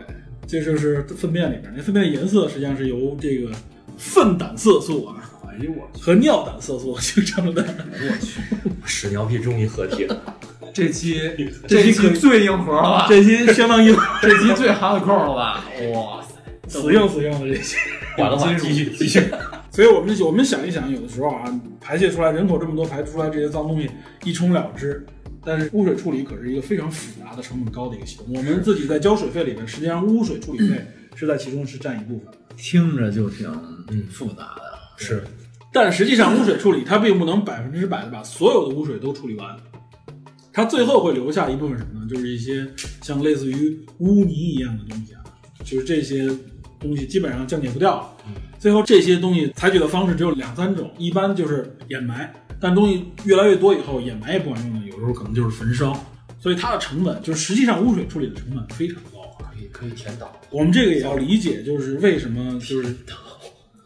Speaker 2: 这就这就是粪便里边，那粪便的颜色实际上是由这个粪胆色素啊
Speaker 3: 哎呦我去，
Speaker 2: 和尿胆色素 形成的。
Speaker 3: 我去，
Speaker 4: 屎尿屁终于合体了，
Speaker 3: 这期
Speaker 2: 这期可
Speaker 3: 期最硬核了吧？
Speaker 2: 这些相当于
Speaker 3: 这期最 hardcore 了吧？哇 塞，
Speaker 2: 死硬死硬的这些。
Speaker 4: 完了吧
Speaker 3: 金属
Speaker 4: 继续继续。
Speaker 2: 所以我们我们想一想，有的时候啊，排泄出来人口这么多，排出来这些脏东西一冲了之。但是污水处理可是一个非常复杂的、成本高的一个系统。我们自己在交水费里面，实际上污水处理费是在其中是占一部分。
Speaker 3: 听着就挺复杂的。
Speaker 2: 是，但实际上污水处理它并不能百分之百的把所有的污水都处理完，它最后会留下一部分什么呢？就是一些像类似于污泥一样的东西啊，就是这些东西基本上降解不掉了。最后这些东西采取的方式只有两三种，一般就是掩埋，但东西越来越多以后，掩埋也不管用了，有时候可能就是焚烧，所以它的成本就是实际上污水处理的成本非常高啊。
Speaker 4: 可以可以填岛，
Speaker 2: 我们这个也要理解，就是为什么就是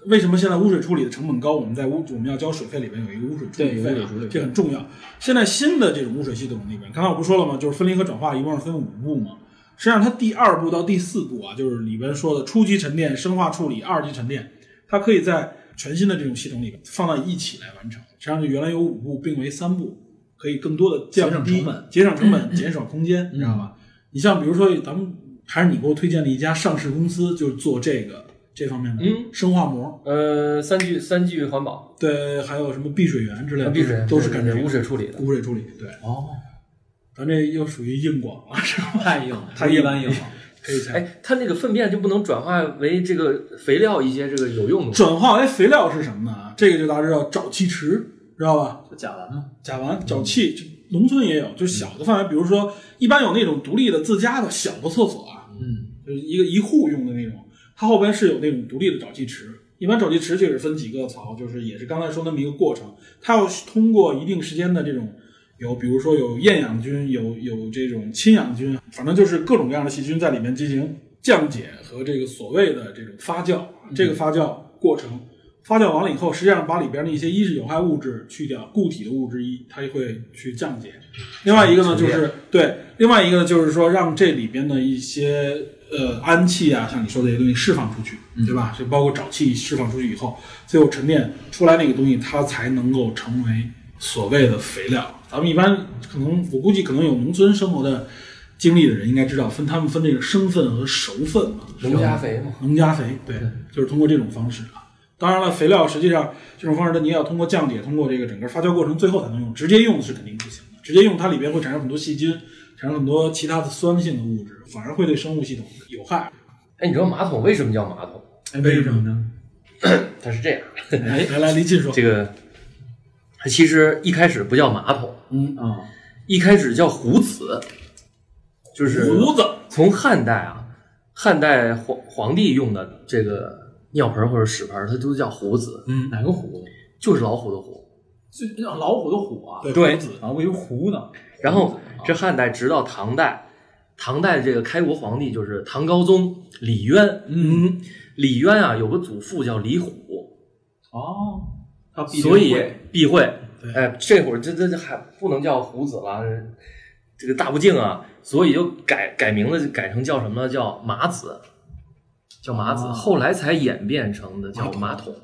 Speaker 2: 为什么现在污水处理的成本高？我们在污我们要交水费里面有一个污水处理
Speaker 3: 对
Speaker 2: 费
Speaker 3: 有污水
Speaker 2: 啊
Speaker 3: 处理费，
Speaker 2: 这很重要。现在新的这种污水系统里面，刚才我不说了吗？就是分离和转化一共是分五步嘛。实际上它第二步到第四步啊，就是里边说的初级沉淀、生化处理、二级沉淀，它可以在全新的这种系统里边放到一起来完成。实际上就原来有五步并为三步，可以更多的降低
Speaker 3: 节省成本、
Speaker 2: 节省成本、减少空间，你知道
Speaker 4: 嗯
Speaker 2: 吧？你像比如说咱们还是你给我推荐的一家上市公司，就是做这个这方面的
Speaker 4: 嗯
Speaker 2: 生化膜，
Speaker 4: 呃，三聚三聚环保，
Speaker 2: 对，还有什么碧水源之类的，
Speaker 4: 碧水
Speaker 2: 都是
Speaker 4: 对
Speaker 2: 干
Speaker 4: 对
Speaker 2: 这个
Speaker 4: 污水处理的。
Speaker 2: 污水处理，对，
Speaker 3: 哦，
Speaker 2: 咱这又属于硬广了，是吧？
Speaker 3: 太硬了，
Speaker 2: 太硬
Speaker 3: 一般硬了。
Speaker 2: 可以猜。
Speaker 4: 哎，它那个粪便就不能转化为这个肥料一些这个有用的吗？
Speaker 2: 转化为肥料是什么呢？啊，这个就大家知道沼气池，知道吧？
Speaker 3: 这甲烷吗？
Speaker 2: 甲烷、沼气，这农村也有，就小的范围，比如说一般有那种独立的自家的小的厕所啊，
Speaker 3: 嗯，
Speaker 2: 就是一个一户用的那种，它后边是有那种独立的沼气池。一般沼气池就是分几个槽，就是也是刚才说那么一个过程，它要通过一定时间的这种有，比如说有厌氧菌，有有这种亲氧菌，反正就是各种各样的细菌在里面进行降解和这个所谓的这种发酵。这个发酵过程，发酵完了以后，实际上把里边的一些一是有害物质去掉，固体的物质一它会去降解。另外一个呢，就
Speaker 4: 沉淀
Speaker 2: 是对，另外一个呢，就是说让这里边的一些呃氨气啊，像你说的这些东西释放出去，对吧？就包括沼气释放出去以后，最后沉淀出来那个东西，它才能够成为所谓的肥料。咱们一般可能，我估计可能有农村生活的经历的人应该知道，分他们分这个生粪和熟粪嘛。
Speaker 4: 农家肥嘛。
Speaker 2: 农家肥，对，就是通过这种方式啊。当然了，肥料实际上这种方式呢，你也要通过降解，通过这个整个发酵过程，最后才能用。直接用是肯定不行的，直接用它里边会产生很多细菌，产生很多其他的酸性的物质，反而会对生物系统有害。
Speaker 4: 哎，你知道马桶为什么叫马桶？
Speaker 2: 哎，
Speaker 3: 为什么？呢？
Speaker 4: 它是这样，
Speaker 2: 哎，来来，离近说，
Speaker 4: 这个它其实一开始不叫马桶，
Speaker 3: 啊，
Speaker 4: 一开始叫壶子，就是
Speaker 2: 胡子，
Speaker 4: 从汉代啊，汉代皇皇帝用的这个尿盆或者屎盆，它都叫壶子，
Speaker 2: 嗯，
Speaker 3: 哪个虎？啊
Speaker 4: 就是老虎的虎。
Speaker 3: 这那老虎的虎啊。
Speaker 2: 对，
Speaker 4: 对
Speaker 2: 胡子，
Speaker 3: 啊，我以为虎呢。啊
Speaker 4: 然后这汉代直到唐代，唐代这个开国皇帝就是唐高宗李渊，
Speaker 3: 嗯，
Speaker 4: 李渊啊有个祖父叫李虎，
Speaker 3: 哦，
Speaker 2: 他必定
Speaker 4: 所以
Speaker 2: 会
Speaker 4: 避讳
Speaker 2: 对。
Speaker 4: 哎，这会儿这这这还不能叫虎子了，这个大不敬啊，所以就改改名字，就改成叫什么呢？叫马子，叫马子，
Speaker 3: 啊
Speaker 4: 后来才演变成的叫
Speaker 2: 马
Speaker 4: 马桶。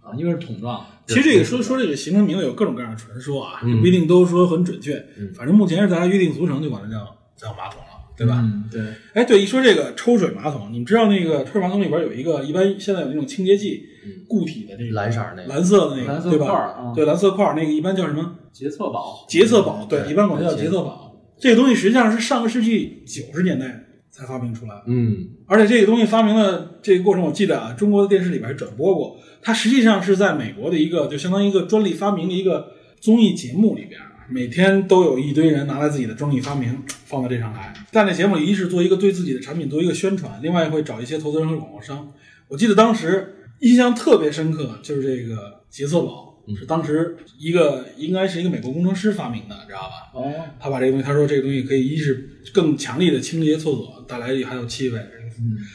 Speaker 3: 啊，因为是桶状。
Speaker 2: 其实这个说说这个形容名有各种各样的传说啊，
Speaker 4: 嗯
Speaker 2: 也不一定都说很准确。
Speaker 4: 嗯
Speaker 2: 反正目前是大家约定俗成，就管它叫叫马桶了，对吧？
Speaker 3: 嗯，对，
Speaker 2: 哎，对，一说这个抽水马桶，你们知道那个抽水马桶里边有一个，一般现在有那种清洁剂，
Speaker 4: 嗯
Speaker 2: 固体的那个
Speaker 4: 蓝色儿那个
Speaker 2: 蓝色的那个，
Speaker 3: 蓝色
Speaker 2: 对
Speaker 3: 块
Speaker 2: 吧？
Speaker 3: 儿啊，
Speaker 2: 对，蓝色块儿那个一般叫什么？
Speaker 3: 洁厕宝。
Speaker 2: 洁厕宝，对，
Speaker 4: 对
Speaker 2: 一般管它叫
Speaker 4: 对
Speaker 2: 洁厕宝。这个东西实际上是上个世纪九十年代才发明出来的，
Speaker 4: 嗯，
Speaker 2: 而且这个东西发明的这个过程，我记得啊，中国的电视里边还转播过。它实际上是在美国的一个，就相当于一个专利发明的一个综艺节目里边啊，每天都有一堆人拿来自己的专利发明放到这上来。在那节目里，一是做一个对自己的产品做一个宣传，另外会找一些投资人和广告商。我记得当时印象特别深刻，就是这个洁厕宝
Speaker 4: 嗯
Speaker 2: 是当时一个应该是一个美国工程师发明的，知道吧？
Speaker 3: 哦，
Speaker 2: 他把这个东西，他说这个东西可以一是更强力的清洁厕所，带来还有气味。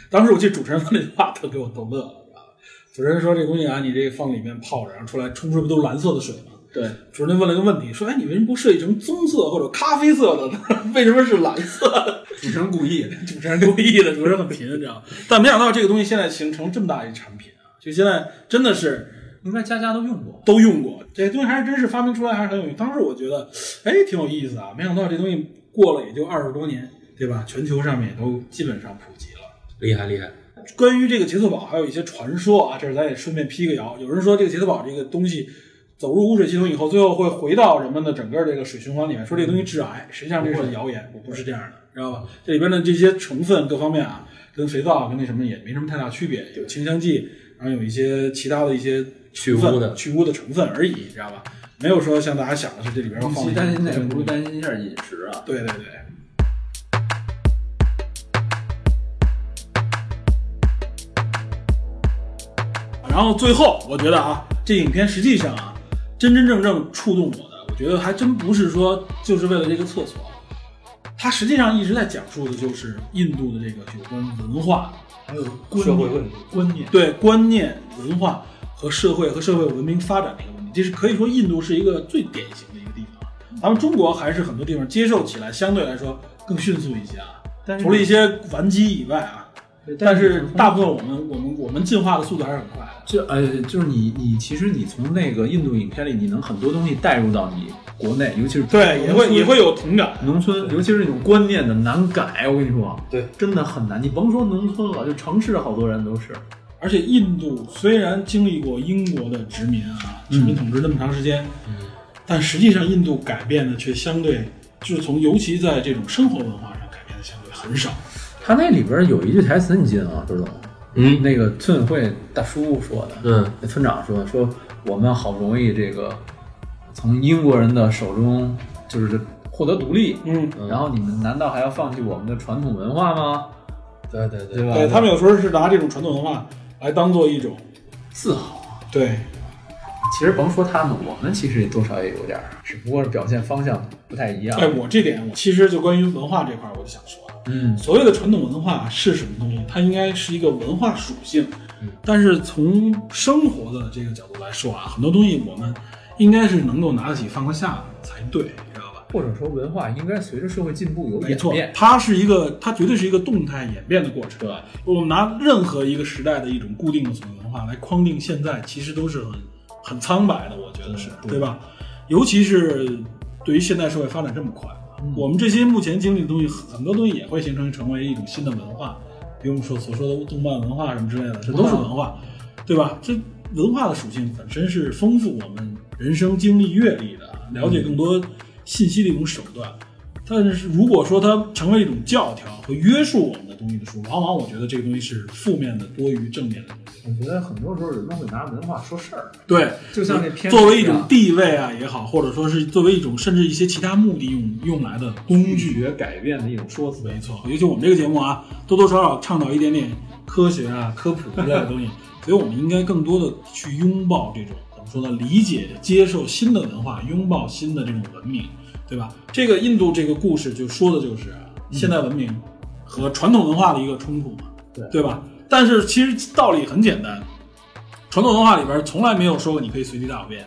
Speaker 2: 当时我记得主持人说那句话，他给我逗乐了，知道吧？主持人说这东西啊，你这放里面泡着，然后出来冲出来不都是蓝色的水吗？
Speaker 3: 对，
Speaker 2: 主持人问了一个问题，说：“哎，你为什么不设计成棕色或者咖啡色的呢？ 为什么是蓝色的
Speaker 3: 主持人故意的。？”
Speaker 2: 主持人故意的，主持人很贫，你知道吗？但没想到这个东西现在形成这么大一产品啊！就现在真的是
Speaker 3: 应该家家都用过。
Speaker 2: 都用过。这东西还是真是发明出来还是很有用。当时我觉得，哎，挺有意思啊。没想到这东西过了也就二十多年，对吧？全球上面也都基本上普及了。
Speaker 4: 厉害厉害。
Speaker 2: 关于这个杰特堡还有一些传说啊，这儿咱也顺便辟个谣。有人说这个杰特堡这个东西走入污水系统以后，最后会回到人们的整个这个水循环里面，说这个东西致癌，实际上这是谣言，我不是这样的，知道吧？这里边的这些成分各方面啊，跟肥皂啊跟那什么也没什么太大区别，有清香剂，然后有一些其他的一些
Speaker 4: 去污的
Speaker 2: 去污的成分而已，知道吧？没有说像大家想的是这里边要
Speaker 3: 与
Speaker 2: 放
Speaker 3: 其担心那
Speaker 2: 什
Speaker 3: 个，
Speaker 2: 么
Speaker 3: 不如担心一下饮食啊。
Speaker 2: 对对对。然后最后，我觉得啊，这影片实际上啊，真真正正触动我的，我觉得还真不是说就是为了这个厕所，它实际上一直在讲述的就是印度的这个有关文化、还有观念
Speaker 4: 社会问题
Speaker 2: 观念对观念、文化和社会和社会文明发展的一个问题。这是可以说印度是一个最典型的一个地方。咱们中国还是很多地方接受起来相对来说更迅速一些啊，
Speaker 3: 但是
Speaker 2: 除了一些顽疾以外啊，
Speaker 3: 对
Speaker 2: 但
Speaker 3: 但
Speaker 2: 是
Speaker 3: 从
Speaker 2: 大部分我们我们我们进化的速度还是很快的。
Speaker 3: 就呃，就是你你其实你从那个印度影片里，你能很多东西带入到你国内，尤其是
Speaker 2: 对，也会也会有同感。
Speaker 3: 农村，尤其是那种观念的难改。我跟你说，
Speaker 4: 对，
Speaker 3: 真的很难。你甭说农村了，就城市好多人都是。
Speaker 2: 而且印度虽然经历过英国的殖民啊，殖民统治那么长时间，但实际上印度改变的却相对，就是从尤其在这种生活文化上改变的相对很少。
Speaker 3: 他那里边有一句台词你记得吗，周总？
Speaker 4: 嗯
Speaker 3: 那个村委会大叔说的，
Speaker 4: 嗯，
Speaker 3: 那村长说说我们好不容易这个从英国人的手中就是获得独立，
Speaker 2: 嗯，
Speaker 3: 然后你们难道还要放弃我们的传统文化吗？
Speaker 4: 对对对
Speaker 3: 对吧？
Speaker 2: 对他们有时候是拿这种传统文化来当做一种
Speaker 3: 自豪。
Speaker 2: 对
Speaker 3: 其实甭说他们，我们其实也多少也有点儿，只不过是表现方向不太一样。
Speaker 2: 哎，我这点我其实就关于文化这块儿，我就想说，啊
Speaker 3: 嗯，
Speaker 2: 所谓的传统文化是什么东西？它应该是一个文化属性，但是从生活的这个角度来说啊，很多东西我们应该是能够拿得起放得下才对，你知道吧？
Speaker 3: 或者说文化应该随着社会进步有
Speaker 2: 没
Speaker 3: 演
Speaker 2: 错
Speaker 3: 变，。
Speaker 2: 它是一个，它绝对是一个动态演变的过程。啊我们拿任何一个时代的一种固定的所谓文化来框定现在，其实都是很很苍白的，我觉得是对吧？尤其是对于现代社会发展这么快，我们这些目前经历的东西，很多东西也会形成成为一种新的文化，比如我们所所说的动漫文化什么之类的，这都是文化，对吧？这文化的属性本身是丰富我们人生经历阅历的，了解更多信息的一种手段。但是如果说它成为一种教条和约束我们的东西的时候，往往我觉得这个东西是负面的多于正面的东西。
Speaker 3: 我觉得很多时候人们会拿文化说事儿，
Speaker 2: 对，
Speaker 3: 就像那片
Speaker 2: 作为一种地位啊也好，或者说是作为一种甚至一些其他目的用用来的工
Speaker 3: 拒
Speaker 2: 具。
Speaker 3: 绝改变的一种说辞。
Speaker 2: 没错，尤其我们这个节目啊，多多少少倡导一点点科学啊、科普之类的东 西，所以我们应该更多的去拥抱这种怎么说呢？理解、接受新的文化，拥抱新的这种文明，对吧？这个印度这个故事就说的就是啊
Speaker 3: 嗯
Speaker 2: 现代文明和传统文化的一个冲突嘛，
Speaker 3: 对
Speaker 2: 对吧？但是其实道理很简单，传统文化里边从来没有说过你可以随地大小便，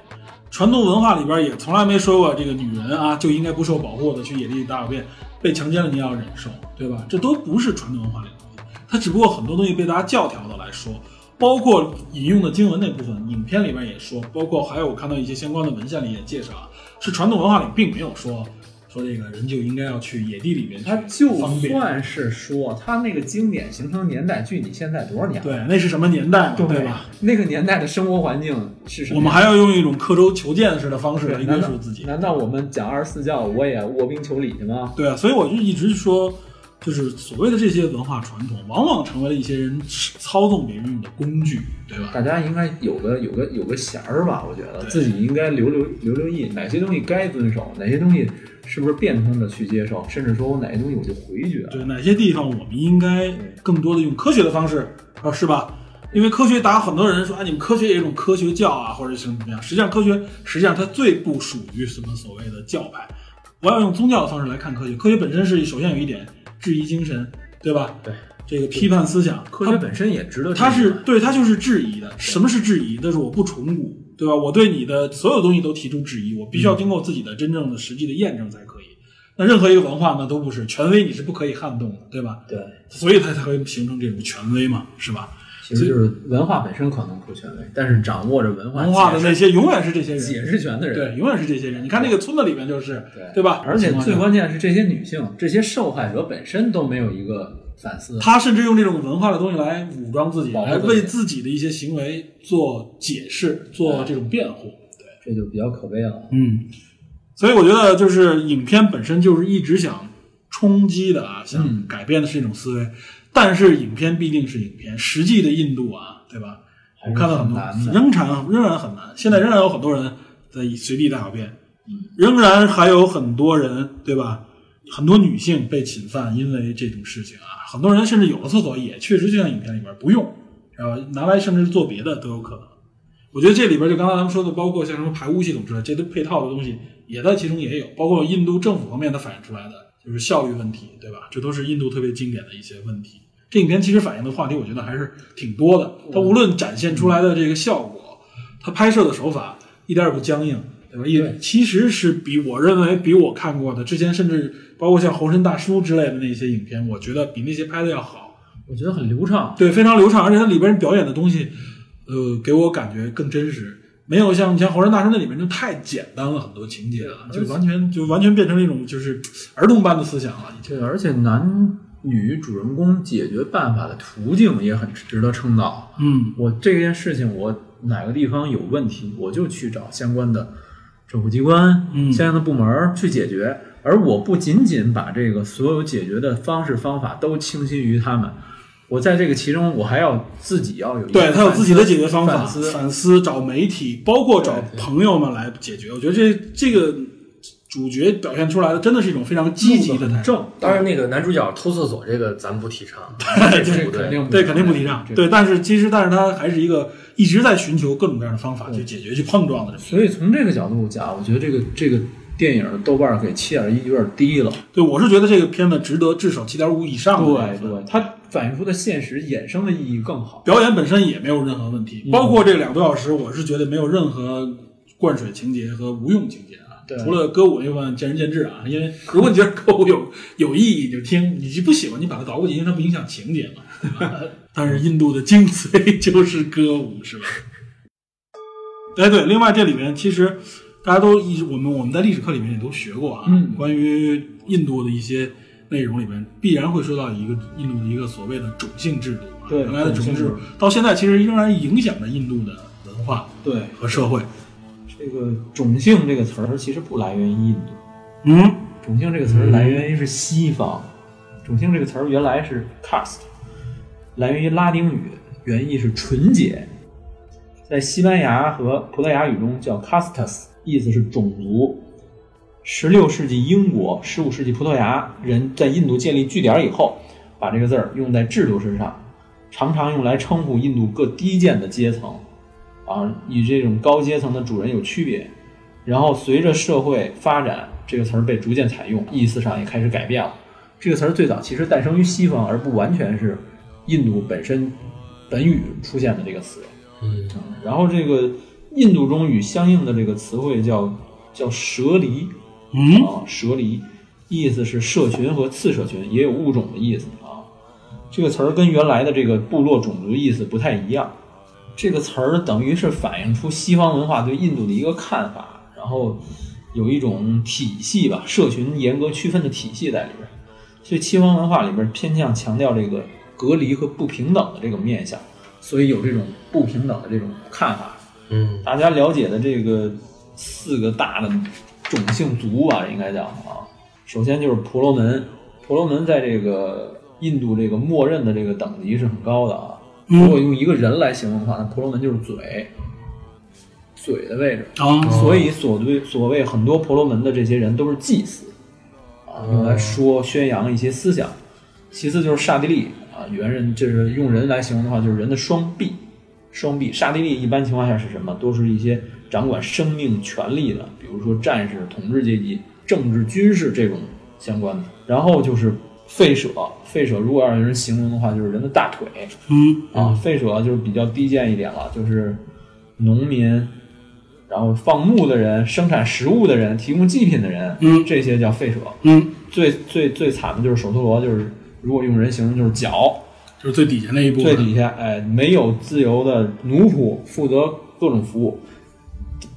Speaker 2: 传统文化里边也从来没说过这个女人啊就应该不受保护的去野地大小便，被强奸了你也要忍受，对吧？这都不是传统文化里的东西，它只不过很多东西被大家教条的来说，包括引用的经文那部分，影片里边也说，包括还有我看到一些相关的文献里也介绍啊，是传统文化里并没有说说这个人就应该要去野地里面去
Speaker 3: 他就
Speaker 2: 方便。
Speaker 3: 算是说他那个经典形成年代距你现在多少年了？
Speaker 2: 对，那是什么年代嘛，对吧？？
Speaker 3: 那个年代的生活环境是什么样？
Speaker 2: 我们还要用一种刻舟求剑式的方式来
Speaker 3: 对
Speaker 2: 约
Speaker 3: 难道
Speaker 2: 束自己。
Speaker 3: 难道我们讲二十四孝，我也卧冰求鲤去吗？
Speaker 2: 对啊，所以我就一直说，就是所谓的这些文化传统，往往成为了一些人操纵别人用的工具，对吧？
Speaker 3: 大家应该有个有个有个弦儿吧，我觉得
Speaker 2: 对
Speaker 3: 自己应该留留留留意哪些东西该遵守，哪些东西是不是变通的去接受，甚至说我哪些东西我就回绝。
Speaker 2: 对，哪些地方我们应该更多的用科学的方式啊，是吧？因为科学，大家很多人说啊，你们科学也有一种科学教啊，或者什么怎么样。实际上，科学实际上它最不属于什么所谓的教派。我要用宗教的方式来看科学，科学本身是首先有一点质疑精神，对吧？
Speaker 3: 对，
Speaker 2: 这个批判思想，
Speaker 3: 科学本身也值得
Speaker 2: 它
Speaker 3: 质疑
Speaker 2: 是
Speaker 3: 嘛
Speaker 2: 对，它就是质疑的。什么是质疑？那是我不崇古，对吧？我对你的所有东西都提出质疑，我必须要
Speaker 3: 嗯
Speaker 2: 经过自己的真正的实际的验证才可以。那任何一个文化呢，都不是权威，你是不可以撼动的，对吧？
Speaker 3: 对，
Speaker 2: 所以它才会形成这种权威嘛，是吧？
Speaker 3: 其实就是文化本身可能不权威，但是掌握着文化
Speaker 2: 文化的
Speaker 3: 解
Speaker 2: 那些永远是这些
Speaker 3: 释解
Speaker 2: 人，
Speaker 3: 释权的人，
Speaker 2: 对，永远是这些人。你看那个村子里面就是，对吧？
Speaker 3: 而且最
Speaker 2: 关。
Speaker 3: 关键是这些女性，这些受害者本身都没有一个反思。
Speaker 2: 他甚至用这种文化的东西来武装自己，
Speaker 3: 保护
Speaker 2: 来
Speaker 3: 自己
Speaker 2: 为自己的一些行为做解释，做这种辩护。
Speaker 3: 这就比较可悲了。
Speaker 2: 嗯，所以我觉得就是影片本身就是一直想冲击的
Speaker 3: 嗯
Speaker 2: 啊，想改变的是一种思维，但是影片必定是影片，实际的印度啊，对吧？
Speaker 3: 还
Speaker 2: 我
Speaker 3: 是
Speaker 2: 看到很多
Speaker 3: 很难的
Speaker 2: 仍然仍然很难，现在仍然有很多人在随地大小便，
Speaker 3: 嗯
Speaker 2: 仍然还有很多人对吧？很多女性被侵犯，因为这种事情啊，很多人甚至有了厕所也确实就像影片里边不用，然后拿来甚至做别的都有可能。我觉得这里边就刚才咱们说的，包括像什么排污系统之类，这些配套的东西也在其中也有，包括印度政府方面它反映出来的就是效率问题，对吧？这都是印度特别经典的一些问题。这影片其实反映的话题，我觉得还是挺多的。它无论展现出来的这个效果，它拍摄的手法一点儿也不僵硬，对对吧？也其实是比我认为比我看过的之前，甚至包括像《猴神大叔》之类的那些影片，我觉得比那些拍的要好，
Speaker 3: 我觉得很流畅。
Speaker 2: 对，非常流畅，而且它里边表演的东西，呃，给我感觉更真实。没有像你像《猴神大叔》那里面就太简单了很多情节了，就完全就完全变成一种就是儿童般的思想了。已经
Speaker 3: 对，而且男女主人公解决办法的途径也很值得称道。
Speaker 2: 嗯，
Speaker 3: 我这件事情，我哪个地方有问题，我就去找相关的政府机关、
Speaker 2: 嗯
Speaker 3: 相应的部门儿去解决。而我不仅仅把这个所有解决的方式方法都倾心于他们，我在这个其中，我还要自己要有一个
Speaker 2: 对他有自己的解决方法，
Speaker 3: 反思。
Speaker 2: 反思找媒体，包括找朋友们来解决。我觉得这这个主角表现出来的真的是一种非常积极的态度，
Speaker 3: 正，
Speaker 4: 当然，那个男主角偷厕所这个咱不提倡，这是不对。
Speaker 3: 定
Speaker 2: 对，肯定不提倡。
Speaker 3: 这个
Speaker 2: 对，但是其实，但是他还是一个一直在寻求各种各样的方法去解决、去碰撞的这么一个。
Speaker 3: 所以从这个角度讲，我觉得这个这个电影豆瓣儿给七点一有点低了。
Speaker 2: 对，我是觉得这个片子值得至少七点五以上的这个
Speaker 3: 对
Speaker 2: 分
Speaker 3: 对，它反映出的现实衍生的意义更好。
Speaker 2: 表演本身也没有任何问题，
Speaker 3: 嗯
Speaker 2: 包括这两个多小时，我是觉得没有任何灌水情节和无用情节啊。
Speaker 3: 对
Speaker 2: 除了歌舞那部分见仁见智啊，因为如果你觉得歌舞有有意义，你就听；你不喜欢，你把它搞过去，因为它不影响情节嘛。对吧 但是印度的精髓就是歌舞，是吧？ 哎，对，另外这里面其实大家都一直我们我们在历史课里面也都学过啊，
Speaker 3: 嗯
Speaker 2: 关于印度的一些内容里面必然会说到一个印度的一个所谓的种姓制度啊，
Speaker 3: 对
Speaker 2: 原来的种姓制
Speaker 3: 种
Speaker 2: 度
Speaker 3: 姓制
Speaker 2: 到现在其实仍然影响着印度的文化
Speaker 3: 对，
Speaker 2: 和社会。
Speaker 3: 这个“种姓”这个词儿其实不来源于印度，
Speaker 2: 嗯，
Speaker 3: 种姓这个词儿来源于是西方，种姓这个词儿原来是 caste，来源于拉丁语，原意是纯洁，在西班牙和葡萄牙语中叫 castas，意思是种族。十六世纪英国、十五世纪葡萄牙人在印度建立据点以后，把这个字儿用在制度身上，常常用来称呼印度各低贱的阶层，啊，与这种高阶层的主人有区别。然后随着社会发展，这个词儿被逐渐采用，意思上也开始改变了。这个词儿最早其实诞生于西方，而不完全是印度本身本语出现的这个词。
Speaker 4: 嗯，
Speaker 3: 嗯然后这个印度中语相应的这个词汇叫叫蛇离，
Speaker 2: 嗯
Speaker 3: 啊，蛇离，意思是社群和次社群，也有物种的意思啊。这个词儿跟原来的这个部落种族意思不太一样，这个词儿等于是反映出西方文化对印度的一个看法，然后有一种体系吧，社群严格区分的体系在里边儿。所以西方文化里边偏向强调这个隔离和不平等的这个面向，所以有这种不平等的这种看法。
Speaker 4: 嗯，
Speaker 3: 大家了解的这个四个大的种姓族吧，应该叫啊。首先就是婆罗门，婆罗门在这个印度这个默认的这个等级是很高的啊。如果用一个人来形容的话，那婆罗门就是嘴，嘴的位置。
Speaker 2: 啊，
Speaker 3: 所以所对所谓很多婆罗门的这些人都是祭司，啊，用来说宣扬一些思想。其次就是刹帝利啊，猿人就是用人来形容的话，就是人的双臂，双臂。刹帝利一般情况下是什么？都是一些掌管生命权力的，比如说战士、统治阶级、政治、军事这种相关的。然后就是吠舍，吠舍如果让人形容的话，就是人的大腿。
Speaker 2: 嗯
Speaker 3: 啊，吠舍就是比较低贱一点了，就是农民，然后放牧的人、生产食物的人、提供祭品的人，
Speaker 2: 嗯
Speaker 3: 这些叫吠舍。
Speaker 2: 嗯，
Speaker 3: 最最最惨的就是首陀罗，就是如果用人形容就是脚，
Speaker 2: 就是最底下那一部
Speaker 3: 最
Speaker 2: 分。
Speaker 3: 底下哎没有自由的奴仆，负责各种服务，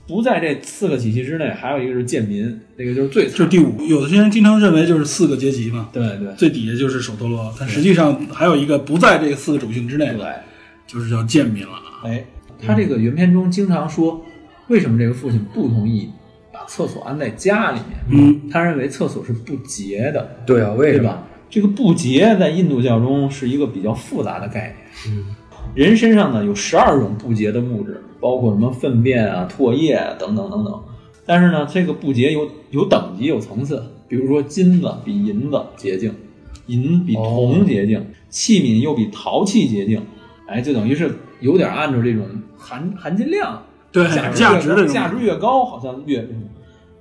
Speaker 3: 不在这四个体系之内。还有一个就是贱民，那个就是最
Speaker 2: 这是
Speaker 3: 惨。
Speaker 2: 第五，有的些人经常认为就是四个阶级嘛，
Speaker 3: 对对
Speaker 2: 最底下就是首陀罗，但实际上还有一个不在这四个种姓之内
Speaker 3: 对
Speaker 2: 的，，就是叫贱民了啊。
Speaker 3: 哎，他这个原片中经常说，为什么这个父亲不同意把厕所安在家里面？
Speaker 2: 嗯，
Speaker 3: 他认为厕所是不洁的，
Speaker 4: 对啊，为
Speaker 3: 对
Speaker 4: 什么？
Speaker 3: 吧？这个不洁在印度教中是一个比较复杂的概念。
Speaker 4: 嗯
Speaker 3: 人身上呢有十二种不洁的物质，包括什么粪便啊、唾液啊等等等等。但是呢，这个不洁有有等级、有层次，比如说金子比银子洁净，银比铜洁净，器皿又比陶器洁净。哎，就等于是有点按照这种含含金量
Speaker 2: 对，
Speaker 3: 价
Speaker 2: 值
Speaker 3: 越
Speaker 2: 的
Speaker 3: 高价值越高，好像越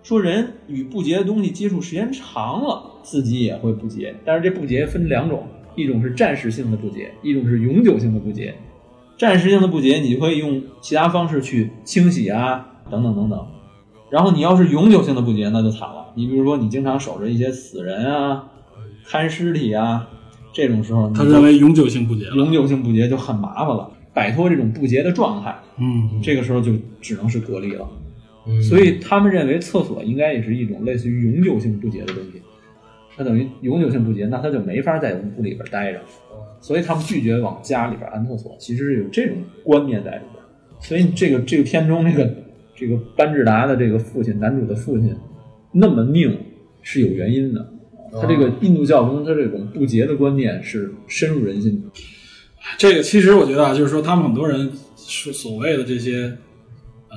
Speaker 3: 说人与不洁的东西接触时间长了，自己也会不洁。但是这不洁分两种，一种是暂时性的不洁，一种是永久性的不洁。暂时性的不洁，你就可以用其他方式去清洗啊，等等等等。然后你要是永久性的不洁，那就惨了。你比如说，你经常守着一些死人啊、看尸体啊这种时候，
Speaker 2: 他
Speaker 3: 你
Speaker 2: 认为永久性不洁了。
Speaker 3: 永久性不洁就很麻烦了。摆脱这种不洁的状态，
Speaker 2: 嗯，
Speaker 3: 这个时候就只能是隔离了。
Speaker 4: 嗯
Speaker 3: 所以他们认为厕所应该也是一种类似于永久性不洁的东西。那等于永久性不洁，那他就没法在屋里边待着，所以他们拒绝往家里边安厕所，其实是有这种观念在里边。所以这个这个片中这个这个班智达的这个父亲，男主的父亲那么命是有原因的。他这个印度教中，他这种不洁的观念是深入人心的。
Speaker 2: 这个其实我觉得啊，就是说他们很多人是所谓的这些呃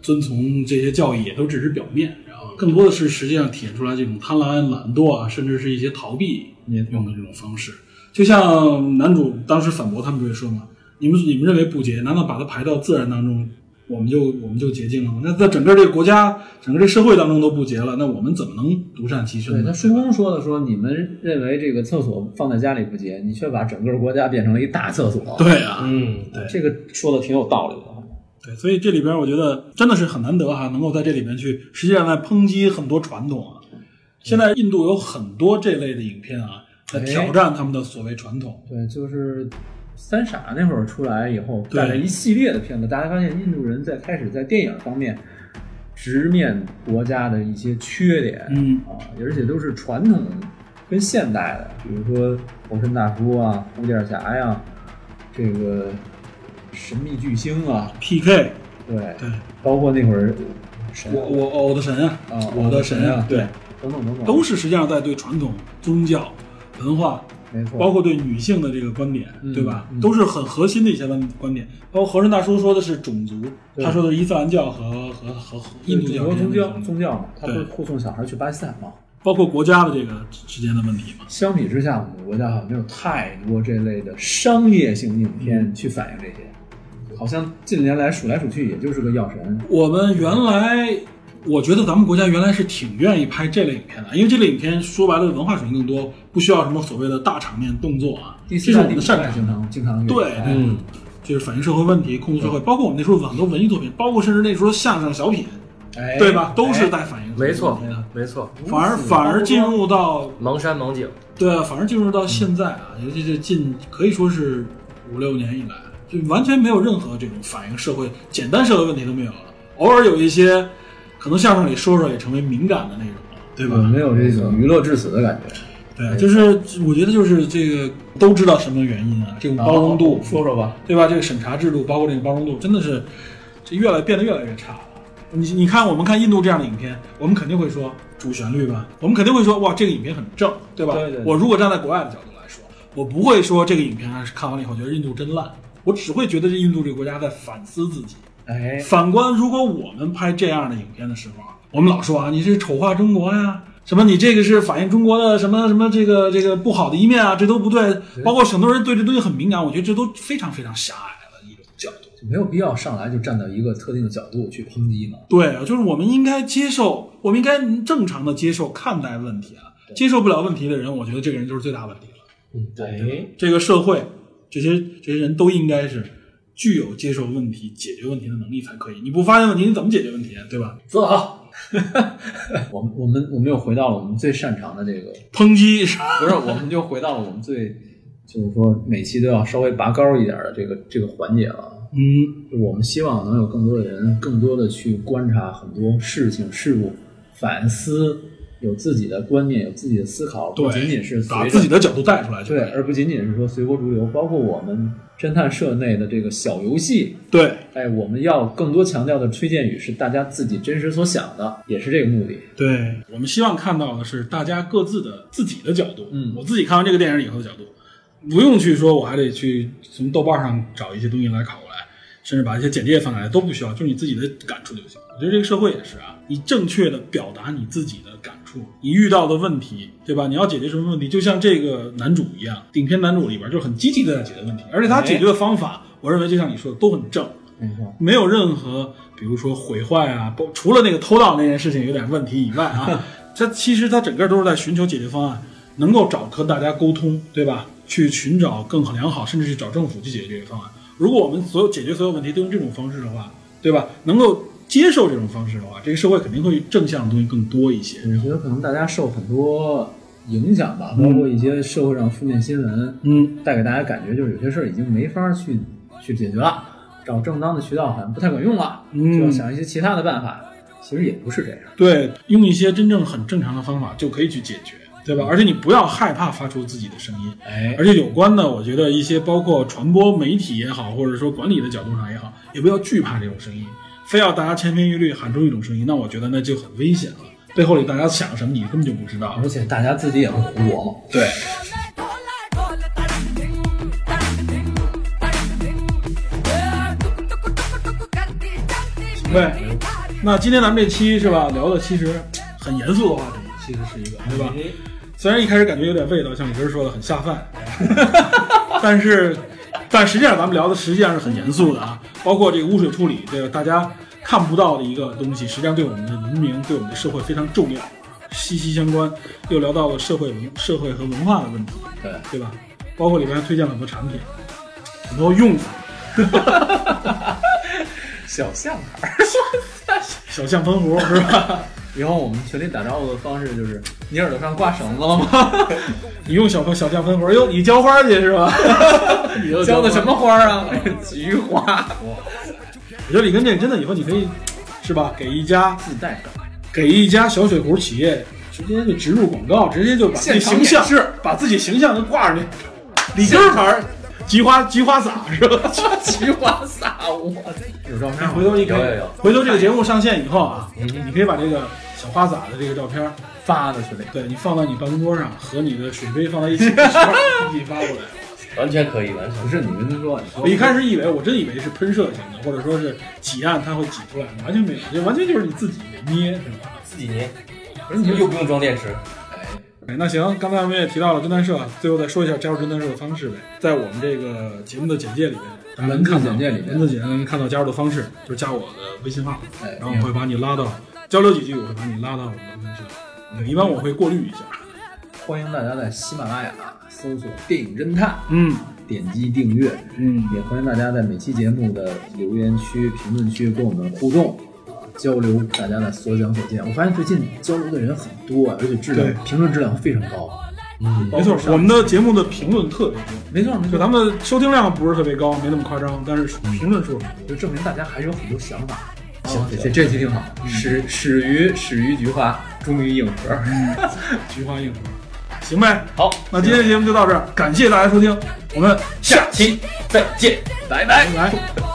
Speaker 2: 遵从这些教义，也都只是表面，然后更多的是实际上体现出来这种贪婪、懒惰啊，甚至是一些逃避用的这种方式。就像男主当时反驳他们不也说嘛，你们你们认为不洁，难道把它排到自然当中，我们就我们就洁净了吗？那在整个这个国家、整个这社会当中都不洁了，那我们怎么能独善其身
Speaker 3: 对，
Speaker 2: 呢
Speaker 3: 他？顺风说的说，你们认为这个厕所放在家里不洁，你却把整个国家变成了一大厕所。
Speaker 2: 对啊，
Speaker 4: 嗯，
Speaker 2: 对
Speaker 3: 这个说的挺有道理的。啊
Speaker 2: 对，所以这里边我觉得真的是很难得哈，能够在这里边去，实际上在抨击很多传统啊。现在印度有很多这类的影片啊，在
Speaker 3: 哎
Speaker 2: 挑战他们的所谓传统。
Speaker 3: 对，就是三傻那会儿出来以后，
Speaker 2: 对
Speaker 3: 带来一系列的片子，大家发现印度人在开始在电影方面直面国家的一些缺点，
Speaker 2: 嗯
Speaker 3: 啊，而且都是传统跟现代的，比如说《猴神大叔》啊，《蝴蝶侠》呀，这个《神秘巨星》啊，
Speaker 2: PK，
Speaker 3: 对，
Speaker 2: 对
Speaker 3: 包括那会儿神
Speaker 2: 我我我的神啊，
Speaker 3: 啊，
Speaker 2: 我的神
Speaker 3: 啊，
Speaker 2: 对，，
Speaker 3: 等等等等，
Speaker 2: 都是实际上在对传统、宗教、文化，
Speaker 3: 没错，
Speaker 2: 包括对女性的这个观点，
Speaker 3: 哦嗯
Speaker 2: 对吧
Speaker 3: 嗯？
Speaker 2: 都是很核心的一些观观点。包括和珅大叔说的是种族，
Speaker 3: 对
Speaker 2: 他说的是伊斯兰教和和和和印度教
Speaker 3: 中国
Speaker 2: 之间
Speaker 3: 宗
Speaker 2: 的这
Speaker 3: 教
Speaker 2: 种
Speaker 3: 宗教嘛，他不是
Speaker 2: 对
Speaker 3: 护送小孩去巴基斯坦嘛？
Speaker 2: 包括国家的这个之间的问题嘛。
Speaker 3: 相比之下，我们国家好像没有太多这类的商业性影片
Speaker 2: 嗯
Speaker 3: 去反映这些，好像近年来数来数去，也就是个药神。
Speaker 2: 我们原来，我觉得咱们国家原来是挺愿意拍这类影片的，因为这类影片说白了文化水平更多，不需要什么所谓的大场面动作啊，
Speaker 3: 第
Speaker 2: 这
Speaker 3: 四
Speaker 2: 是
Speaker 3: 代、
Speaker 2: 我
Speaker 3: 第
Speaker 2: 们
Speaker 3: 五
Speaker 2: 的擅
Speaker 3: 代
Speaker 2: 长。
Speaker 3: 经常经常有
Speaker 2: 对
Speaker 3: 哎
Speaker 4: 嗯，
Speaker 2: 就是反映社会问题、控诉社会，包括我们那时候很多文艺作品，包括甚至那时候相声、小品，
Speaker 3: 哎
Speaker 2: 对吧？都是
Speaker 3: 哎
Speaker 2: 在反映
Speaker 4: 没错
Speaker 2: 社会问题的，
Speaker 4: 没错，
Speaker 2: 反而反而进入到
Speaker 4: 盲山盲井，
Speaker 2: 对啊，反而进入到现在啊，尤其是近可以说是五六年以来，就完全没有任何这种反映社会简单社会问题都没有了。偶尔有一些，可能相声里说说也成为敏感的内容了，对吧？
Speaker 3: 我没有这种娱乐至死的感觉。
Speaker 2: 对啊，就是我觉得就是这个都知道什么原因啊，这种包容度，
Speaker 3: 说说吧。
Speaker 2: 对吧？这个审查制度，包括这个包容度，真的是这越来变得越来越差了。你你看，我们看印度这样的影片，我们肯定会说主旋律吧，我们肯定会说哇，这个影片很正，对吧？
Speaker 3: 对对对
Speaker 2: 我如果站在国外的角度来说，我不会说这个影片啊看完了以后觉得印度真烂，我只会觉得这印度这个国家在反思自己。
Speaker 3: 哎，
Speaker 2: 反观，如果我们拍这样的影片的时候啊，我们老说啊，你是丑化中国呀、什么你这个是反映中国的什么什么这个这个不好的一面啊，这都不对。包括很多人对这东西很敏感，我觉得这都非常非常狭隘的一种角度。
Speaker 3: 就没有必要上来就站到一个特定的角度去抨击嘛。
Speaker 2: 对，啊就是我们应该接受，我们应该正常的接受看待问题啊。接受不了问题的人，我觉得这个人就是最大问题了。
Speaker 3: 对，
Speaker 2: 这个社会，这些这些人都应该是具有接受问题、解决问题的能力才可以。你不发现问题，你怎么解决问题啊？对吧？
Speaker 3: 说得好。 我们我们我们又回到了我们最擅长的这个
Speaker 2: 抨击是吧
Speaker 3: 不是，我们就回到了我们最，就是说每期都要稍微拔高一点的这个这个环节了。
Speaker 2: 嗯，
Speaker 3: 就我们希望能有更多的人，更多的去观察很多事情事物，反思，有自己的观念，有自己的思考，不
Speaker 2: 对，
Speaker 3: 仅仅是随
Speaker 2: 把
Speaker 3: 着
Speaker 2: 自己的角度带出来就
Speaker 3: 对
Speaker 2: 可以，
Speaker 3: 而不仅仅是说随波逐流。包括我们侦探社内的这个小游戏，
Speaker 2: 对
Speaker 3: 哎，我们要更多强调的推荐语是大家自己真实所想的，也是这个目的。
Speaker 2: 对，我们希望看到的是大家各自的自己的角度。
Speaker 3: 嗯
Speaker 2: 我自己看完这个电影以后的角度，不用去说我还得去从豆瓣上找一些东西来拷过来，甚至把一些简介翻来都不需要，就是你自己的感触就行。我觉得这个社会也是啊，你正确的表达你自己的感触，你遇到的问题，对吧？你要解决什么问题？就像这个男主一样，顶片男主里边就很积极的在解决问题，而且他解决的方法，我认为就像你说的都很正。
Speaker 3: 没错，
Speaker 2: 没有任何，比如说毁坏啊，不除了那个偷盗那件事情有点问题以外 啊，它其实它整个都是在寻求解决方案，能够找和大家沟通，对吧？去寻找更良好，甚至是找政府去解决这个方案。如果我们所有解决所有问题都用这种方式的话，对吧？能够接受这种方式的话，这个社会肯定会正向的东西更多一些。
Speaker 3: 我觉得可能大家受很多影响吧，包括一些社会上负面新闻，
Speaker 2: 嗯，
Speaker 3: 带给大家感觉就是有些事儿已经没法去去解决了，找正当的渠道好像不太管用了，
Speaker 2: 嗯
Speaker 3: 就要想一些其他的办法。其实也不是这样，
Speaker 2: 对，用一些真正很正常的方法就可以去解决，对吧？而且你不要害怕发出自己的声音，
Speaker 3: 哎，
Speaker 2: 而且有关的，我觉得一些包括传播媒体也好，或者说管理的角度上也好，也不要惧怕这种声音，非要大家千篇一律喊出一种声音，那我觉得那就很危险了。背后里大家想什么，你根本就不知道
Speaker 3: 而。且大家自己也会胡琢磨。
Speaker 2: 对，
Speaker 5: 对，
Speaker 2: 那今天咱们这期是吧，聊的其实很严肃的话题，其实是一个哎对吧？虽然一开始感觉有点味道，像李根说的很下饭， 但是但实际上咱们聊的实际上是很严肃的啊，包括这个污水处理，这个大家看不到的一个东西，实际上对我们的文明、对我们的社会非常重要，息息相关。又聊到了社会文、社会和文化的问题，
Speaker 3: 对
Speaker 2: 对吧？包括里边还推荐了很多产品，很多用法，
Speaker 3: 小象孩儿，
Speaker 2: 小象喷壶是吧？
Speaker 3: 以后我们群里打招呼的方式就是：你耳朵上挂绳子了 吗？
Speaker 2: 你用小小象喷壶，哟，你浇花去是吧？ 你又浇
Speaker 3: 浇的
Speaker 2: 花
Speaker 3: 什么花儿啊？ 菊花。
Speaker 2: 我觉得李根这个真的以后你可以，是吧？给一家
Speaker 3: 自带梗，
Speaker 2: 给一家小水壶企业直接就植入广告，直接就把自己
Speaker 3: 现场
Speaker 2: 形象
Speaker 3: 演示
Speaker 2: 把自己形象都挂上去，李根儿牌儿菊花菊花洒是吧？
Speaker 3: 菊花洒我。有照片吗？
Speaker 2: 哎回头你可
Speaker 4: 有有嗯
Speaker 2: 以
Speaker 4: 有，
Speaker 2: 回头这个节目上线以后啊，你可以把这个小花洒的这个照片儿，
Speaker 3: 发到群里。
Speaker 2: 对你放到你办公桌上，和你的水杯放在一 起的时候，一起发过来。
Speaker 4: 完全可以，完全
Speaker 3: 不是你跟他说，你说
Speaker 2: 我一开始以为，我真以为是喷射型的，或者说是挤按它会挤出来，完全没有，就完全就是你自己捏，是吧？
Speaker 4: 自己捏，
Speaker 3: 不是你
Speaker 4: 又不用装电池。
Speaker 2: 哎，那行，刚才我们也提到了侦探社，最后再说一下加入侦探社的方式呗，在我们这个节目的简介里面，大家能看到
Speaker 3: 文字简介里面
Speaker 2: 文字简介能看到加入的方式，就是加我的微信号，
Speaker 3: 哎
Speaker 2: 然后我会把你拉到交流几句，我会把你拉到我们的微信号，一般我会过滤一下，
Speaker 3: 欢迎大家在喜马拉雅搜索“电影侦探
Speaker 2: 嗯”，
Speaker 3: 点击订阅。
Speaker 2: 嗯，
Speaker 3: 也欢迎大家在每期节目的留言区、评论区跟我们互动。交流大家的所想所见，我发现最近交流的人很多，啊而且质
Speaker 2: 对
Speaker 3: 量评论质量非常高。嗯，
Speaker 2: 没错，我们的节目的评论特别多，
Speaker 3: 没错没
Speaker 2: 就
Speaker 3: 错，
Speaker 2: 咱们的收听量不是特别高，没那么夸张，但是评论数
Speaker 3: 就证明大家还是有很多想法。哦行，嗯这这期挺好，始始于始于菊花，终于硬核。
Speaker 2: 菊花硬核，行呗。
Speaker 4: 好，
Speaker 2: 那今天的节目就到这儿，感谢大家收听，我们下期
Speaker 4: 再见。
Speaker 3: 拜拜。
Speaker 2: 来。
Speaker 5: 「